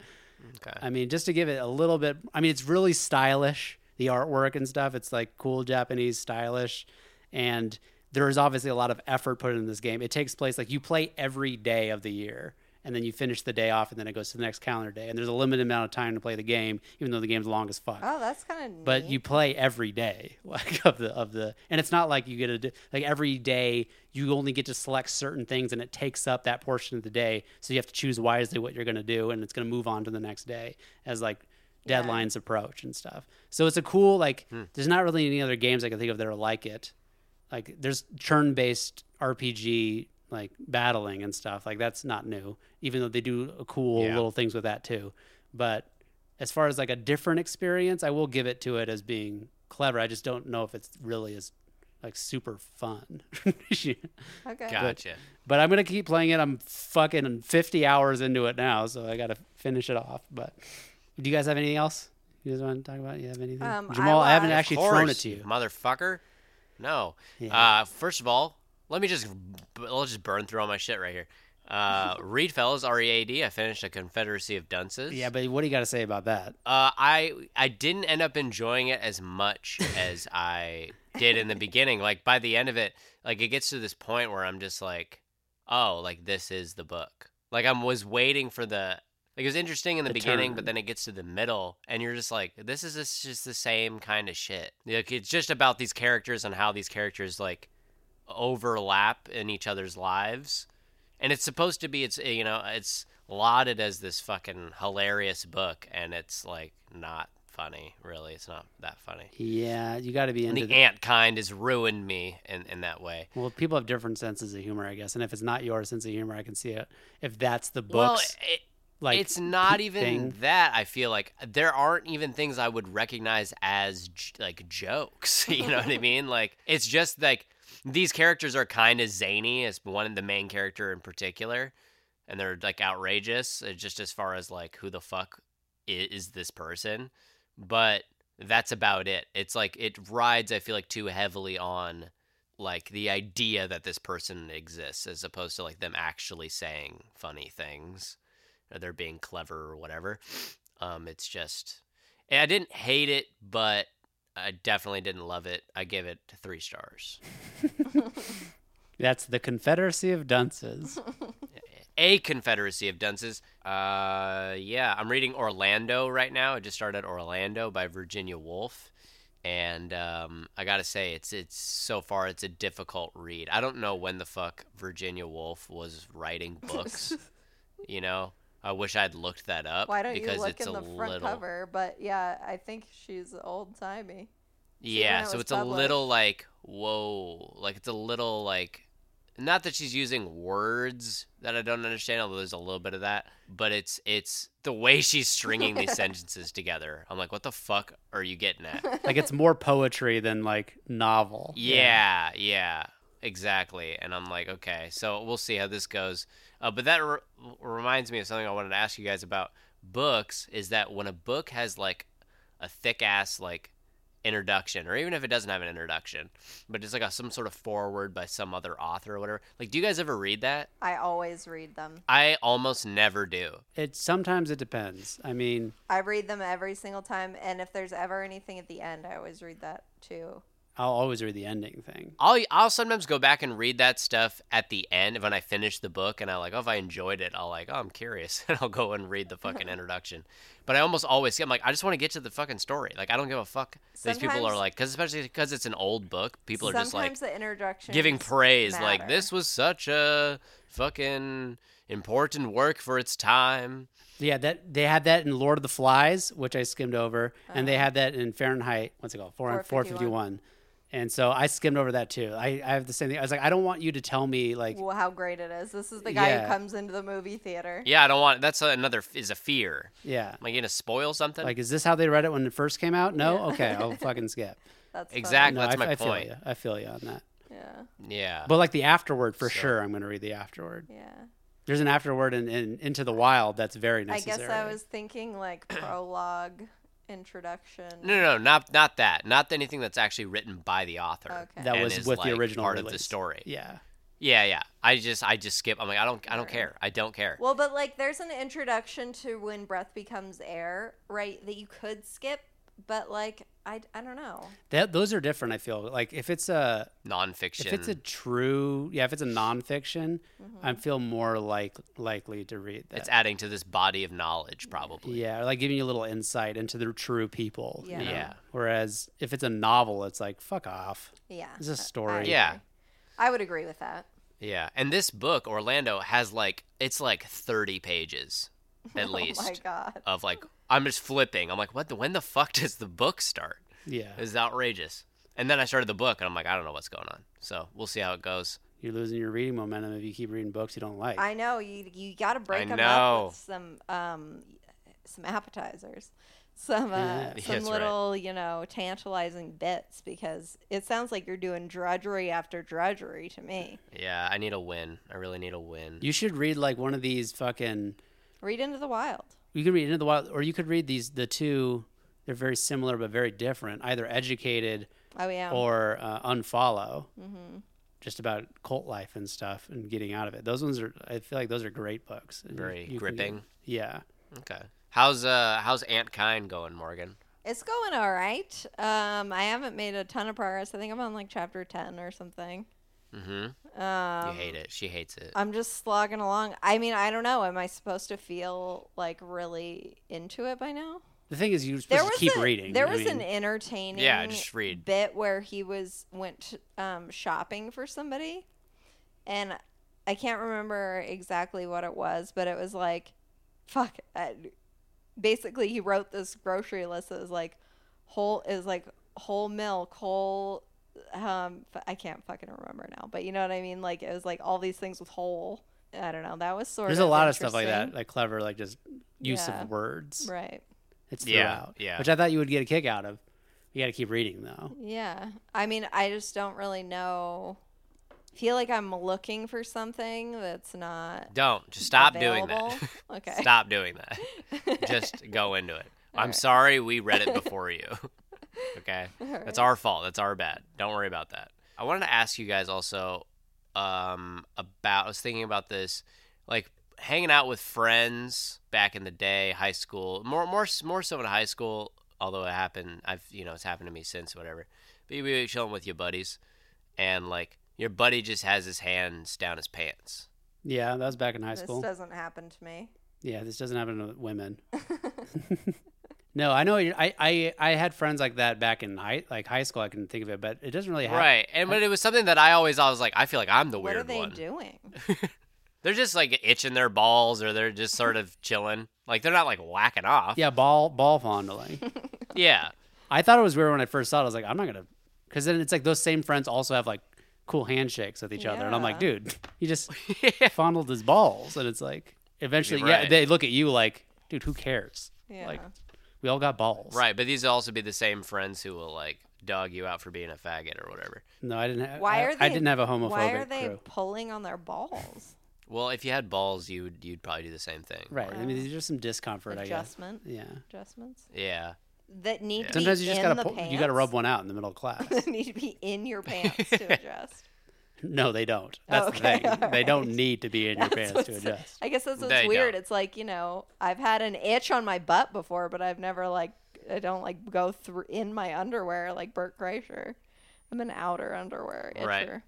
Okay. I mean, just to give it a little bit. I mean, it's really stylish. The artwork and stuff. It's like cool Japanese stylish, and there is obviously a lot of effort put in this game. It takes place like you play every day of the year, and then you finish the day off, and then it goes to the next calendar day. And there's a limited amount of time to play the game, even though the game's long as fuck Oh, that's kind of but you play every day like of the of the and it's not like you get to do- like every day you only get to select certain things and it takes up that portion of the day so you have to choose wisely what you're going to do and it's going to move on to the next day as like deadlines approach and stuff so it's a cool like there's not really any other games i can think of that are like it like there's turn based rpg like battling and stuff like that's not new even though they do cool Yeah. little things with that too but as far as like a different experience, I will give it to it as being clever. I just don't know if it's really as like super fun. okay. Gotcha. but I'm gonna keep playing it. I'm fucking 50 hours into it now, so I gotta finish it off. But do you guys have anything else? You guys want to talk about? You have anything? Um, I Jamal, I, haven't was- actually Of thrown it course, to you. motherfucker. No. Yeah. Uh, first of all, let me just I'll just burn through all my shit right here. Uh, Reed Fellows, R E A D. I finished a Confederacy of Dunces. Yeah, but what do you got to say about that? Uh, I I didn't end up enjoying it as much as I did in the beginning. Like by the end of it, like it gets to this point where I'm just like, oh, like this is the book. Like I was waiting for the like it was interesting in the, The beginning, but turn. then it gets to the middle and you're just like, this is this just the same kind of shit. Like it's just about these characters and how these characters like overlap in each other's lives and it's supposed to be it's you know it's lauded as this fucking hilarious book and it's like not funny really it's not that funny Yeah, you got to be and into. the The ant kind has ruined me in, in that way well, people have different senses of humor, I guess, and if it's not your sense of humor, I can see it. If that's the books, well it, like it's not p- even thing. that i feel like there aren't even things i would recognize as j- like jokes you know what i mean like it's just like these characters are kind of zany as one the main character in particular and they're like outrageous uh, just as far as like who the fuck i- is this person but that's about it it's like it rides i feel like too heavily on like the idea that this person exists as opposed to like them actually saying funny things or they're being clever or whatever. Um, it's just, and I didn't hate it, but I definitely didn't love it. I give it three stars. That's the Confederacy of Dunces. A Confederacy of Dunces. Uh, yeah, I'm reading Orlando right now. I just started Orlando by Virginia Woolf, and um, I gotta say, it's it's so far it's a difficult read. I don't know when the fuck Virginia Woolf was writing books. you know, I wish I'd looked that up Why don't because you look it's in a the front little. cover? But yeah, I think she's old timey. when Yeah, it so was it's a published. little like whoa, like it's a little like not that she's using words that I don't understand, although there's a little bit of that, but it's it's the way she's stringing these sentences together. I'm like, what the fuck are you getting at? like it's more poetry than like novel. yeah, yeah, exactly. And I'm like, okay, so we'll see how this goes. Uh, but that re- reminds me of something I wanted to ask you guys about books is that when a book has like a thick ass like introduction or even if it doesn't have an introduction but just like a, some sort of forward by some other author or whatever like do you guys ever read that I always read them. i almost never do It sometimes it depends. I mean, I read them every single time, and if there's ever anything at the end, I always read that too. I'll always read the ending thing. I'll I'll sometimes go back and read that stuff at the end when I finish the book, and I like, oh, if I enjoyed it, I'll like, oh, I'm curious, and I'll go and read the fucking introduction. But I almost always I'm like, I just want to get to the fucking story. Like, I don't give a fuck. These people are Sometimes- like, because especially because it's an old book, people are just like Sometimes the introduction giving praise, like matter. this was such a fucking important work for its time. Yeah, that they had that in Lord of the Flies, which I skimmed over, and Oh. they had that in Fahrenheit. What's it called? Four four fifty 451. one. And so I skimmed over that too. I, I have the same thing. I was like, I don't want you to tell me like Well, how great it is! This is the guy Yeah. who comes into the movie theater. Yeah, I don't want. That's another f- is a fear. yeah. Am I gonna spoil something? Like, is this how they read it when it first came out? No? Okay, I'll fucking skip. That's funny. exactly. No, that's I, my I feel point. you. I feel you on that. Yeah, Yeah. But like the afterword for sure, I'm gonna read the afterword. yeah. There's an afterword in, in Into the Wild that's very I necessary. guess I was thinking like prologue, introduction. No, no, no, not not that. Not anything that's actually written by the author. Okay. that and was is, with the like, original part of the release. story. Yeah. Yeah. yeah, I just I just skip. I'm like I don't I don't care. I don't care. Well, but like there's an introduction to when breath becomes air, right? That you could skip, but like I, I don't know. That those are different, I feel. Like if it's a Nonfiction. If it's a true, yeah, if it's a nonfiction, Mm-hmm. I feel more like likely to read that. It's adding to this body of knowledge probably. yeah, like giving you a little insight into the true people. you Yeah. know? Yeah. Whereas if it's a novel, it's like fuck off. Yeah, It's a I- story. Yeah. I would agree with that. Yeah. And this book Orlando has like it's like 30 pages at least Oh my god. of like I'm just flipping. I'm like what the when the fuck does the book start? Yeah. This is outrageous. And then I started the book and I'm like I don't know what's going on. So, we'll see how it goes. You're losing your reading momentum if you keep reading books you don't like. I know you you got to break them know. up with some um some appetizers. Some Mm-hmm. uh, Yeah, some that's right. little, you know, tantalizing bits because it sounds like you're doing drudgery after drudgery to me. Yeah, I need a win. I really need a win. you should read like one of these fucking. Read into the wild. You could read Into the Wild, or you could read these the two. They're very similar but very different. Either educated Oh yeah. Mm-hmm. or uh, unfollow just about cult life and stuff and getting out of it those ones are i feel like those are great books And you- Very you can get- gripping. yeah Okay. How's uh how's Ant Kind going, Morgan? It's going all right. Um, I haven't made a ton of progress. I think I'm on like chapter 10 or something. Mm-hmm. Um, you hate it. She hates it. I'm just slogging along. I mean, I don't know. Am I supposed to feel like really into it by now? the thing is you're supposed to keep a- reading There I was an mean, entertaining Yeah, just read. bit where he was went um, shopping for somebody, and I can't remember exactly what it was, but it was like, fuck. I, basically, he wrote this grocery list that was like whole is like whole milk, whole. Um, f- I can't fucking remember now, but you know what I mean. Like it was like all these things with whole. I don't know. That was sort there's of a lot of stuff like interesting. that like clever like just use Yeah. of words Right. it's Yeah, throughout yeah. which i thought you would get a kick out of you gotta keep reading though Yeah. I mean, I just don't really know. Feel like I'm looking for something that's not Don't. Just stop doing available. that. Okay. Stop doing that. Just go into it. I'm sorry we read it before you. okay? That's our fault. That's our bad. Don't worry about that. I wanted to ask you guys also um about I was thinking about this like hanging out with friends back in the day, high school, more more more so in high school, although it happened I've you know, it's happened to me since whatever. But you be chilling with your buddies and like your buddy just has his hands down his pants. yeah that was back in high This school doesn't happen to me. Yeah, this doesn't happen to women. no, I know. what you're- I, I I had friends like that back in high like high school. I can think of it, but it doesn't really happen. Right. And but it was something that I always I was like, I feel like I'm the What weird are they one. doing? They're just like itching their balls or they're just sort of chilling. Like they're not like whacking off. Yeah, ball ball fondling. Yeah. I thought it was weird when I first saw it. I was like, I'm not gonna, because then it's like those same friends also have like cool handshakes with each other, and I'm like, dude, you just fondled his balls, and it's like eventually, yeah, right. they look at you like, dude, who cares? Yeah. Like, we all got balls, Right. But these will also be the same friends who will like dog you out for being a faggot or whatever. No, I didn't. Have, Why I, are they? I didn't have a homophobic Why are they crew. pulling on their balls? Well, if you had balls you'd you'd probably do the same thing. Right. I mean, there's just some discomfort, I guess. Adjustment. Yeah. Adjustments Yeah. that need to be Sometimes you just in gotta the pull, pants. you gotta rub one out in the middle of class. That need to be in your pants to adjust. no, they don't. That's Oh, Okay, the thing. all They don't right. need to be in your That's pants to what's- adjust. I guess that's what's They weird. don't. It's like you know, I've had an itch on my butt before, but I've never like I don't like go through in my underwear like Bert Kreischer. I'm an outer underwear itcher. Right.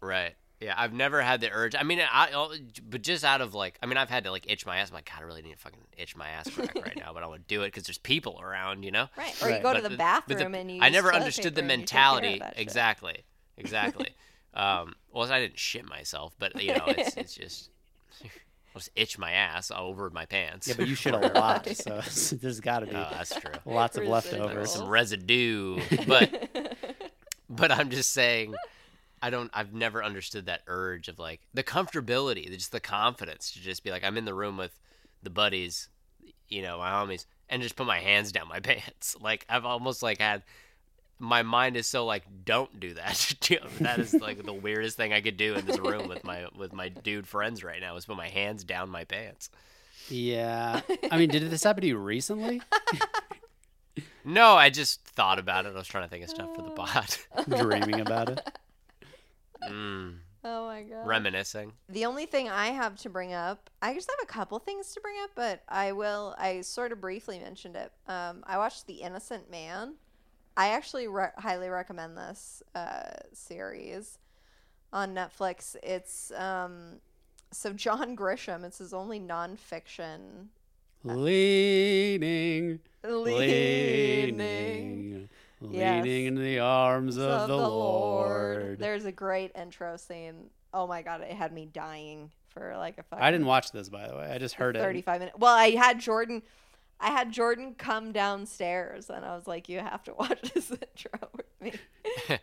Right. Yeah, I've never had the urge. I mean, I, I'll- but just out of like, I mean, I've had to like itch my ass. I'm like, God, I really need to fucking itch my ass crack right now, but I would do it because there's people around, you know. Right. Or Right. you go But to the but the- bathroom and you. I use never toilet understood the paper and you take care of mentality. that shit. Exactly. Exactly. um, well, I didn't shit myself, but you know, it's, it's just I'll just itch my ass all over my pants. Yeah, but you shit a lot, so there's got to be oh, that's true. lots of Residual. Like leftovers. some residue, but but I'm just saying, I don't. I've never understood that urge of like the comfortability, just the confidence to just be like, I'm in the room with the buddies, you know, my homies, and just put my hands down my pants. Like I've almost like had my mind is so like, don't do that. You know, that is like the weirdest thing I could do in this room with my with my dude friends right now is put my hands down my pants. Yeah, I mean, did this happen to you recently? No, I just thought about it. I was trying to think of stuff for the pod. Dreaming about it. mm, Oh my god. reminiscing. The only thing I have to bring up, I just have a couple things to bring up, but I will. I sort of briefly mentioned it. Um, I watched The Innocent Man. I actually re- highly recommend this uh, series on Netflix. It's um, so John Grisham. It's his only nonfiction Leaning, leaning. leaning, Yes. leaning in the arms of, the, Lord. There's a great intro scene. Oh my god, it had me dying for like a fucking I didn't watch this, by the way. I just heard it. 35 minutes. Well, I had Jordan I had Jordan come downstairs and I was like, You have to watch this intro with me.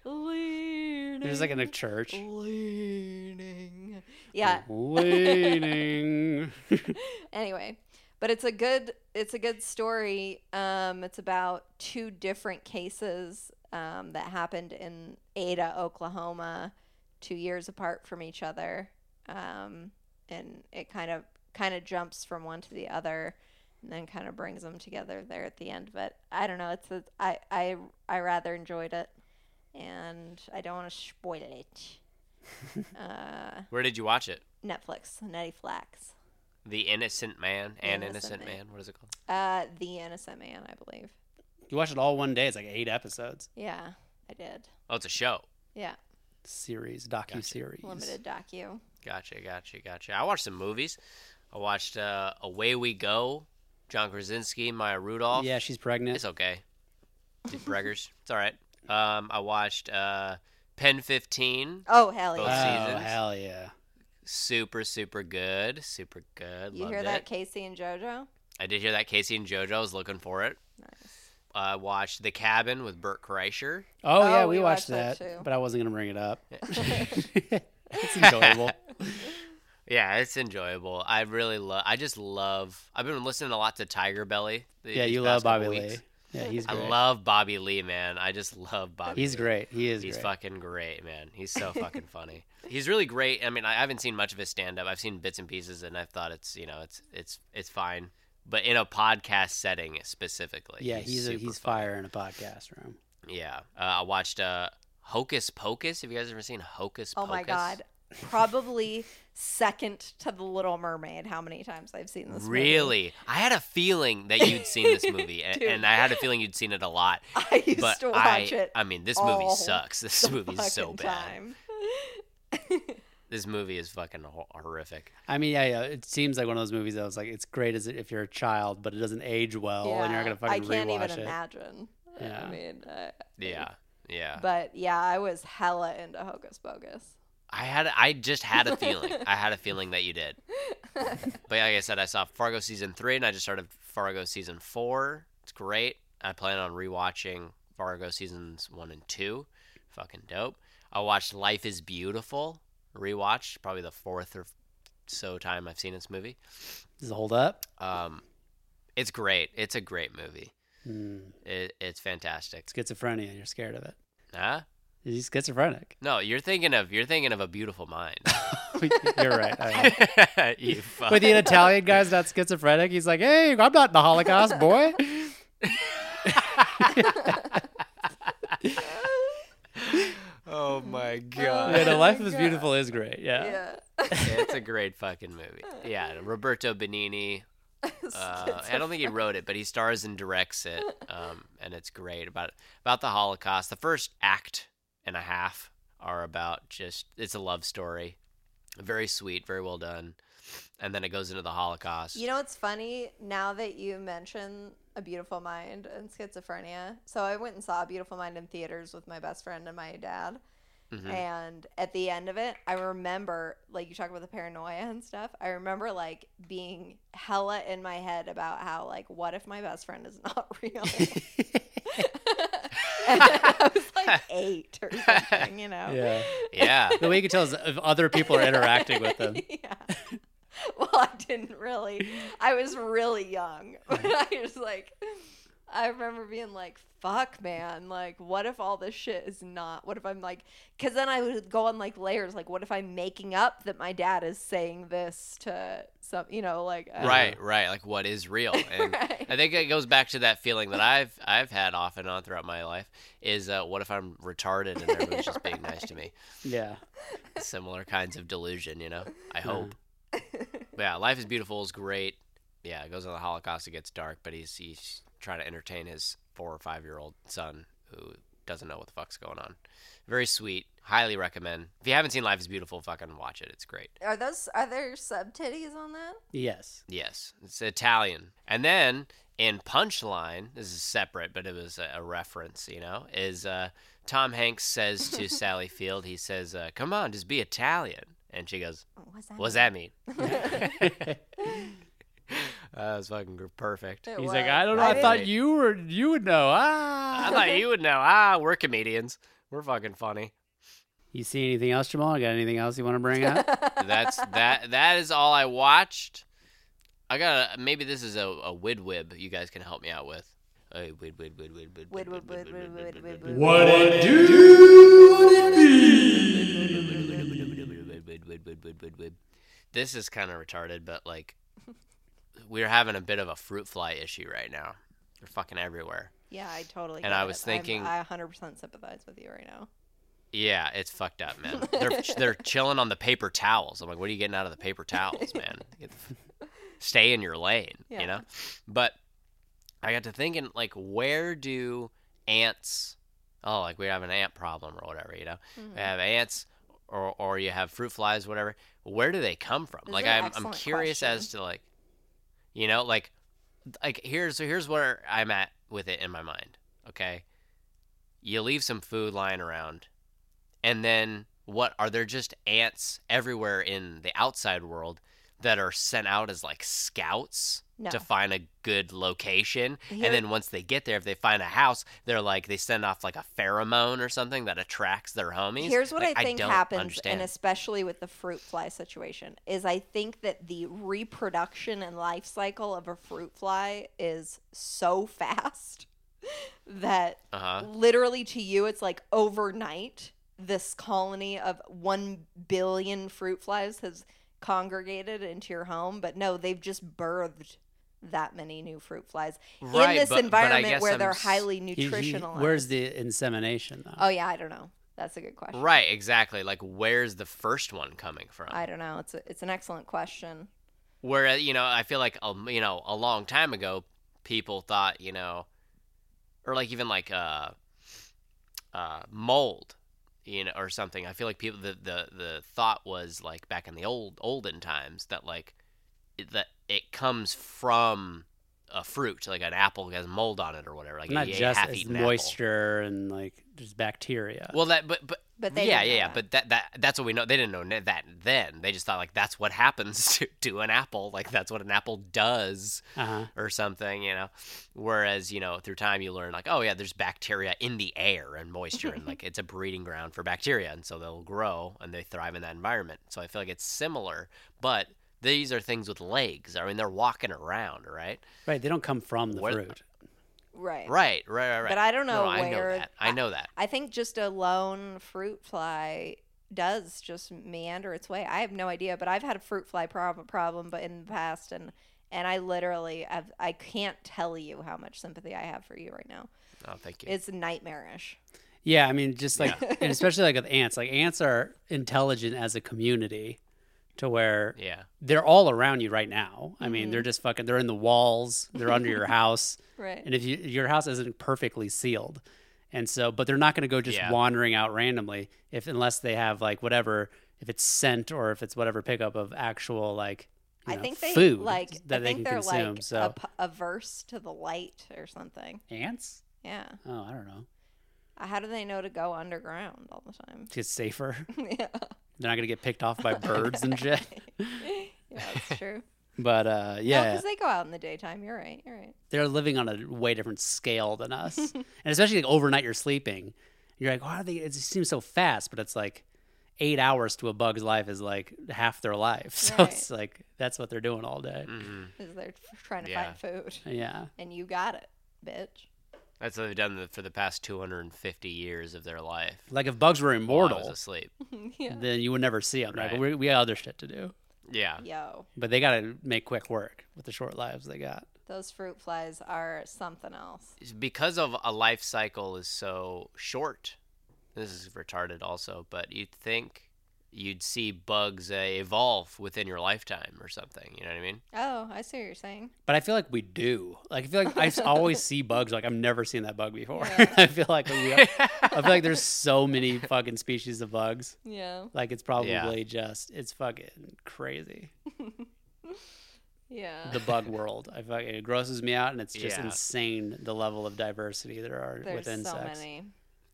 leaning. It was like in a church. leaning. Yeah. leaning. Anyway. But it's a good it's a good story. Um, it's about two different cases um, that happened in Ada, Oklahoma, two years apart from each other. Um, and it kind of kind of jumps from one to the other and then kind of brings them together there at the end but i don't know it's a, I, I i rather enjoyed it and i don't want to spoil it uh Where did you watch it? netflix netty flax The Innocent Man and Innocent, Innocent man. Man. What is it called? uh the innocent man i believe you watch it all one day. It's like eight episodes. yeah i did Oh, it's a show. yeah Series, docu series. limited docu Gotcha, gotcha, gotcha. I watched some movies. I watched uh, Away We Go, John Krasinski, Maya Rudolph. Yeah, she's pregnant. it's okay. Did Breggers. It's all right. Um, I watched uh, Pen 15. oh hell Both oh, yeah seasons. hell yeah. Super, super good. Super good. you Loved hear it. that casey and jojo I did hear that Casey and JoJo. I was looking for it. I watched The Cabin with Burt Kreischer. Oh, yeah, Oh, we, we watched, watched that, that too. but I wasn't gonna bring it up. it's enjoyable. Yeah, it's enjoyable. I really love. I just love. I've been listening a lot to Tiger Belly. the- yeah, these you love past couple Bobby Lee. weeks. Yeah, he's I great. love Bobby Lee, man. I just love Bobby. he's Lee. great. He is He's great. fucking great, man. He's so fucking funny. He's really great. I mean, I haven't seen much of his stand up. I've seen bits and pieces, and I've thought it's you know it's it's it's fine. But in a podcast setting specifically, yeah, he's a, super he's funny. fire in a podcast room. Yeah, uh, I watched uh, Hocus Pocus. Have you guys ever seen Hocus Oh Pocus? my god. Probably second to The Little Mermaid, how many times I've seen this movie. Really? I had a feeling that you'd seen this movie, and, Dude. and I had a feeling you'd seen it a lot. I used but to watch I, it. I mean, this movie all sucks. This the movie is so fucking bad. time. This movie is fucking ho- horrific. I mean, yeah, yeah, it seems like one of those movies that was like it's great as if you're a child, but it doesn't age well, Oh, and you're not gonna Yeah, I fucking can't rewatch even it. imagine. Yeah. I mean, uh, Yeah, yeah. but yeah, I was hella into Hocus Pocus. I had, I just had a feeling. I had a feeling that you did. But like I said, I saw Fargo season three, and I just started Fargo season four. It's great. I plan on rewatching Fargo seasons one and two. Fucking dope. I watched Life Is Beautiful. Rewatched probably the fourth or so time I've seen this movie. Does it hold up? Um, it's great. It's a great movie. Hmm. It, it's fantastic. schizophrenia. You're scared of it. Huh? He's schizophrenic. No, you're thinking of you're thinking of a beautiful mind. You're right. I am. you fuck. But the Italian guy's not schizophrenic. He's like, hey, I'm not in the Holocaust, boy. oh my Yeah, god. no, Life is Beautiful is great. Yeah. Yeah. it's a great fucking movie. Yeah, Roberto Benini. Uh, I don't think he wrote it, but he stars and directs it, um, and it's great about about the Holocaust. The first act and a half are about just it's a love story, very sweet, very well done, and then it goes into the Holocaust. You know what's funny? Now that you mention A Beautiful Mind and schizophrenia, so I went and saw A Beautiful Mind in theaters with my best friend and my dad. Mm-hmm. And at the end of it, I remember, like, you talk about the paranoia and stuff. I remember, like, being hella in my head about how, like, what if my best friend is not real? and I was like eight or something, you know? Yeah. yeah, The way you can tell is if other people are interacting with them. yeah. Well, I didn't really. I was really young. But I was like, I remember being like, fuck, man. Like, what if all this shit is not? What if I'm like, because then I would go on like layers. Like, what if I'm making up that my dad is saying this to some, you know, like. I don't right, right. Like what is real? And Right. I think it goes back to that feeling that I've I've had off and on throughout my life is uh, what if I'm retarded and everyone's just being nice to me? Yeah. Similar kinds of delusion, you know. I hope. But yeah, life is beautiful is great. Yeah, it goes on the Holocaust. It gets dark, but he's he's trying to entertain his four or five year old son who doesn't know what the fuck's going on. Very sweet. Highly recommend. If you haven't seen Life is Beautiful, fucking watch it. It's great. know. Are those, are there sub titties on that? Yes. Yes, it's Italian. And then in Punchline, this is separate, but it was a, a reference, you know, is uh, Tom Hanks says to Sally Field, he says, uh, come on, just be Italian. And she goes, What's that? what's that mean? that was fucking perfect. It He's was. like, I don't know. I, thought didn't- you were you would know. I Ah. thought you would know. Ah, we're comedians. We're fucking funny. You see anything else, Jamal? Got anything else you want to bring up? That's that. That is all I watched. I got to maybe this is a, a wid wib you guys can help me out with. A wid wid wid wid wid Wait, wait, wait, wait, wait, wait, wait, wait. This is kind of retarded, but like, we're having a bit of a fruit fly issue right now. They're fucking everywhere. Yeah, I totally. And get I it. was I'm- thinking- I 100% sympathize with you right now. Yeah, it's fucked up, man. They're they're chilling on the paper towels. I'm like, what are you getting out of the paper towels, man? Get the f- Stay in your lane, Yeah. you know. But I got to thinking, like, where do ants? Oh, like we have an ant problem or whatever, you know. Mm-hmm. We have ants, or or you have fruit flies, whatever. Where do they come from? This is like, an I'm I'm excellent curious as to like, you know, like, like here's so here's where I'm at with it in my mind. Okay, you leave some food lying around, and then what are there just ants everywhere in the outside world that are sent out as like scouts Mm-hmm. No. to find a good location? Here- And then once they get there, if they find a house, they're like they send off like a pheromone or something that attracts their homies. Here's what Like, I think don't happens, understand. and especially with the fruit fly situation, is I think that the reproduction and life cycle of a fruit fly is so fast that Uh-huh. literally to you, it's like overnight, this colony of 1 billion fruit flies has congregated into your home. But no, they've just birthed that many new fruit flies Right, in this but- but I environment guess where I'm they're s- highly You- you- nutritional. Where's the insemination though? Oh, yeah, I don't know. That's a good question. Right, exactly. Like, where's the first one coming from? I don't know. It's a, it's an excellent question. Where uh, you know, I feel like um, you know, a long time ago, people thought you know, or like even like uh, uh, mold, you know, or something. I feel like people the the the thought was like back in the old olden times that like it, that it comes from a fruit, like an apple has mold on it or whatever. Like Not you ate just it's half-eaten apple. moisture and like just bacteria. Well, that but but But they yeah didn't know yeah yeah. that. But that that that's what we know. They didn't know ne- that then. They just thought like that's what happens to, to an apple. Like that's what an apple does uh-huh. or something. You know. Whereas you know through time you learn like oh yeah there's bacteria in the air and moisture and like it's a breeding ground for bacteria and so they'll grow and they thrive in that environment. So I feel like it's similar, but these are things with legs. I mean they're walking around, right? Right. They don't come from the What- fruit. Right. Right, right, right. right. Eh, But I don't know no, I know where- that. I know that. I think just a lone fruit fly does just meander its way. I have no idea, but I've had a fruit fly prob- problem but in the past and and I literally have, I can't tell you how much sympathy I have for you right now. Oh, thank you. It's nightmarish. Yeah, I mean, just like, and especially like with ants. Like ants are intelligent as a community, to where yeah. they're all around you right now. I mean, Mm-hmm. they're just fucking. They're in the walls. They're under your house. Right. And if you, your house isn't perfectly sealed, And so, but they're not going to go just Yeah. wandering out randomly if unless they have like whatever, if it's scent or if it's whatever pickup of actual like. you I know, think they food like. that I they think can they're consume. like so ap- averse to the light or something. ants? Yeah. Oh, I don't know. Uh, How do they know to go underground all the time? It's safer. yeah. They're not gonna get picked off by birds and shit. Yeah, that's true. But uh, Yeah, yeah, because they go out in the daytime. You're right. You're right. they're living on a way different scale than us, and especially like overnight you're sleeping. You're like, why are they? It just seems so fast, but it's like eight hours to a bug's life is like half their life. So Right. it's like that's what they're doing all day. Mm. Mm-hmm. Because they're f- trying to Yeah. find food, Yeah, and you got it, bitch. That's what they've done the- for the past 250 years of their life. like if bugs were while I was immortal, asleep. yeah. then you would never see them. Like Right. we, we got other shit to do, Yeah. Yo, but they gotta make quick work with the short lives they got. those fruit flies are something else. because of a life cycle is so short this is retarded also but you'd think you'd see bugs uh, evolve within your lifetime or something you know what i mean Oh, I see what you're saying. But I feel like we do. Like I feel like I s- always see bugs. Like I've never seen that bug before. I feel like we, I feel like there's so many fucking species of bugs. Yeah. Like it's probably just it's fucking crazy. Yeah. The bug world. I fucking it grosses me out, and it's just Yeah. insane the level of diversity there are There's with so insects. many.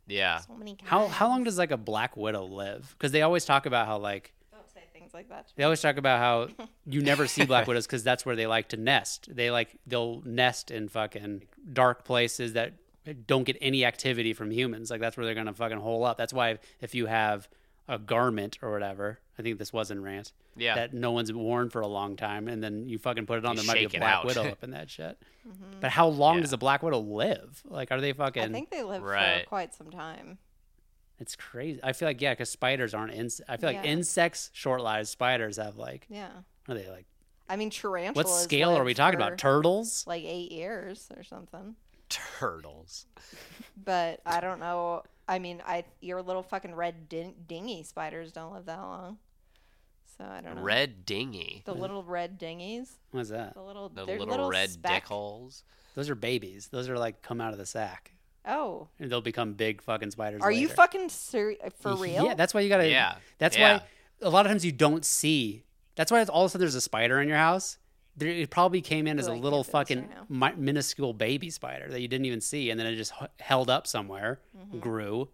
yeah So many kinds. How how long does like a black widow live? Because they always talk about how like Don't say things like that. They always talk about how you never see black widows because that's where they like to nest. They like they'll nest in fucking dark places that don't get any activity from humans. Like that's where they're gonna fucking hole up. That's why if you have a garment or whatever, I think this was in rant. Yeah. That no one's worn for a long time, and then you fucking put it on, You there might be a shake it black out. widow up in that shit. But how long Yeah. does a black widow live? Like, are they fucking? Mm-hmm. I think they live Right. for quite some time. it's crazy. I feel like yeah, because spiders aren't ins. I feel like Yeah. insects short lives. Spiders have like Yeah. are they like I mean, tarantulas. What scale are live we talking about? for, Turtles? like eight years or something. turtles But I don't know. I mean, I your little fucking red din- dingy spiders don't live that long. So I don't know. red dinghy The little red dinghies. What's that? The little the they're little, red dick holes Those are babies. Those are like come out of the sack, Oh, and they'll become big fucking spiders. are you later. fucking ser- for real? Yeah, that's why you gotta. Yeah, that's yeah. why a lot of times you don't see. That's why it's all of a sudden there's a spider in your house. There, it probably came in as Ooh, a I can't little do this right fucking mi- minuscule baby spider that you didn't even see, and then it just h- held up somewhere, grew,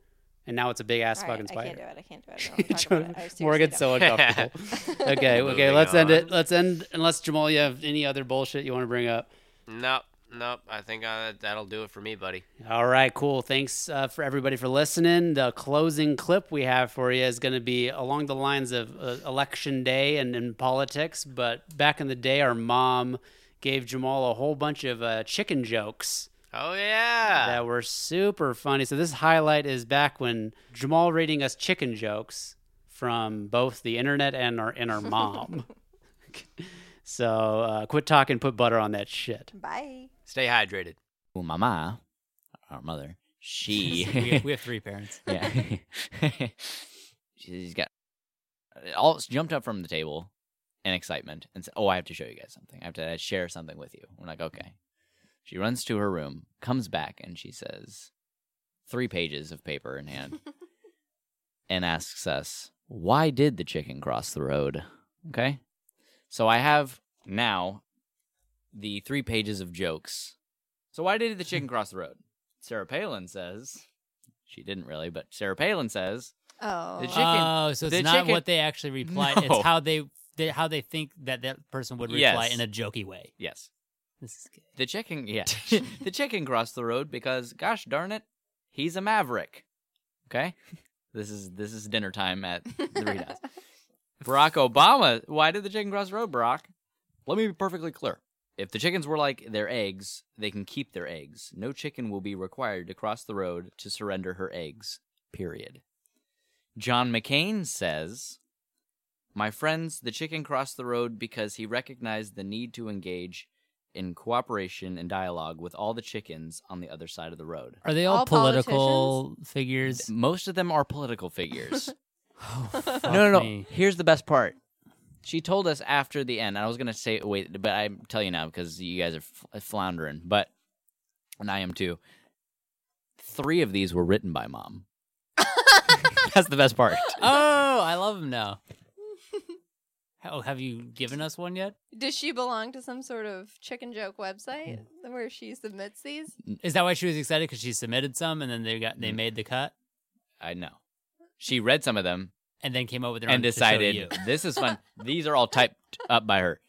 and now it's a big ass Mm-hmm. All right, fucking I spider. can't do it. I can't do it. I don't wanna talk about it. I seriously Morgan's don't. so uncomfortable. okay, okay, Moving let's end on. it. Let's end unless Jamal, you have any other bullshit you want to bring up. nope nope i think uh that'll do it for me buddy All right, cool. Thanks uh, for everybody for listening. The closing clip we have for you is going to be along the lines of uh, election day and in politics. But back in the day, our mom gave Jamal a whole bunch of uh, chicken jokes oh yeah that were super funny. So this highlight is back when Jamal reading us chicken jokes from both the internet and our and our mom. so uh, quit talking, put butter on that shit. Bye. stay hydrated Well, mama, our mother, she we have three parents. yeah. She's got all jumped up from the table in excitement and said, "Oh, I have to show you guys something. I have to uh, share something with you." We're like, "Okay." She runs to her room, comes back, and she says, three pages of paper in hand, and asks us, "Why did the chicken cross the road?" Okay, so I have now the three pages of jokes. So why did the chicken cross the road? Sarah Palin says she didn't really, but Sarah Palin says Oh, the chicken. Oh, so it's the not chicken- what they actually reply. No. It's how they, they how they think that that person would reply Yes. in a jokey way. yes, This is good. the chicken. Yeah, the chicken crossed the road because, gosh darn it, he's a maverick. Okay, this is this is dinner time at the Reed House. Barack Obama. Why did the chicken cross the road, Barack? Let me be perfectly clear. If the chickens were like their eggs, they can keep their eggs. No chicken will be required to cross the road to surrender her eggs. Period. John McCain says, My friends, the chicken crossed the road because he recognized the need to engage in cooperation and dialogue with all the chickens on the other side of the road. Are they all, All political figures? Most of them are political figures. Fuck no, no, no. me. Here's the best part. She told us after the end. I was gonna say wait, but I uh, tell you now because you guys are f- floundering. But and I am too. Three of these were written by mom. That's the best part. Oh, I love him now. Oh, have you given us one yet? Does she belong to some sort of chicken joke website where she submits these? Is that why she was excited? Because she submitted some, and then they got they Mm. made the cut, I know. She read some of them and then came up with their and own to show decided you. this is fun. These are all typed up by her.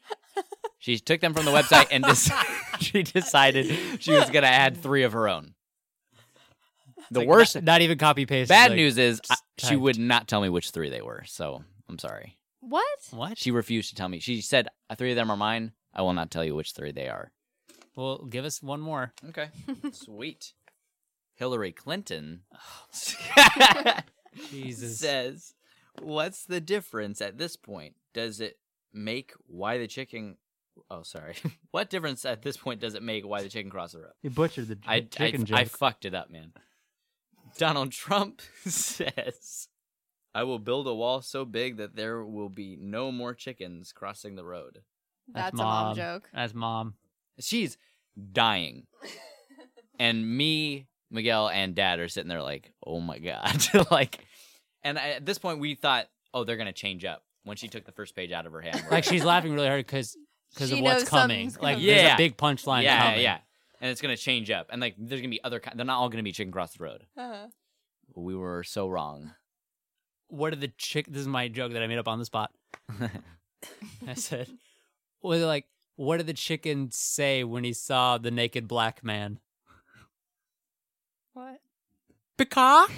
She took them from the website and decided she decided she was going to add three of her own. The Like, worst not, not even copy paste. bad like, news is I, just she typed. would not tell me which three they were. So I'm sorry. What? What? She refused to tell me. She said, "Uh, three of them are mine. I will not tell you which three they are. Well, give us one more. Okay. Sweet. Hillary Clinton Jesus. says, What's the difference at this point? Does it make why the chicken. Oh, sorry. what difference at this point does it make why the chicken crossed the road? You butchered the I, I, chicken I joke. fucked it up, man. Donald Trump says, I will build a wall so big that there will be no more chickens crossing the road. That's a mom joke. That's mom. She's dying. and me, Miguel, and dad are sitting there like, oh my God. like, and I, at this point, we thought, oh, they're going to change up when she took the first page out of her hand. Like she's laughing really hard because She of what's knows coming. something's Like coming. there's Yeah. a big punchline yeah, coming. yeah. And it's going to change up. And like, there's going to be other, ki- they're not all going to be chicken cross the road. Uh-huh. We were so wrong. What are the chick? This is my joke that I made up on the spot. I said, "Was it like what did the chicken say when he saw the naked black man?" What? Peacock.